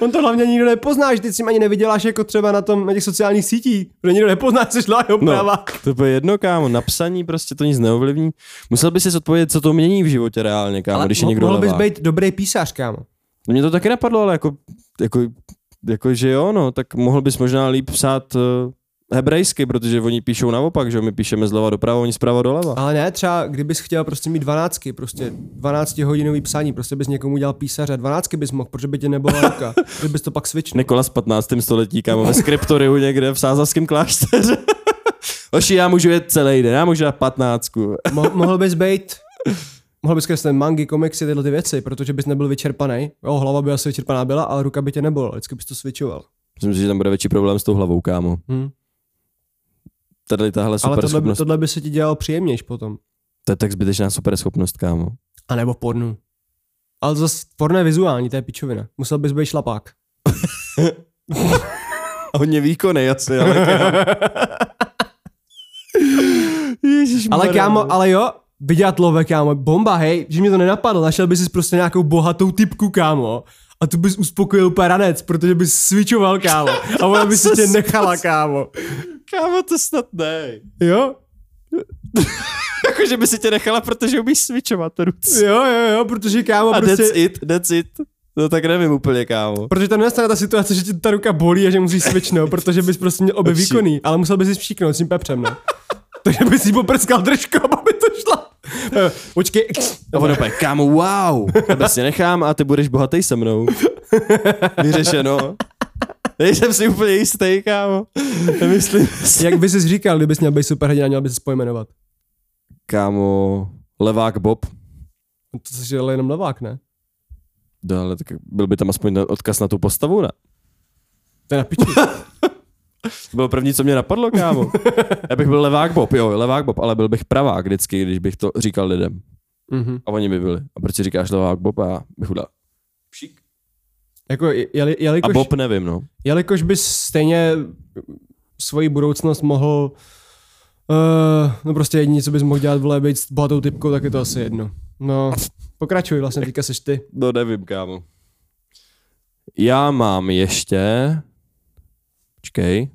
Speaker 1: On to hlavně nikdo nepozná, že ty si ani nevyděláš jako třeba na, tom, na těch sociálních sítích, protože nikdo nepozná, co šla jeho
Speaker 2: No,
Speaker 1: práva.
Speaker 2: to by jedno, kámo. Napsaní prostě to nic neovlivní. Musel by si odpovědět, co to mění v životě reálně, kámo, když je někdo
Speaker 1: mohl bys
Speaker 2: levák.
Speaker 1: být dobrý písař, kámo.
Speaker 2: No Mě to taky napadlo, ale jako, jako, jako že jo, no, tak mohl bys možná líp psát uh, hebrejsky, protože oni píšou naopak, že jo, my píšeme zleva doprava, oni zprava doleva.
Speaker 1: Ale ne, třeba kdybys chtěl prostě mít dvanáctky, prostě 12 hodinový psaní, prostě bys někomu dělal písaře, dvanáctky bys mohl, protože by tě nebyla ruka, že bys to pak switchnul.
Speaker 2: Nikola z 15. století, kámo, ve skriptoriu někde v sázavském klášteře. Oši, já můžu jet celý den, já můžu dát 15.
Speaker 1: Mo- mohl bys být Mohl bys kreslit mangy, komiksy, tyhle ty věci, protože bys nebyl vyčerpaný. Jo, hlava by asi vyčerpaná byla, ale ruka by tě nebyla, vždycky bys to switchoval.
Speaker 2: Myslím si, že tam bude větší problém s tou hlavou, kámo.
Speaker 1: Hm.
Speaker 2: Tady tahle
Speaker 1: Ale
Speaker 2: super
Speaker 1: tohle, by-
Speaker 2: schopnost. To...
Speaker 1: tohle, by se ti dělalo příjemnější potom.
Speaker 2: to... je tak zbytečná super schopnost, kámo.
Speaker 1: A nebo pornu. Ale to zase porno je vizuální, to je pičovina. Musel bys být šlapák.
Speaker 2: A hodně výkony, asi, ale kámo. Ježiš,
Speaker 1: Ale kámo, ale jo, vydělat love, kámo, bomba, hej, že mě to nenapadlo, našel bys si prostě nějakou bohatou typku, kámo. A tu bys uspokojil úplně ranec, protože bys switchoval, kámo. A ona by si tě nechala, kámo.
Speaker 2: Kámo, to snad ne.
Speaker 1: Jo?
Speaker 2: Jako, že by si tě nechala, protože umíš switchovat ruce.
Speaker 1: Jo, jo, jo, protože kámo,
Speaker 2: A that's
Speaker 1: prostě...
Speaker 2: it, that's it. No tak nevím úplně, kámo.
Speaker 1: Protože tam nastane ta situace, že ti ta ruka bolí a že musíš switchnout, protože bys prostě měl obě
Speaker 2: Lepší.
Speaker 1: výkonný, ale musel bys si všíknout s tím pepřem, ne? Takže bys jí poprskal držkou, aby to šlo. Eh, Počkej,
Speaker 2: A on opět, kámo, wow. Tebe si nechám a ty budeš bohatý se mnou. Vyřešeno. Nejsem si úplně jistý, kámo. Nemyslím si.
Speaker 1: jak bys jsi říkal, kdybys měl být superhrdina, měl bys se pojmenovat?
Speaker 2: Kámo, levák Bob.
Speaker 1: No To jsi ale jenom levák, ne?
Speaker 2: No, ale tak byl by tam aspoň odkaz na tu postavu, ne?
Speaker 1: To je na piči.
Speaker 2: To bylo první, co mě napadlo, kámo. Já bych byl levák Bob, jo, levák Bob, ale byl bych pravák vždycky, když bych to říkal lidem.
Speaker 1: Mhm.
Speaker 2: A oni by byli. A proč si říkáš levák Bob a já bych udal. Pšík.
Speaker 1: Jako, jeli,
Speaker 2: A
Speaker 1: jelikož,
Speaker 2: Bob nevím, no.
Speaker 1: jelikož bys stejně svoji budoucnost mohl Uh, no prostě jediný, co bys mohl dělat, vole, být s bohatou typkou, tak je to asi jedno. No, pokračuj, vlastně teďka seš ty.
Speaker 2: No nevím, kámo. Já mám ještě... Počkej.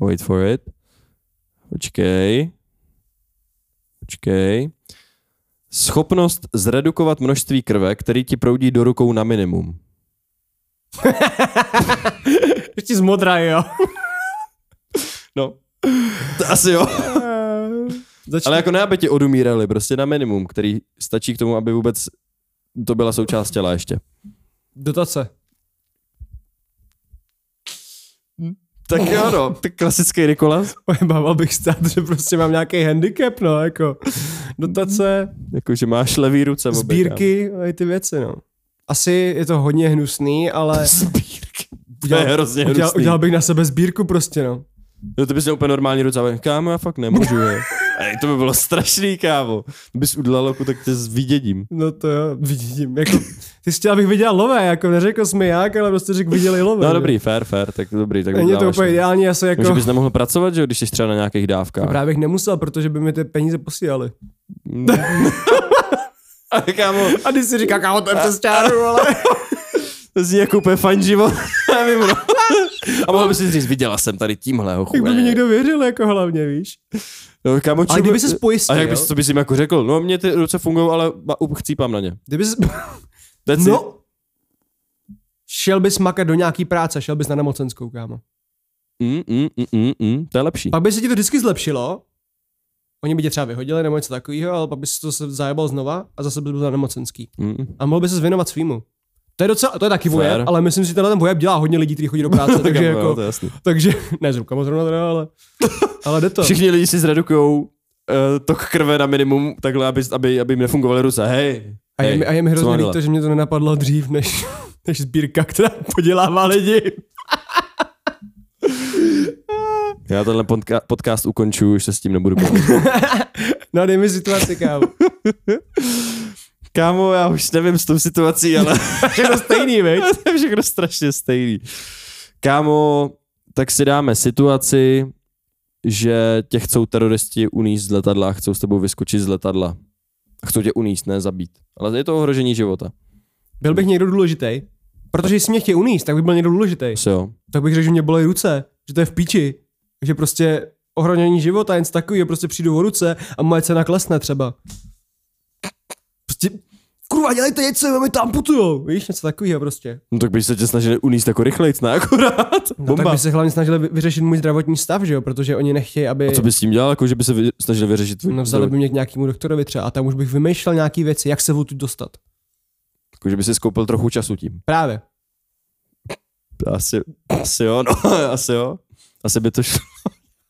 Speaker 2: Wait for it. Počkej. Počkej. Schopnost zredukovat množství krve, který ti proudí do rukou na minimum.
Speaker 1: Ještě zmodrá, jo.
Speaker 2: No. To asi jo.
Speaker 1: Začni.
Speaker 2: Ale jako ne, aby ti odumírali, prostě na minimum, který stačí k tomu, aby vůbec to byla součást těla ještě.
Speaker 1: Dotace.
Speaker 2: Tak jo, no. Tak klasický Nikolas.
Speaker 1: Bával bych stát, že prostě mám nějaký handicap, no, jako dotace,
Speaker 2: Jakože Jako, máš levý ruce. obě,
Speaker 1: sbírky, no, i ty věci, no. Asi je to hodně hnusný, ale
Speaker 2: kámo. Sbírky. To je hrozně
Speaker 1: udělal,
Speaker 2: hrozný.
Speaker 1: udělal, bych na sebe sbírku prostě, no.
Speaker 2: No to bys měl úplně normální ruce, ale kámo, já fakt nemůžu, je. Ej, to by bylo strašný, kámo. To bys udělal, jako, tak tě s viděním.
Speaker 1: No to jo, vidím, jako, ty jsi chtěl, abych viděl lové, jako neřekl jsi mi jak, ale prostě řekl viděli lové.
Speaker 2: No
Speaker 1: že?
Speaker 2: dobrý, fair, fair, tak dobrý. Tak
Speaker 1: Není to
Speaker 2: dáváš-
Speaker 1: úplně ideální, já se
Speaker 2: No, že
Speaker 1: jako...
Speaker 2: bys nemohl pracovat, že jo, když jsi třeba na nějakých dávkách.
Speaker 1: Právě bych nemusel, protože by mi ty peníze posílali.
Speaker 2: Ale kámo,
Speaker 1: A ty si říká, kámo, to je přes čáru, ale...
Speaker 2: to zní jako úplně fajn život. Já vím, no. A mohl bys si říct, viděla jsem tady tímhle, hochu.
Speaker 1: Jak by mi
Speaker 2: ne.
Speaker 1: někdo věřil, jako hlavně, víš?
Speaker 2: No, kámo,
Speaker 1: Ale
Speaker 2: čemu-
Speaker 1: kdyby se spojistil,
Speaker 2: A jak bys,
Speaker 1: to...
Speaker 2: co bys jim jako řekl? No, mě ty ruce fungují, ale ba- up- chcípám na ně.
Speaker 1: kdyby se...
Speaker 2: That's it.
Speaker 1: No, šel bys makat do nějaký práce, šel bys na nemocenskou, kámo.
Speaker 2: Mm, mm, mm, mm, mm, to je lepší.
Speaker 1: Pak by se ti to vždycky zlepšilo, Oni by tě třeba vyhodili nebo něco takového, ale pak bys to se zajebal znova a zase bys byl na nemocenský.
Speaker 2: Mm, mm.
Speaker 1: A mohl by se věnovat svýmu. To je, docela, to je taky vojeb,
Speaker 2: Fair.
Speaker 1: ale myslím si, že tenhle ten vojeb dělá hodně lidí, kteří chodí do práce, takže
Speaker 2: kámo, jo,
Speaker 1: jako,
Speaker 2: to je jasný.
Speaker 1: takže, ne s rukama zrovna teda, ale, ale jde to.
Speaker 2: Všichni lidi si zredukujou uh, tok krve na minimum, takhle, aby, aby, aby jim nefungovaly ruce. Hej,
Speaker 1: A je,
Speaker 2: hej,
Speaker 1: mi, a je mi
Speaker 2: co
Speaker 1: hrozně
Speaker 2: mám
Speaker 1: líto,
Speaker 2: dělat?
Speaker 1: že mě to nenapadlo dřív, než, než sbírka, která podělává lidi.
Speaker 2: Já tenhle podka- podcast ukončuju, už se s tím nebudu bavit.
Speaker 1: No dej mi situaci, kámo.
Speaker 2: Kámo, já už nevím s tou situací, ale
Speaker 1: Všechno stejný, veď?
Speaker 2: to je všechno strašně stejný. Kámo, tak si dáme situaci, že tě chcou teroristi uníst z letadla, chcou s tebou vyskočit z letadla. A Chcou tě uníst, ne zabít. Ale je to ohrožení života.
Speaker 1: Byl bych někdo důležitý. Protože jestli mě chtějí uníst, tak bych byl někdo důležitý.
Speaker 2: Asi jo.
Speaker 1: Tak bych řekl, že mě bolí ruce, že to je v píči. Že prostě ohrožení života, jen z takového, prostě přijdu o ruce a moje cena klesne třeba. Prostě, kurva, dělejte něco, my tam putujou. Víš, něco takového prostě.
Speaker 2: No tak by se tě snažili uníst jako rychlejc, ne akorát.
Speaker 1: No, tak
Speaker 2: Bomba.
Speaker 1: by se hlavně snažili vy- vyřešit můj zdravotní stav, že jo? Protože oni nechtějí, aby...
Speaker 2: Co bys s tím dělal, jako že by se vy- snažil vyřešit tvůj
Speaker 1: No vzali by mě k nějakému doktorovi třeba a tam už bych vymýšlel nějaké věci, jak se odtud dostat.
Speaker 2: Jako, že by si skoupil trochu času tím.
Speaker 1: Právě.
Speaker 2: Asi, asi jo, no, asi jo. Asi by to šlo.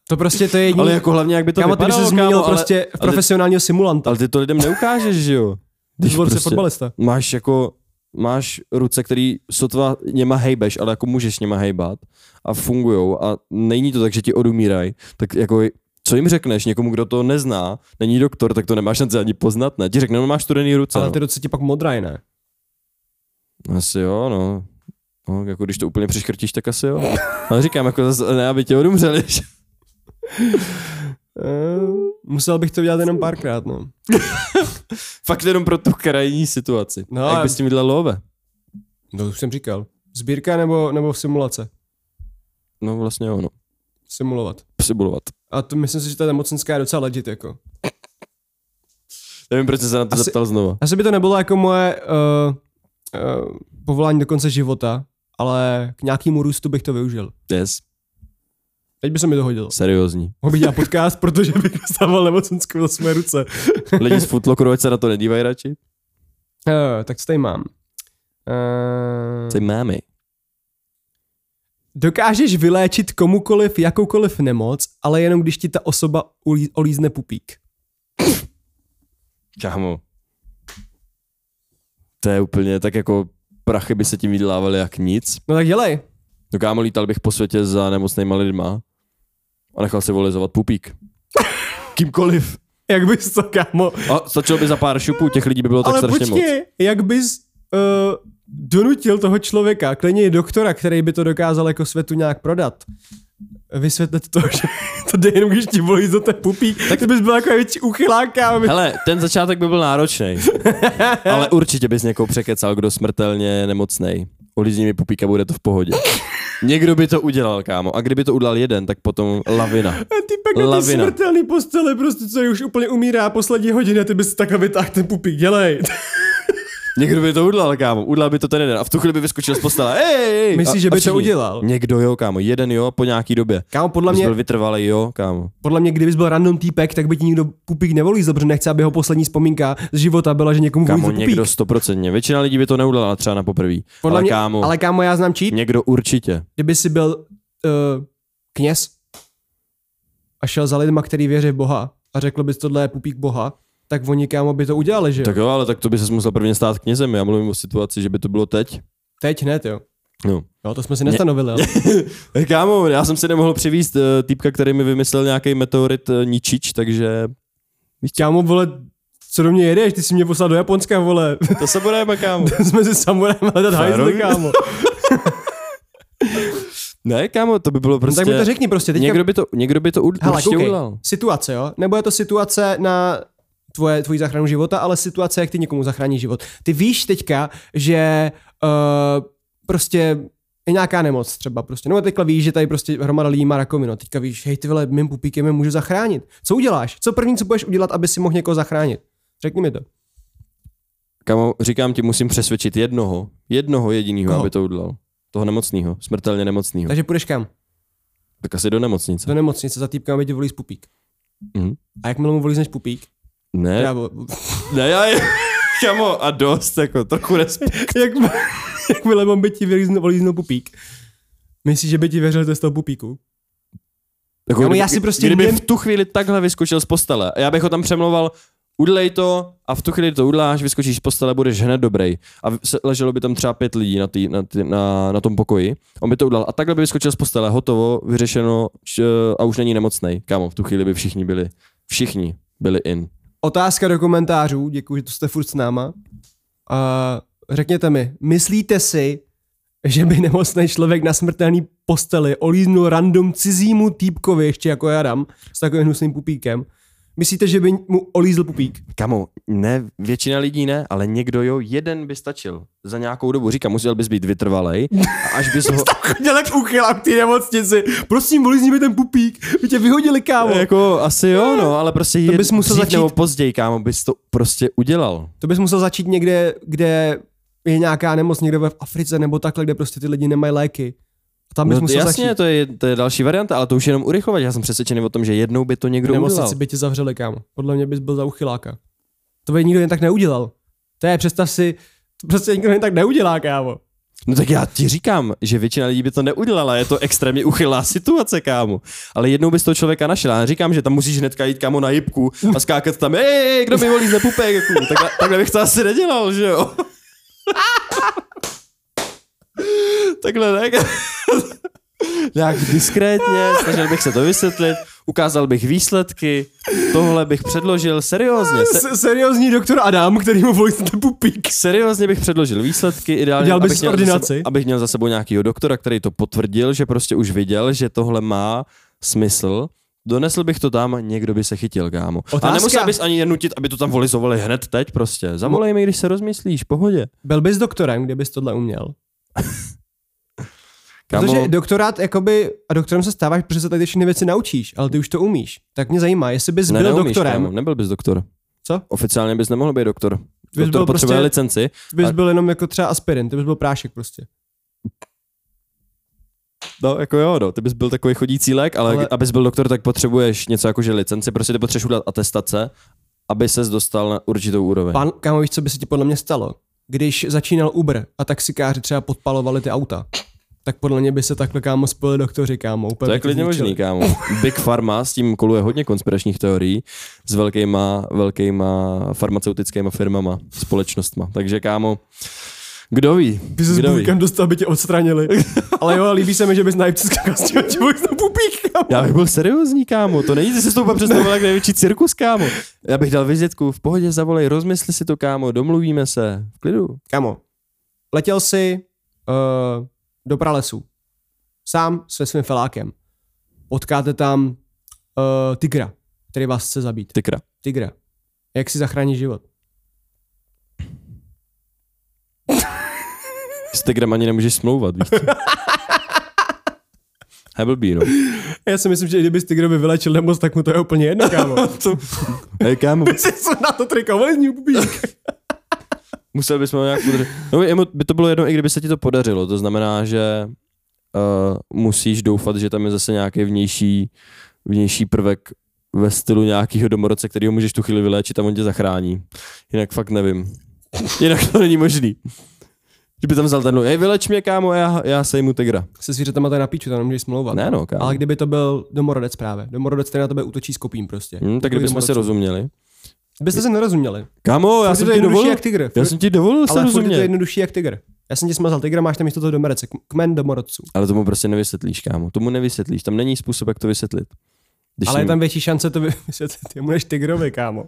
Speaker 1: To prostě to je jediný...
Speaker 2: Ale jako hlavně, jak by to
Speaker 1: kámo, ty by
Speaker 2: vypadalo,
Speaker 1: se změnil
Speaker 2: kámo, ale-
Speaker 1: prostě v
Speaker 2: ale-
Speaker 1: profesionálního simulanta.
Speaker 2: Ale ty to lidem neukážeš, že jo?
Speaker 1: Když prostě... fotbalista.
Speaker 2: máš jako máš ruce, který sotva něma hejbeš, ale jako můžeš něma hejbat a fungujou a není to tak, že ti odumírají, tak jako co jim řekneš někomu, kdo to nezná, není doktor, tak to nemáš šanci ani poznat, ne? Ti řekne, no máš studený ruce.
Speaker 1: Ale
Speaker 2: no.
Speaker 1: ty ruce ti pak modraj, ne?
Speaker 2: Asi jo, no. no. jako když to úplně přeškrtíš, tak asi jo. Ale říkám, jako zase, ne, aby tě odumřeli. že?
Speaker 1: Ehm, Musel bych to udělat jenom párkrát, no.
Speaker 2: Fakt jenom pro tu krajní situaci.
Speaker 1: No,
Speaker 2: No, jak
Speaker 1: ale-
Speaker 2: bys tím vydal love?
Speaker 1: No, už jsem říkal. Sbírka nebo, nebo simulace?
Speaker 2: No vlastně jo, no.
Speaker 1: Simulovat.
Speaker 2: Přibulovat.
Speaker 1: A to myslím si, že ta nemocenská je docela legit, jako.
Speaker 2: Nevím, proč jsi se na to
Speaker 1: Asi-
Speaker 2: zeptal znova.
Speaker 1: Asi by to nebylo jako moje uh, uh, povolání do konce života, ale k nějakému růstu bych to využil.
Speaker 2: Yes,
Speaker 1: Teď by se mi to hodilo.
Speaker 2: seriózní.
Speaker 1: Mohl bych dělat podcast, protože bych dostával nemocenskou za své ruce.
Speaker 2: Lidi z Footlockeru, ať se na to nedívají radši.
Speaker 1: Uh, tak co tady mám? Uh,
Speaker 2: Ty mámy.
Speaker 1: dokážeš vyléčit komukoliv jakoukoliv nemoc, ale jenom když ti ta osoba ulí- olízne pupík.
Speaker 2: Kámo. To je úplně tak jako prachy by se tím vydělávaly jak nic.
Speaker 1: No tak dělej.
Speaker 2: No kámo, lítal bych po světě za nemocnýma lidma a nechal si volizovat pupík. Kýmkoliv.
Speaker 1: Jak bys to, kámo?
Speaker 2: A stačilo by za pár šupů, těch lidí by bylo tak
Speaker 1: ale
Speaker 2: No, strašně moc.
Speaker 1: počkej, jak bys uh, donutil toho člověka, klidně i doktora, který by to dokázal jako světu nějak prodat, vysvětlit to, že to jde jenom, když ti bolí za ten pupík, tak ty bys byl jako větší uchyláka. Aby...
Speaker 2: Hele, ten začátek by byl náročný, ale určitě bys někoho překecal, kdo smrtelně je nemocnej. Olízní mi pupíka, bude to v pohodě. Někdo by to udělal, kámo. A kdyby to udělal jeden, tak potom lavina.
Speaker 1: A ty pak na ty
Speaker 2: Lavina.
Speaker 1: smrtelný postele, prostě co je už úplně umírá poslední hodiny, a ty bys takhle vytáhl ten pupík, dělej.
Speaker 2: Někdo by to udělal, kámo. Udělal by to ten jeden a v tu chvíli by vyskočil z postele. Ej, ej.
Speaker 1: Myslíš,
Speaker 2: a,
Speaker 1: že
Speaker 2: a
Speaker 1: by to
Speaker 2: všichni.
Speaker 1: udělal?
Speaker 2: Někdo jo, kámo. Jeden jo, po nějaký době.
Speaker 1: Kámo, podle
Speaker 2: Bys
Speaker 1: mě,
Speaker 2: byl vytrvalý, jo, kámo.
Speaker 1: podle mě, kdybys byl random týpek, tak by ti nikdo pupík nevolí, protože nechce, aby jeho poslední vzpomínka z života byla, že někomu volí
Speaker 2: Kámo,
Speaker 1: pupík.
Speaker 2: někdo stoprocentně. Většina lidí by to neudělala třeba na poprvé.
Speaker 1: podle
Speaker 2: ale
Speaker 1: mě,
Speaker 2: kámo,
Speaker 1: ale kámo, já znám cheat,
Speaker 2: někdo určitě.
Speaker 1: kdyby si byl uh, kněz a šel za lidma, který věří v Boha a řekl bys, tohle je pupík Boha, tak oni kámo by to udělali, že jo?
Speaker 2: Tak jo, ale tak to by se musel prvně stát knězem. Já mluvím o situaci, že by to bylo teď.
Speaker 1: Teď hned, jo.
Speaker 2: No.
Speaker 1: Jo, to jsme si nestanovili, ale
Speaker 2: Kámo, já jsem si nemohl přivíst uh, týpka, který mi vymyslel nějaký meteorit uh, ničič, takže
Speaker 1: kámo, vole, co do mě jedeš, ty jsi mě poslal do Japonska, vole.
Speaker 2: to se budeme, kámo.
Speaker 1: jsme si samurajem hledat hajzly,
Speaker 2: Férový.
Speaker 1: kámo.
Speaker 2: ne, kámo, to by bylo
Speaker 1: Prostě...
Speaker 2: prostě...
Speaker 1: Tak mi to řekni prostě, teďka
Speaker 2: někdo by to, někdo by to ud-
Speaker 1: Hele,
Speaker 2: určitě
Speaker 1: koukej,
Speaker 2: udělal.
Speaker 1: situace, jo? Nebo je to situace na tvoje, tvoji záchranu života, ale situace, jak ty někomu zachrání život. Ty víš teďka, že uh, prostě je nějaká nemoc třeba prostě. Nebo teďka víš, že tady prostě hromada lidí má rakovinu. Teďka víš, hej ty vole, mým pupíkem je můžu zachránit. Co uděláš? Co první, co budeš udělat, aby si mohl někoho zachránit? Řekni mi to.
Speaker 2: Kámo, říkám ti, musím přesvědčit jednoho, jednoho jediného,
Speaker 1: Koho?
Speaker 2: aby to udělal. Toho nemocného, smrtelně nemocného. Tak...
Speaker 1: Takže půjdeš kam?
Speaker 2: tak asi do nemocnice.
Speaker 1: Do nemocnice za týpkem, aby ti volí pupík.
Speaker 2: Mhm.
Speaker 1: A jakmile mu volízneš pupík,
Speaker 2: Ne,
Speaker 1: teda,
Speaker 2: já... ne, já je... Kámo, a dost, jako trochu respekt.
Speaker 1: jak, jakmile mám by ti vylíznou, vylíznou pupík, myslíš, že by ti věřil to z toho pupíku?
Speaker 2: Jako,
Speaker 1: Kámo, já si prostě
Speaker 2: kdyby
Speaker 1: jen-
Speaker 2: v tu chvíli takhle vyskočil z postele, a já bych ho tam přemlouval, udlej to a v tu chvíli to udláš, vyskočíš z postele, budeš hned dobrý. A v- se- leželo by tam třeba pět lidí na, tý, na, tý, na, na tom pokoji, on by to udlal a takhle by vyskočil z postele, hotovo, vyřešeno š, a už není nemocnej. Kámo, v tu chvíli by všichni byli, všichni byli in.
Speaker 1: Otázka do komentářů, děkuji, že tu jste furt s náma. A řekněte mi, myslíte si, že by nemocný člověk na smrtelný posteli olíznul random cizímu týpkovi, ještě jako já dám, s takovým hnusným pupíkem? Myslíte, že by mu olízl pupík?
Speaker 2: Kamo, ne, většina lidí ne, ale někdo jo, jeden by stačil. Za nějakou dobu, říkám, musel bys být vytrvalej, a až bys ho...
Speaker 1: Chodil tak uchylám k té nemocnici. Prosím, olízni mi ten pupík. By tě vyhodili, kámo.
Speaker 2: Jako, asi jo, no, ale prostě
Speaker 1: To bys musel
Speaker 2: dřív
Speaker 1: začít-
Speaker 2: nebo později, kámo, bys to prostě udělal.
Speaker 1: To bys musel začít někde, kde je nějaká nemoc, někde v Africe nebo takhle, kde prostě ty lidi nemají léky. A tam bys
Speaker 2: No,
Speaker 1: musel
Speaker 2: jasně,
Speaker 1: začít.
Speaker 2: to je, to je další varianta, ale to už jenom urychlovat. Já jsem přesvědčený o tom, že jednou by to někdo udělal.
Speaker 1: nemocnici by tě zavřeli, kámo. Podle mě bys byl za uchyláka. To by nikdo jen tak neudělal. To je, představ si, to prostě nikdo jen tak neudělá, kámo.
Speaker 2: No tak já ti říkám, že většina lidí by to neudělala, je to extrémně uchylá situace, kámo. Ale jednou bys toho člověka našel. Já říkám, že tam musíš hnedka jít kámo na jibku a skákat tam, hej, kdo mi volí za pupek, jako. takhle, takhle, bych to asi nedělal, že jo? takhle ne. Nějak diskrétně, snažil bych se to vysvětlit, ukázal bych výsledky, tohle bych předložil seriózně. Se-
Speaker 1: S- seriózní doktor Adam, který mu volí ten pupík.
Speaker 2: Seriózně bych předložil výsledky, ideálně,
Speaker 1: Dělal bys
Speaker 2: abych, měl za
Speaker 1: ordinaci?
Speaker 2: sebou, abych měl za sebou nějakýho doktora, který to potvrdil, že prostě už viděl, že tohle má smysl. Donesl bych to tam, někdo by se chytil, kámo.
Speaker 1: Otázka.
Speaker 2: A nemusel bys ani je nutit, aby to tam volizovali hned teď prostě. Zavolej mi, když se rozmyslíš, pohodě.
Speaker 1: Byl bys doktorem, kdybys tohle uměl.
Speaker 2: Kámo,
Speaker 1: Protože doktorát, jakoby, a doktorem se stáváš, protože se tady všechny věci naučíš, ale ty už to umíš. Tak mě zajímá, jestli bys byl
Speaker 2: neumíš,
Speaker 1: doktorem,
Speaker 2: Kámo, nebyl bys doktor.
Speaker 1: Co?
Speaker 2: Oficiálně bys nemohl být doktor.
Speaker 1: byl
Speaker 2: doktor potřebuje
Speaker 1: prostě-
Speaker 2: licenci.
Speaker 1: bys
Speaker 2: A-
Speaker 1: byl jenom jako třeba aspirin, ty bys byl prášek prostě.
Speaker 2: No, jako jo, no, ty bys byl takový chodící lék, ale,
Speaker 1: Ale-
Speaker 2: ale... abys byl doktor, tak potřebuješ něco jako že licenci, prostě ty potřebuješ udělat atestace, aby ses dostal na určitou úroveň.
Speaker 1: Pán, kámo, víš, co by se ti podle mě stalo? Když začínal Uber a taxikáři třeba podpalovali ty auta, tak podle mě by se takhle kámo spojili doktoři, kámo. Úplně
Speaker 2: To
Speaker 1: by
Speaker 2: je
Speaker 1: to
Speaker 2: klidně
Speaker 1: zničili.
Speaker 2: možný, kámo. Big Pharma, s tím koluje hodně konspiračních teorií s velkýma, velkýma farmaceutickýma firmama, společnostma. Takže, kámo, kdo ví?
Speaker 1: By se s
Speaker 2: Kdo ví?
Speaker 1: bůhkem dostal, aby tě odstranili. Ale jo, líbí se mi, že bys na jipce skakal tě vůbec na pupík, kámo.
Speaker 2: Já bych byl seriózní, kámo. To není, že si s tou představil jak největší cirkus, kámo. Já bych dal vizitku, v pohodě zavolej, rozmysli si to, kámo, domluvíme se, v klidu.
Speaker 1: Kámo, letěl jsi uh, do pralesu. Sám se svým felákem. Potkáte tam uh, tygra, který vás chce zabít.
Speaker 2: Tykra.
Speaker 1: Tygra. Jak si zachrání život?
Speaker 2: S tygrem ani nemůžeš smlouvat, víš co? Hej, blbý, no.
Speaker 1: Já si myslím, že i kdyby Tigrovi vylečil nemoc, tak mu to je úplně jedno, kámo.
Speaker 2: Hej, kámo,
Speaker 1: Ty jsi se na to triko, volizní pupík.
Speaker 2: Musel bychom ho nějak udržet. No, jemu by to bylo jedno, i kdyby se ti to podařilo. To znamená, že uh, musíš doufat, že tam je zase nějaký vnější, vnější prvek ve stylu nějakého domorodce, který ho můžeš tu chvíli vyléčit a on tě zachrání. Jinak fakt nevím. Jinak to není možný. Že by tam vzal ten, hej, vyleč mě, kámo, já, já sejmu tygra.
Speaker 1: Se zvířatama to je na píču, tam nemůžeš smlouvat.
Speaker 2: Ne, no, kámo.
Speaker 1: Ale kdyby to byl domorodec právě. Domorodec, který na tebe útočí s kopím prostě.
Speaker 2: Hm, tak
Speaker 1: Takový
Speaker 2: kdybychom se
Speaker 1: domorodci.
Speaker 2: rozuměli.
Speaker 1: Byste se nerozuměli.
Speaker 2: Kámo,
Speaker 1: Furt
Speaker 2: já
Speaker 1: je
Speaker 2: jsem
Speaker 1: to
Speaker 2: ti
Speaker 1: jednodušší
Speaker 2: dovolil.
Speaker 1: jak tygr.
Speaker 2: Já
Speaker 1: Furt-
Speaker 2: jsem ti dovolil se
Speaker 1: Ale furt je to
Speaker 2: rozumět.
Speaker 1: jednodušší jak tygr. Já jsem ti smazal tygra, máš tam místo toho domorodce. K- Kmen domorodců.
Speaker 2: Ale tomu prostě nevysvětlíš, kámo. Tomu nevysvětlíš. Tam není způsob, jak to vysvětlit. Když
Speaker 1: Ale je
Speaker 2: jim-
Speaker 1: tam větší šance to vy- vysvětlit jemu než tygrovi, kámo.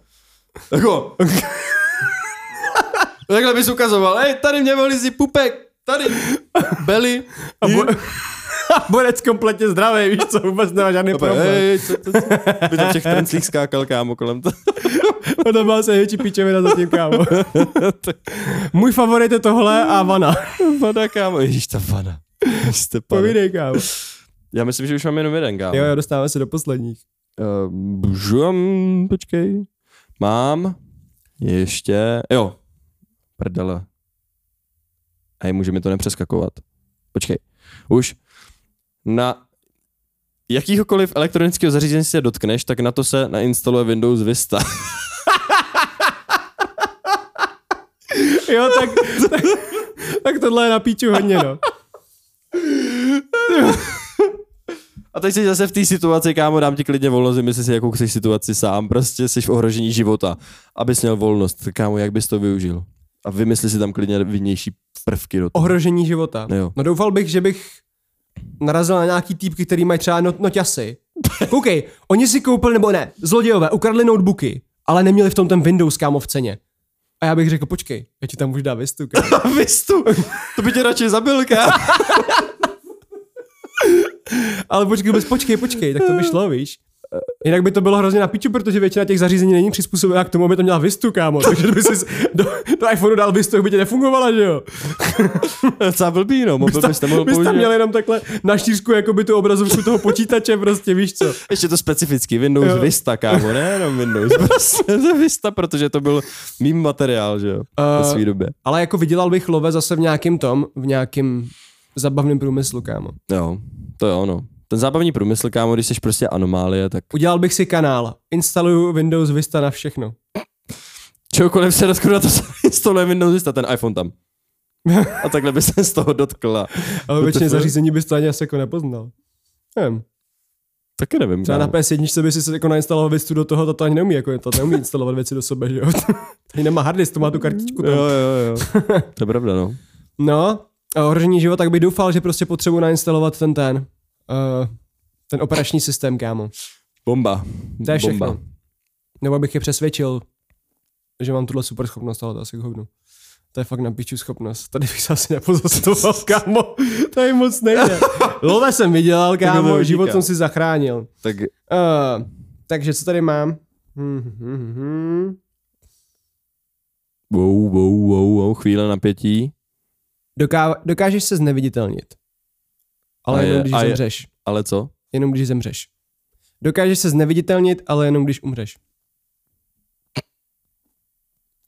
Speaker 2: Jako. Takhle bys ukazoval, hej, tady mě vylizí pupek, tady, beli.
Speaker 1: A bo... Borec kompletně zdravý, víš co, vůbec nemá žádný problém.
Speaker 2: Hej, co to? By tam v těch trenclích skákal, kámo, kolem to.
Speaker 1: Ona má se hejčí píčovina za tím, kámo. Můj favorit je tohle a vana.
Speaker 2: Vada, kámo, ježíš, ta vada. Jste pane.
Speaker 1: Povídej, kámo.
Speaker 2: Já myslím, že už mám jenom jeden, kámo.
Speaker 1: Jo, jo, dostáváme se do posledních.
Speaker 2: Uh, žum, počkej. Mám ještě, jo, prdele. Hej, může mi to nepřeskakovat. Počkej, už. Na jakýhokoliv elektronického zařízení se dotkneš, tak na to se nainstaluje Windows Vista.
Speaker 1: Jo, tak, tak, tak tohle je na píču hodně, no.
Speaker 2: A teď jsi zase v té situaci, kámo, dám ti klidně volnost, vymysli si, jakou chceš situaci sám, prostě jsi v ohrožení života. Abys měl volnost, tak kámo, jak bys to využil? A vymysli si tam klidně vinnější prvky do toho.
Speaker 1: Ohrožení života.
Speaker 2: Jo.
Speaker 1: No doufal bych, že bych narazil na nějaký týpky, který mají třeba not, noťasy. Koukej, oni si koupili, nebo ne, zlodějové, ukradli notebooky, ale neměli v tom ten Windows, kámo, v ceně. A já bych řekl, počkej, já ti tam už dá vistu, kámo.
Speaker 2: Vistu, to by tě radši zabil, kámo.
Speaker 1: Ale počkej, bez počkej, počkej, tak to by šlo, víš. Jinak by to bylo hrozně na piču, protože většina těch zařízení není přizpůsobená k tomu, aby to měla Vistu, kámo. Takže kdyby si do, do iPhoneu dal Vistu, tak by tě nefungovala, že jo?
Speaker 2: Docela blbý, no, mobil byste mohl
Speaker 1: Bys
Speaker 2: použít.
Speaker 1: tam měl jenom takhle na štířku, jako by tu obrazovku toho počítače, prostě, víš co?
Speaker 2: Ještě to specificky, Windows
Speaker 1: Jo.
Speaker 2: jo. Vista, kámo, ne jenom Windows, prostě to Vista, protože to byl mým materiál, že jo, uh,
Speaker 1: Eh,
Speaker 2: ve své době.
Speaker 1: Ale jako vydělal bych love zase v nějakým tom, v nějakým zabavném průmyslu, kámo.
Speaker 2: Jo, to je ono. Ten zábavní průmysl, kámo, když jsi prostě anomálie, tak
Speaker 1: Udělal bych si kanál, instaluju Windows Vista na všechno.
Speaker 2: čehokoliv se dotknu na to se instaluje Windows Vista, ten iPhone tam. A takhle by se z toho dotkla.
Speaker 1: Ale většině
Speaker 2: to-
Speaker 1: zařízení bys to ani asi jako nepoznal. Nevím.
Speaker 2: Taky nevím,
Speaker 1: Třeba na
Speaker 2: kámo.
Speaker 1: PS1 by si se jako nainstaloval věci do toho, ta to ani neumí, jako to neumí instalovat věci do sebe, že jo. Tady nemá harddisk, to má tu kartičku.
Speaker 2: Jo,
Speaker 1: Tam.
Speaker 2: jo, jo. To je pravda, no.
Speaker 1: No, a ohrožení života, tak bych doufal, že prostě potřebuji nainstalovat ten ten, uh, ten operační systém, kámo.
Speaker 2: Bomba.
Speaker 1: To je všechno.
Speaker 2: Bomba.
Speaker 1: Nebo bych je přesvědčil, že mám tuhle super schopnost, ale to asi k hovnu. To je fakt na piču schopnost. Tady bych se asi nepozastoval, kámo. Tady moc nejde. Love jsem vydělal, kámo,
Speaker 2: vyniká.
Speaker 1: život jsem si zachránil.
Speaker 2: Tak
Speaker 1: Uh, takže co tady mám? Hmm, hmm, hmm, hmm.
Speaker 2: wow, wow, wow, wow, chvíle napětí.
Speaker 1: Doká- dokážeš se zneviditelnit. Ale
Speaker 2: A
Speaker 1: jenom
Speaker 2: je-
Speaker 1: když
Speaker 2: a je-
Speaker 1: zemřeš.
Speaker 2: Ale co?
Speaker 1: Jenom když zemřeš. Dokážeš se zneviditelnit, ale jenom když umřeš.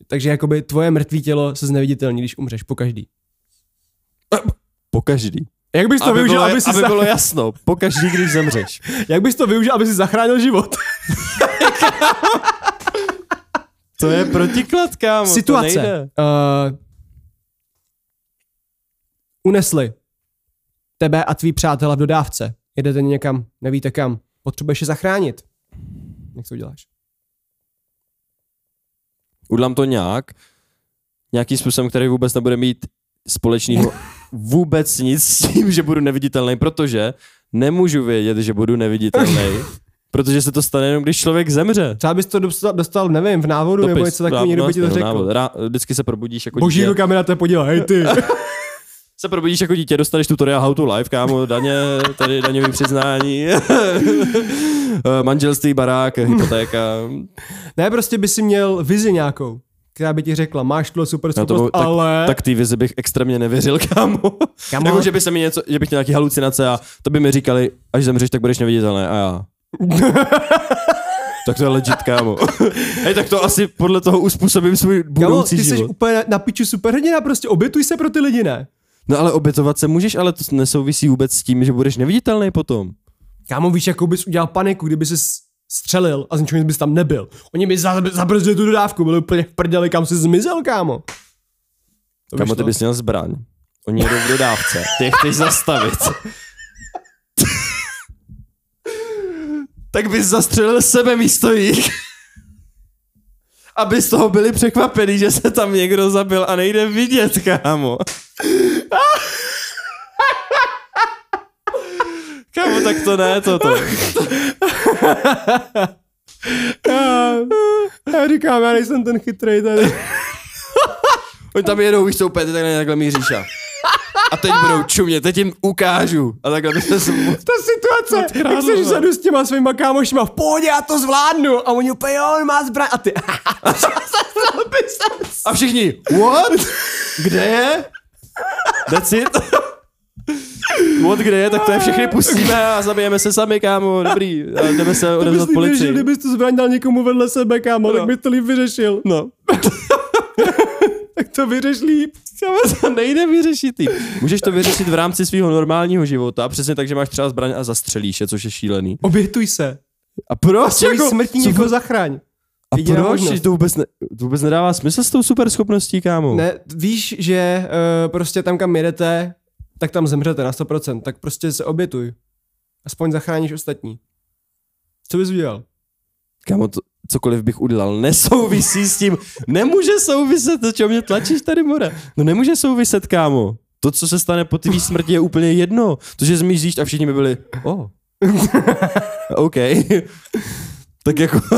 Speaker 1: Takže jakoby tvoje mrtvé tělo se zneviditelní, když umřeš, po každý.
Speaker 2: Po každý.
Speaker 1: Jak bys to
Speaker 2: aby,
Speaker 1: využil,
Speaker 2: bylo,
Speaker 1: aby si
Speaker 2: aby
Speaker 1: za-
Speaker 2: bylo jasno, po každý, když zemřeš.
Speaker 1: jak bys to využil, aby si zachránil život?
Speaker 2: To je protiklad, kámo, No, to
Speaker 1: Situace.
Speaker 2: nejde.
Speaker 1: Uh, unesli tebe a tvý přátelé v dodávce. Jedete někam, nevíte kam. Potřebuješ je zachránit. Jak to uděláš?
Speaker 2: Udlám to nějak, nějakým způsobem, který vůbec nebude mít společného vůbec nic s tím, že budu neviditelný, protože nemůžu vědět, že budu neviditelný, protože se to stane jenom, když člověk zemře.
Speaker 1: Třeba bys to dostal, dostal nevím, v návodu nebo něco takového,
Speaker 2: dá-
Speaker 1: někdo by ti to
Speaker 2: no,
Speaker 1: řekl.
Speaker 2: návod. Rá- Vždycky se probudíš jako
Speaker 1: Boží
Speaker 2: dítě.
Speaker 1: ruka mi na to podíval, hej ty.
Speaker 2: Se probudíš jako dítě, dostaneš tutoriál How to Live, kámo, daně, tady daňový přiznání, Eh, manželství, barák, hypotéka.
Speaker 1: ne, prostě by si měl vizi nějakou, která by ti řekla, máš tuhle super
Speaker 2: No
Speaker 1: schopnost,
Speaker 2: tak,
Speaker 1: ale...
Speaker 2: tak ty vizi bych extrémně nevěřil, kámo.
Speaker 1: Kámo,
Speaker 2: Jako,
Speaker 1: ale-
Speaker 2: že, by se mi něco, že bych měl nějaký halucinace a to by mi říkali, až zemřeš, tak budeš neviditelný a já. tak to je legit, kámo. Hej, tak to asi podle toho uspůsobím svůj
Speaker 1: Kámo,
Speaker 2: budoucí
Speaker 1: ty jsi
Speaker 2: život.
Speaker 1: úplně na piču superhrdina, prostě obětuj se pro ty lidi, ne?
Speaker 2: No ale obětovat se můžeš, ale to nesouvisí vůbec s tím, že budeš neviditelný potom.
Speaker 1: Kámo, víš, jakou bys udělal paniku, kdyby se střelil a z ničeho nic bys tam nebyl. Oni by za- zabrzdili tu dodávku, byli úplně v prdeli, kam jsi zmizel, kámo. To by
Speaker 2: Kámo, ty
Speaker 1: šlo.
Speaker 2: bys měl zbraň. Oni jedou v dodávce. Ty je chceš zastavit. tak bys zastřelil sebe místo jich. Aby z toho byli překvapený, že se tam někdo zabil a nejde vidět, kámo. Kámo, tak to ne, to to.
Speaker 1: Já říkám, já nejsem ten chytrý tady.
Speaker 2: Oni tam jedou, víš, jsou úplně ty takhle, takhle míříš a- A teď budou čumět, teď jim ukážu. A takhle by se smu...
Speaker 1: Ta situace, jak jsi vzadu s těma svýma kámošima, v pohodě, já to zvládnu. A oni úplně, jo, on má zbraň. A ty,
Speaker 2: A všichni, what? Kde je? That's it? What, kde je? Tak to je všechny pustíme a zabijeme se sami, kámo, dobrý. A jdeme se
Speaker 1: to bys
Speaker 2: odevzat
Speaker 1: líp vyřešil,
Speaker 2: policii.
Speaker 1: kdybys tu zbraň dal někomu vedle sebe, kámo, no. tak
Speaker 2: No.
Speaker 1: by to líp vyřešil.
Speaker 2: No.
Speaker 1: Tak to vyřeš líp.
Speaker 2: Kámo, to nejde vyřešit. líp. Můžeš to vyřešit v rámci svého normálního života, přesně tak, že máš třeba zbraň a zastřelíš je, což je šílený.
Speaker 1: Obětuj se.
Speaker 2: A proč?
Speaker 1: Svojí
Speaker 2: Jako,
Speaker 1: smrtí
Speaker 2: co-
Speaker 1: někoho zachraň.
Speaker 2: a
Speaker 1: jediná
Speaker 2: proč?
Speaker 1: možnost.
Speaker 2: To vůbec, ne, to vůbec nedává smysl s tou superschopností, kámo.
Speaker 1: Ne, víš, že uh, prostě tam, kam jedete, tak tam zemřete na 100%, tak prostě se obětuj. Aspoň zachráníš ostatní. Co bys udělal?
Speaker 2: Kámo, to, cokoliv bych udělal, nesouvisí s tím. Nemůže souviset, to čeho mě tlačíš tady, more. No nemůže souviset, kámo. To, co se stane po tvý smrti, je úplně jedno. To, že zmizíš a všichni by byli, o. Oh. OK. tak jako,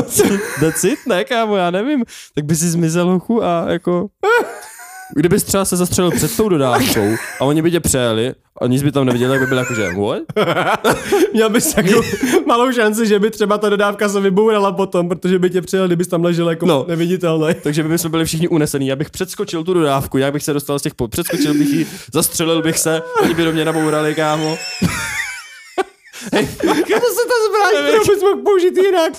Speaker 2: that's it, ne, kámo, já nevím. Tak by si zmizel hochu a jako... Kdybys třeba se zastřelil před tou dodávkou a oni by tě přejeli a nic by tam neviděli, tak by byl jakože, what?
Speaker 1: Měl bys jako malou šanci, že by třeba ta dodávka se vybourala potom, protože by tě přijel, kdybys tam ležel jako
Speaker 2: No.
Speaker 1: neviditelný.
Speaker 2: Takže by jsme byli všichni unesený. Já bych předskočil tu dodávku, já bych se dostal z těch pod. Předskočil bych ji, zastřelil bych se, oni by do mě nabourali, kámo.
Speaker 1: Jak to se ta zbraň, kterou bys mohl použít jinak?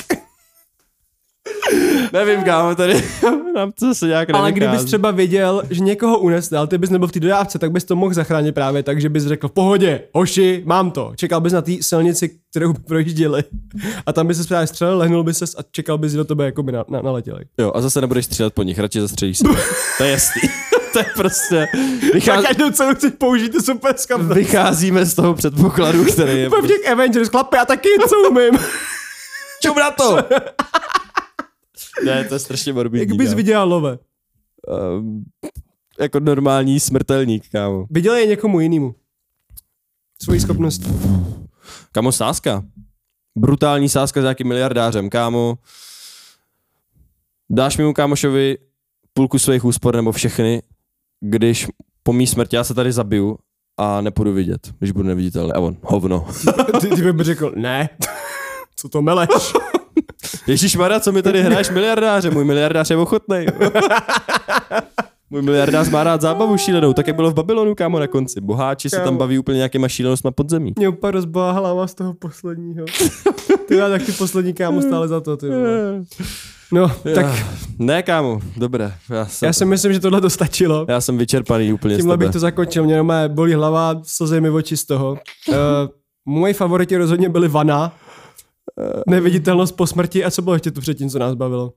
Speaker 2: Nevím, kámo, tady nám to se nějak
Speaker 1: Ale
Speaker 2: nevychází.
Speaker 1: kdybys třeba věděl, že někoho unes dál, ty bys nebyl v té dodávce, tak bys to mohl zachránit právě tak, že bys řekl, v pohodě, hoši, mám to. Čekal bys na té silnici, kterou projížděli. A tam bys se právě střelil, lehnul bys se a čekal bys že do tebe, jako by na, na, naletěli.
Speaker 2: Jo, a zase nebudeš střílet po nich, radši zastřelíš se. to je jasný. to je prostě... Vychází...
Speaker 1: každou cenu chceš použít ty super skam.
Speaker 2: Vycházíme z toho předpokladu, který je...
Speaker 1: V těch Avengers, chlapi, já taky něco umím.
Speaker 2: Čum na to! ne, to je strašně morbidní.
Speaker 1: Jak bys
Speaker 2: kámo.
Speaker 1: viděl love?
Speaker 2: Ehm, jako normální smrtelník, kámo.
Speaker 1: Viděl je někomu jinému. Svoji schopnost.
Speaker 2: Kamo, sázka. Brutální sázka s nějakým miliardářem, kámo. Dáš mému kámošovi půlku svých úspor nebo všechny, když po mý smrti já se tady zabiju a nepůjdu vidět, když budu neviditelný. A on, hovno.
Speaker 1: Ty, ty by řekl, ne, co to meleš?
Speaker 2: Ježíš Mara, co mi tady hráš miliardáře? Můj miliardář je ochotný. Můj miliardář má rád zábavu šílenou, tak jak bylo v Babylonu, kámo, na konci. Boháči se tam
Speaker 1: Kámo.
Speaker 2: baví úplně nějakýma šílenostma podzemí.
Speaker 1: Mě úplně rozbala hlava z toho posledního. Ty já tak ty poslední kámo stále za to, ty vole. No, tak
Speaker 2: Tak, Ah, ne, kámo, dobré. Já jsem,
Speaker 1: já si myslím, že tohle dostačilo.
Speaker 2: já jsem vyčerpaný úplně z
Speaker 1: Tímhle
Speaker 2: tebe.
Speaker 1: bych to zakončil, mě normálně bolí hlava, slzy mi oči z toho. Uh, moji favoriti rozhodně byly Vana, Eh. neviditelnost po smrti a co bylo ještě tu předtím, co nás bavilo?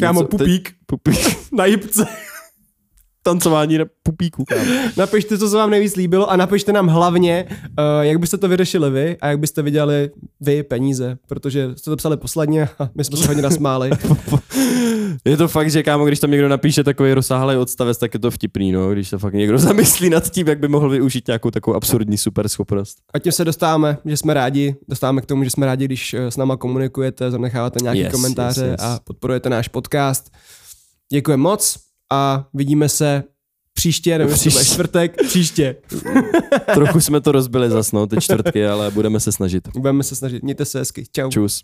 Speaker 1: Kámo,
Speaker 2: Něco-
Speaker 1: pupík
Speaker 2: Pupík.
Speaker 1: na jipce.
Speaker 2: Tancování na pupíku, kámo.
Speaker 1: Napište, co se vám nejvíc líbilo a napište nám hlavně, uh, jak byste to vyřešili vy a jak byste vydělali vy peníze, protože jste to psali posledně a my jsme se hodně nasmáli.
Speaker 2: Je to fakt, že kámo, když tam někdo napíše takový rozsáhlý odstavec, tak je to vtipný, no. Když se fakt někdo zamyslí nad tím, jak by mohl využít nějakou takovou absurdní superschopnost.
Speaker 1: A tím se dostáváme, že jsme rádi, dostáváme k tomu, že jsme rádi, když eh, s náma komunikujete, zanecháváte nějaké
Speaker 2: Yes,
Speaker 1: komentáře
Speaker 2: yes, yes.
Speaker 1: a podporujete náš podcast. Děkujeme moc a vidíme se příště, nebo jestli to bude
Speaker 2: Příště.
Speaker 1: čtvrtek, příště.
Speaker 2: Trochu jsme to rozbili zas, no, ty čtvrtky, ale budeme se snažit.
Speaker 1: Budeme se snažit. Mějte se hezky. Čau.
Speaker 2: Čus.